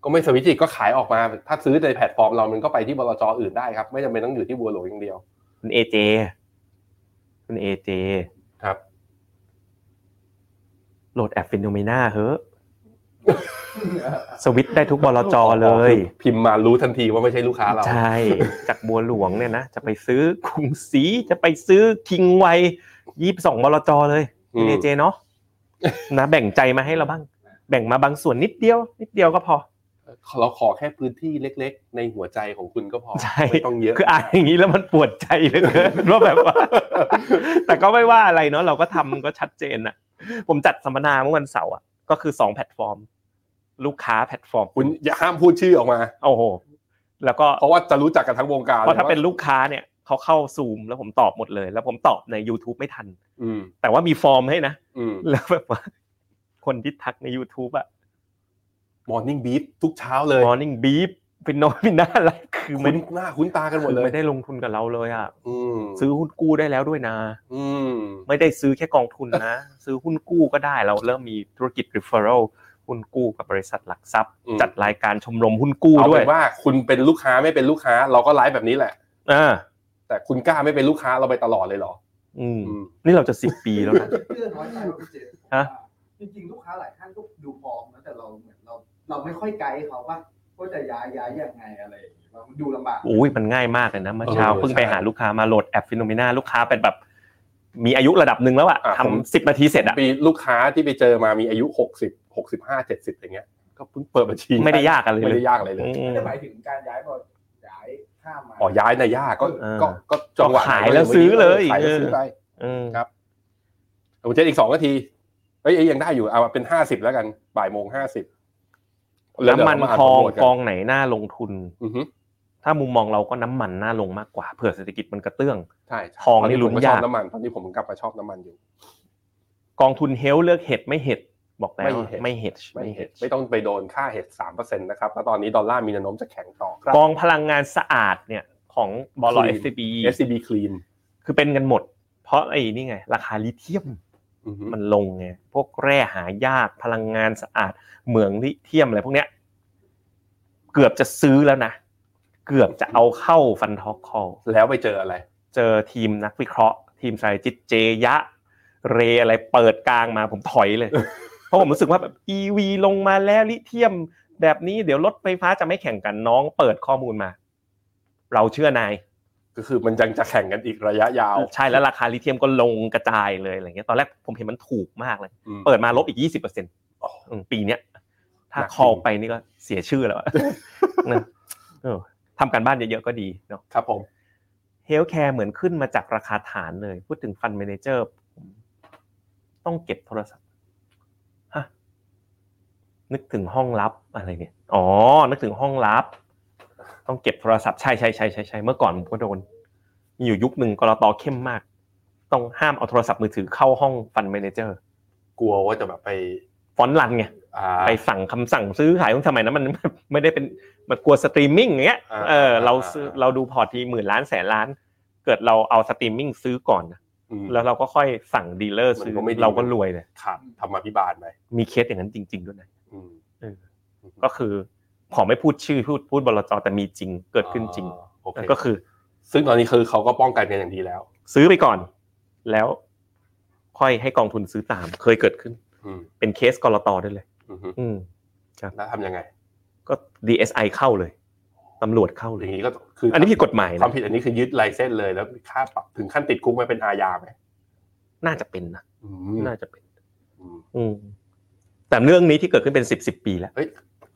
Speaker 2: ก็ไม่สวิตช์อีกก็ขายออกมา ถ้าซื้อในแพลตฟอร์มเรามันก็ไปที่บลจอื่นได้ครับ ไม่จำเป็นต้องอยู่ที่บัวหลวงอย่างเดียว
Speaker 3: คุณเอเจคุณเอเจ
Speaker 2: ครับ
Speaker 3: โหลดแอปฟินโนเมนาเฮ้ อะสวิตช์ได้ทุกบลจเลย
Speaker 2: พิมพ์มารู้ทันทีว่าไม่ใช่ลูกค้าเรา
Speaker 3: ใช่ จากบัวหลวงเนี่ยนะ จะไปซื้อกรุงศรีจะไปซื้อคิงไวยี่สองบลจเลย
Speaker 2: อืม
Speaker 3: เนเจเนาะนะแบ่งใจมาให้เราบ้าง แบ่งมาบางส่วนนิดเดียว นิดเดียวก็พอ
Speaker 2: เราขอแค่พื้นที่เล็ก ๆ ในหัวใจของคุณก็พอ
Speaker 3: ใช่
Speaker 2: ไม่ต้องเยอะ
Speaker 3: คืออ่านอย่างนี้แล้วมันปวดใจเหลยเกิน ว่าแบบว่า แต่ก็ไม่ว่าอะไรเนาะเราก็ทำก็ชัดเจนอะผมจัดสัมมนาเมื่อวันเสาร์อะก็คือสองแพลตฟอร์ม ลูกค้าแพลตฟอร์ม
Speaker 2: คุณอย่าห้ามพูดชื่อออกมา
Speaker 3: โอ้โหแล้วก็
Speaker 2: เพราะว่าจะรู้จักกันทั้งวงการ
Speaker 3: เพราะถ้า
Speaker 2: ว่
Speaker 3: เป็นลูกค้าเนี่ยเขาเข้าซูมแล้วผมตอบหมดเลย แล้วผมตอบใน YouTube ไม่ทัน
Speaker 2: อืม
Speaker 3: แต่ว่ามีฟอร์มให้นะ
Speaker 2: อืม
Speaker 3: แล้วแบบว่า คนที่ทักใน YouTube อะ
Speaker 2: มอร์นิ่งบีฟทุกเช้าเลย
Speaker 3: Morning Beef เป็นโนมิน่าอะไรคือไม่
Speaker 2: คุ้นหน้าคุ้นตากันหมด
Speaker 3: คือ
Speaker 2: เลย
Speaker 3: ไม่ได้ลงทุนกับเราเลยอะ
Speaker 2: อืม
Speaker 3: ซื้อหุ้นกู้ได้แล้วด้วยนะ
Speaker 2: อืม
Speaker 3: ไม่ได้ซื้อแค่กองทุนนะ ซื้อหุ้นกู้ก็ได้เราเริ่มมีธุรกิจ referral หุ้นกู้กับบริษัทหลักทรัพย์ จัดรายการชมรมหุ้นกู้
Speaker 2: เอา
Speaker 3: ด้ว
Speaker 2: เป็
Speaker 3: ย
Speaker 2: นว่าคุณเป็นลูกค้าไม่เป็นลูกค้า เราก็ไลฟ์แบบนี้แหละ
Speaker 3: อ่า
Speaker 2: แต่คุณกล้าไม่เป็นลูกค้าเราไปตลอดเลยเหรอ
Speaker 3: อืม
Speaker 2: อืม
Speaker 3: นี่เราจะสิบปีแล้วนะ
Speaker 4: เรื่องน้อยใจว่าคุณเจมส์
Speaker 3: ฮะ
Speaker 4: จริงๆ ลูกค้าหลายท่านก็ดูพร้อมนะแต่เราเหมือนเราเราไม่ค่อยไกด์เขาว่าว่าจะย้ายย้ายยังไงอะไรอย่างเงี้ยเราดูลำบาก
Speaker 3: โอ้ยมันง่ายมากเลยนะเมื่อเช้าเพิ่งไปหาลูกค้ามาโหลดแอปฟิโนเมนาลูกค้าเป็นแบบ มีอายุระดับหนึ่งแล้วอะ
Speaker 2: ะผม
Speaker 3: ทำสิบนาทีเสร็จอะ
Speaker 2: ปีลูกค้าที่ไปเจอมามีอายุหกสิบหกสิบห้าเจ็ดสิบอย่างเงี้ย ก็เพิ่งเปิดบัญชี
Speaker 3: ไม่ได้ยากอะไร
Speaker 2: ไม่
Speaker 3: เลย
Speaker 2: ได้ยากอะไรเลย
Speaker 3: อื
Speaker 4: ไม่
Speaker 3: ม
Speaker 4: ได้หมายถึงการย้ายบ่ย้ายข้ามมา
Speaker 2: อ๋อย้ายนะยากก็
Speaker 3: เออ
Speaker 2: ก็ก็จังหวะ
Speaker 3: ขายแล้วซื้อเลย
Speaker 2: ขายแล้วซื้อ
Speaker 3: เออ
Speaker 2: ไป
Speaker 3: อืม
Speaker 2: ครับ ผมเจออีกสองนาทีเอ้ยเอ้ยยังได้อยู่เอาเป็นห้าสิบแล้วกันบ่ายโมงห้าสิบ
Speaker 3: น้ำมันทองกอง งไหนน่าลงทุน ถ้ามุมมองเราก็น้ำมันน่าลงมากกว่าเผื่อเศรษฐกิจมันกระเตื้อง
Speaker 2: ใช่
Speaker 3: ทองนี่
Speaker 2: ต
Speaker 3: ลุ้น
Speaker 2: ผมชอบ
Speaker 3: ยาก
Speaker 2: น้ำมันตอนนี้ผมกลับมาชอบน้ำมันอยู่
Speaker 3: กองทุนเฮลเลือกเห็ดไม่เห็ดบอกแล้ว
Speaker 2: ไม่เห็ด
Speaker 3: ไม่เห็ด
Speaker 2: ไม่
Speaker 3: ไม่
Speaker 2: เห็
Speaker 3: เห็
Speaker 2: น
Speaker 3: ด
Speaker 2: ไม่ต้องไปโดนค่าเห็ดสามเปอร์เซ็นต์นะครับแล้วตอนนี้ดอลลาร์มีแนวโน้มจะแข็งต่อครับ
Speaker 3: กองพลังงานสะอาดเนี่ยของบล
Speaker 2: Clean
Speaker 3: SCB
Speaker 2: SCB clean
Speaker 3: คือเป็นกันหมด เพราะไอ้นี่ไง ราคาลิเทียม
Speaker 2: อือฮึ
Speaker 3: มันลงไง พวกแร่หายาก พลังงานสะอาด เหมืองลิเทียมอะไรพวกเนี้ย เกือบจะซื้อแล้วนะ เกือบจะเอาเข้าฟันทอกคอล
Speaker 2: แล้วไปเจออะไร
Speaker 3: เจอทีมนักวิเคราะห์ ทีมสายจิตเจยะ เรอะไรเปิดกลางมาผมถอยเลย เพราะผมรู้สึกว่าแบบ EV ลงมาแล้วลิเทียม แบบนี้เดี๋ยวรถไฟฟ้าจะไม่แข่งกันน้องเปิดข้อมูลมา เราเชื่อนาย
Speaker 2: ก็คือมันยังจะแข่งกันอีกระยะยาว
Speaker 3: ใช่แล้วราคาลิเทียมก็ลงกระจายเลยอะไรเงี้ยตอนแรกผมเห็นมันถูกมากเลย
Speaker 2: อืม
Speaker 3: เปิดมาลบอีกยี่สิบเปอร์เซ็นต์ปีเนี้ย ถ้า
Speaker 2: หนักจริง
Speaker 3: คอลไปนี่ก็เสียชื่อ แล้วอะ นะเออทำการบ้านเยอะๆก็ดีเนาะ
Speaker 2: ครับผม
Speaker 3: เฮลท์แคร์เหมือนขึ้นมาจากราคาฐานเลย พูดถึงฟันเมนเจอร์ต้องเก็บโทรศัพท์ฮะนึกถึงห้องลับอะไรเนี่ยอ๋อ นึกถึงห้องลับ ต้องเก็บโทรศัพท์ใช่ใช่ใช่ใช่ใช่เมื่อก่อนผมก็โดน มีอยู่ยุคหนึ่งกรตเข้มมาก ต้องห้ามเอาโทรศัพท์มือถือเข้าห้องฟันเมนเจอร์
Speaker 2: กลัวว่าจะแบบไป
Speaker 3: ฟอนต์รันไง
Speaker 2: อ่า
Speaker 3: ไปสั่งคำสั่งซื้อขายของสมัยนั้นมัน ไม่ได้เป็นมันกลัวสตรีมมิ่งอย่างเงี้ย
Speaker 2: อ่า
Speaker 3: เออเรา
Speaker 2: อ่า
Speaker 3: ซื้อ
Speaker 2: อ่า
Speaker 3: เราดูพอร์ตทีหมื่นล้านแสนล้าน เกิดเราเอาสตรีมมิ่งซื้อก่อนนะ
Speaker 2: อืม
Speaker 3: แล้วเราก็ค่อยสั่งดีลเลอร์
Speaker 2: มัน
Speaker 3: ซื้อ
Speaker 2: ก็ไม่ดี
Speaker 3: เราก็รวยเลย
Speaker 2: ขาดธรรมาภิบาลไป
Speaker 3: มีเคสอย่างนั้นจริง ๆ ด้วยนะ
Speaker 2: อืม
Speaker 3: ก็คือขอไม่พูดชื่อพูดพูดบลจแต่มีจริงเกิดขึ้นจริง
Speaker 2: อ่าโอเค
Speaker 3: ก็คือ
Speaker 2: ซึ่งตอนนี้คือเขาก็ป้องกันกันอย่างดีแล้ว
Speaker 3: ซื้อไปก่อน แล้วค่อยให้กองทุนซื้อตาม เคยเกิดขึ้น
Speaker 2: อืม
Speaker 3: เป็นเคสกรตด้วยเลย
Speaker 2: อือฮึ
Speaker 3: อืม
Speaker 2: แล้วทำยังไง
Speaker 3: ก็ DSI เข้าเลยตำรวจเข้าเล
Speaker 2: อย ย่างนี้ก็คือ
Speaker 3: อั
Speaker 2: อั
Speaker 3: นนี้ผิดกฎหมาย
Speaker 2: ควา
Speaker 3: นะ
Speaker 2: มผิดอันนี้คือยึดไลเซนส์เลยแล้วค่าปรับถึงขั้นติดคุกไหมเป็นอาญาไหม
Speaker 3: น่าจะเป็นนะ
Speaker 2: อืม
Speaker 3: น่าจะเป็น
Speaker 2: อืม
Speaker 3: อืมแต่เรื่องนี้ที่เกิดขึ้นเป็นสิบสิบปีแล้ว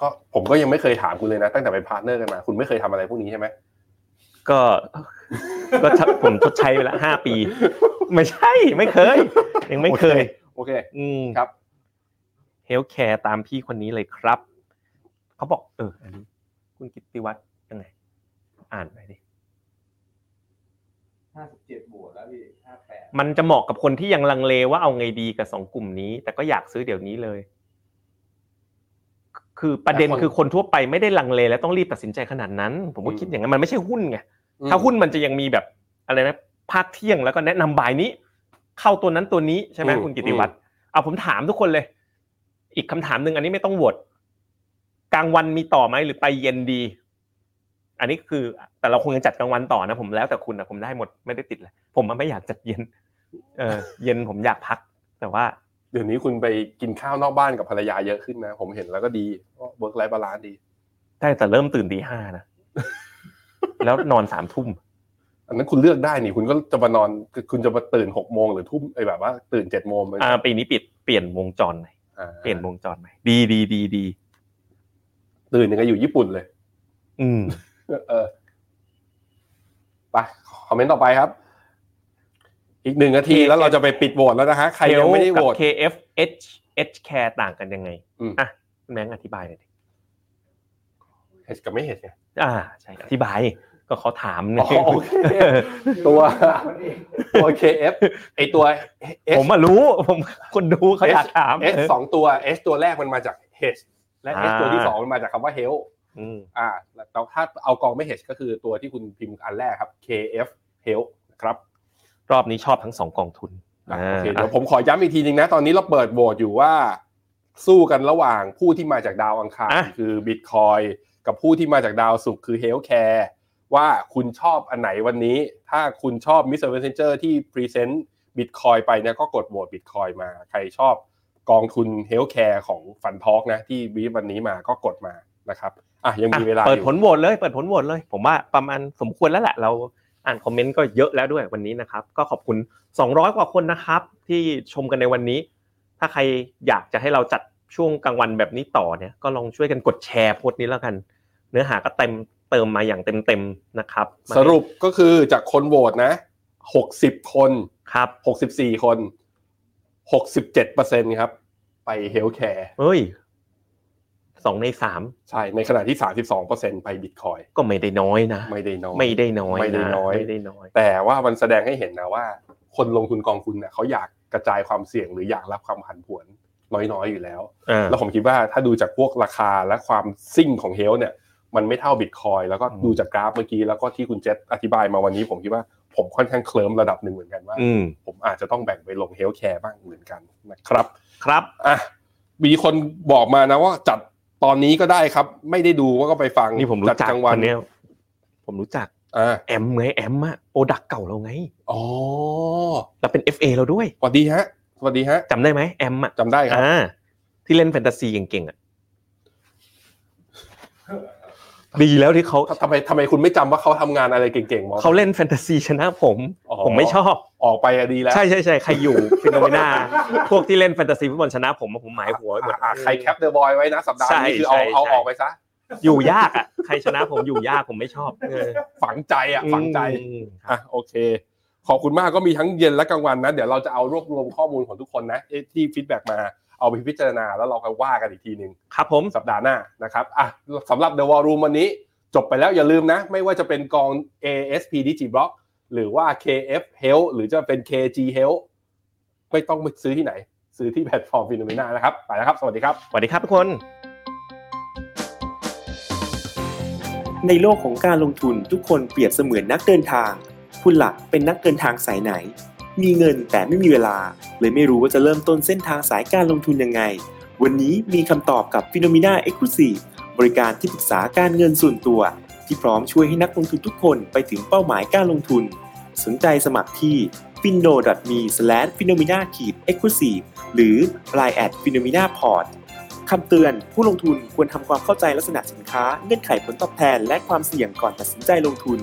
Speaker 2: ก็ผมก็ยังไม่เคยถามคุณเลยนะ ตั้งแต่เป็นพาร์ทเนอร์กันมา คุณไม่เคยทำอะไรพวกนี้ใช่ไหม
Speaker 3: ก็ ก็ ชดผมชดใช้ไปละห้าปี ไม่ใช่ไม่เคย ยังไม่เคย
Speaker 2: โอเค
Speaker 3: อืม
Speaker 2: ครับ
Speaker 3: เฮลท์แคร์ตามพี่คนนี้เลยครับ เขาบอก เออ อันนี้ คุณกิตติวัตรยังไง อ่านไปดิ
Speaker 4: ห้าสิบเจ็ดบวกแล้วพี่ห้าแปด
Speaker 3: มันจะเหมาะกับคนที่ยังลังเลว่าเอาไงดีกับสองกลุ่มนี้ แต่ก็อยากซื้อเดี๋ยวนี้เลย คือประเด็น
Speaker 2: แต่คน
Speaker 3: คือคนทั่วไปไม่ได้ลังเลและต้องรีบตัดสินใจขนาดนั้น ผมก็คิดอย่างนั้นมันไม่ใช่หุ้นไง
Speaker 2: อืม
Speaker 3: ถ้าหุ้นมันจะยังมีแบบอะไรนะภาคเที่ยงแล้วก็แนะนำบ่ายนี้ เข้าตัวนั้นตัวนี้ใช่ไหมคุณกิติวัตรเอาผมถามทุกคนเลย อีกคำถามหนึ่งอันนี้ไม่ต้องโหวตกลางวันมีต่อไหมหรือไปเย็นดี อันนี้คือ แต่เราคงยังจัดกลางวันต่อนะผมแล้วแต่คุณนะผมได้หมดไม่ได้ติดเลยผมมันไม่อยากจัดเย็น เออเย็นผมอยากพัก แต่ว่า
Speaker 2: เดี๋ยวนี้คุณไปกินข้าวนอกบ้านกับภรรยาเยอะขึ้นนะ ผมเห็นแล้วก็ดีเวิร์กไลฟ์บาลานซ์ดี
Speaker 3: ใช่แต่เริ่มตื่นตีห้านะ แล้วนอนสามทุ่ม
Speaker 2: อันนั้นคุณเลือกได้นี่คุณก็จะมานอนคุณจะมาตื่นหกโมงหรือทุ่มไอ้แบบว่า ตื่นเจ็ดโมงมัน
Speaker 3: อ่าปีนี้ปิดเปลี่ยนวงจรใหม่
Speaker 2: อ่า
Speaker 3: เปลี่ยนวงจรใหม่ดีดีดีดี
Speaker 2: ตื่นยังไงอยู่ญี่ปุ่นเลย
Speaker 3: อืม
Speaker 2: เออไปคอมเมนต์ต่อไปครับ อีกหนึ่งนาทีแล้วเราจะไปปิดโหวตแล้วนะฮะใครยังไม่ได้โหวต
Speaker 3: กับ KFH H care ต่างกันยังไง
Speaker 2: อืม
Speaker 3: อ่ะคุณแมงอธิบายหน่อยดิ
Speaker 2: เฮดกับไม่เฮดไง
Speaker 3: อ่าใช่อธิบายก็เขาถามเนี่ย
Speaker 2: อ๋อโอเค ตัว
Speaker 4: 啊
Speaker 2: ตัว KF ไอตัว S
Speaker 3: ผมอะรู้ ผมคนดูเขาอยากถาม
Speaker 2: S สองตัว S ตัวแรกมันมาจาก H และ S
Speaker 3: อ่า
Speaker 2: ตัวที่สองมันมาจากคำว่า health
Speaker 3: อืม
Speaker 2: อ่าแต่ถ้าเอากองไม่ H ก็คือตัวที่คุณพิมพ์อันแรกครับ KF health นะครับ
Speaker 3: รอบนี้ชอบทั้งสองกองทุน
Speaker 2: อ่ะ
Speaker 3: อ่า
Speaker 2: โอเคเดี๋ยวผมขอย้ำอีกทีหนึงนะ ตอนนี้เราเปิดโหวตอยู่ว่า สู้กันระหว่างผู้ที่มาจากดาวอังคารคือบิตคอยกับผู้ที่มาจากดาวศุกร์คือเฮลท์แคร์ว่าคุณชอบอันไหนวันนี้ ถ้าคุณชอบมิสเตอร์เวนเจอร์ที่พรีเซนต์บิตคอยไปเนี่ยก็กดโหวตบิตคอยมา ใครชอบกองทุนเฮลท์แคร์ของฟันทอกนะ ที่วีวันนี้มาก็กดมานะครับอ่ะยัง
Speaker 3: อ่ะ
Speaker 2: มีเวลาอ
Speaker 3: เปิด
Speaker 2: ยู่
Speaker 3: ผลโหวตเลยเปิดผลโหวตเลย ผมว่าประมาณสมควรแล้วแหละเราอ่านคอมเมนต์ก็เยอะแล้วด้วยวันนี้นะครับ ก็ขอบคุณ 200 กว่าคนนะครับ ที่ชมกันในวันนี้ ถ้าใครอยากจะให้เราจัดช่วงกลางวันแบบนี้ต่อเนี่ยก็ลองช่วยกันกดแชร์โพสต์นี้แล้วกัน เนื้อหาก็เต็มเติมมาอย่างเต็มเต็มๆนะครับ
Speaker 2: สรุปก็คือจากคนโหวตนะ60 คน
Speaker 3: ครับ
Speaker 2: หกสิบสี่คน หกสิบเจ็ดเปอร์เซ็นครับ ไปเฮลท์แคร์
Speaker 3: เฮ้ยสองในสาม
Speaker 2: ใช่ ในขณะที่สามสิบสองเปอร์เซ็นไปบิตคอย
Speaker 3: ก็ไม่ได้น้อยนะ
Speaker 2: ไม่ได้น้อย
Speaker 3: ไม่ได้น้อย
Speaker 2: ไม่ได้
Speaker 3: นะ
Speaker 2: น้อย
Speaker 3: ไม่ได้น้อย
Speaker 2: แต่ว่ามันแสดงให้เห็นนะว่า คนลงทุนกองทุนเน่ะเขาอยากกระจายความเสี่ยงหรืออยากรับความผันผวนน้อยๆอยู่แล้ว
Speaker 3: อ่า
Speaker 2: แล้วผมคิดว่าถ้าดูจากพวกราคาและความซิ่งของเฮลท์เนี่ย มันไม่เท่าบิตคอยแล้วก็
Speaker 3: อืม
Speaker 2: ดูจากกราฟเมื่อกี้แล้วก็ที่คุณเจษอธิบายมาวันนี้ ผมคิดว่าผมค่อนข้างเคลิ้มระดับหนึ่งเหมือนกันว่า
Speaker 3: อืม
Speaker 2: ผมอาจจะต้องแบ่งไปลงเฮลท์แคร์บ้างเหมือนกันนะครับ
Speaker 3: ครับ
Speaker 2: อ่ะมีคนบอกมานะว่าจัดตอนนี้ก็ได้ครับ ไม่ได้ดูว่าก็ไปฟัง
Speaker 3: นี่ผมรู้
Speaker 2: ด
Speaker 3: จัก
Speaker 2: กลางวัน
Speaker 3: คนเนี้ยผมรู้จัก
Speaker 2: อ่า
Speaker 3: แอมไงแอมอะโอดักเก่าเราไง
Speaker 2: อ๋อ
Speaker 3: เราเป็น FA เราด้วย
Speaker 2: สวัสดีฮะสวัสดีฮะ
Speaker 3: จำได้ไหมแอมอะ
Speaker 2: จำได้ครับ
Speaker 3: อ่าที่เล่นแฟนตาซีเก่งๆอะดีแล้วที่เขา
Speaker 2: ทำไมทำไมคุณไม่จำว่าเขาทำงานอะไรเก่งๆมอ
Speaker 3: เขาเล่นแฟนตาซีชนะผม
Speaker 2: อ๋อ
Speaker 3: ผมไม่ชอบ
Speaker 2: ออกไปอะดีแล้ว
Speaker 3: ใช่ใช่ใช่ใครอยู่ฟิโนเมนา พวกที่เล่นแฟนตาซีฟุตบอลชนะผมอะผมหมายหัวไว้หมด
Speaker 2: อ่ะอ่ะใครแคปเดอะบอยไว้นะ สัปดาห์นี้คือเอา
Speaker 3: ใช่ใช่
Speaker 2: เอาออกไปซะ
Speaker 3: อยู่ยากอะใครชนะผมอยู่ยากผมไม่ชอบเออ
Speaker 2: ฝังใจอ่ะฝังใจ
Speaker 3: อืมครับ
Speaker 2: อ่ะโอเค ขอบคุณมากก็มีทั้งเย็นและกลางวันนะ เดี๋ยวเราจะเอารวบรวมข้อมูลของทุกคนนะเอ๊ะที่ฟีดแบ็กมาเอาไปพิจารณาแล้วเราก็ว่ากันอีกทีหนึ่ง
Speaker 3: ครับผม
Speaker 2: สัปดาห์หน้านะครับอ่ะสำหรับ The War Room วันนี้จบไปแล้วอย่าลืมนะ ไม่ว่าจะเป็นกอง ASP DigiBlock หรือว่า KF Health หรือจะเป็น KG Health ไม่ต้องไปซื้อที่ไหน ซื้อที่แพลตฟอร์มฟิโนเมนานะครับ ไปแล้วครับ สวัสดีครับ
Speaker 3: สวัสดีครับทุกคน
Speaker 6: ในโลกของการลงทุนทุกคนเปรียบเสมือนนักเดินทาง คุณหลักเป็นนักเดินทางสายไหน มีเงินแต่ไม่มีเวลา เลยไม่รู้ว่าจะเริ่มต้นเส้นทางสายการลงทุนยังไง วันนี้มีคำตอบกับ p h e n o m e n a e x c l u s i v e บริการที่ปรึกษาการเงินส่วนตัว ที่พร้อมช่วยให้นักลงทุนทุกคนไปถึงเป้าหมายการลงทุน สนใจสมัครที่ f i n o m e p h e n o m e n a e x c l u s i v e หรือ line at p h e n o m e n a p o r t คำเตือนผู้ลงทุนควรทำความเข้าใจลักษณะสินค้า เงื่อนไขผลตอบแทน และความเสี่ยงก่อนตัดสินใจลงทุน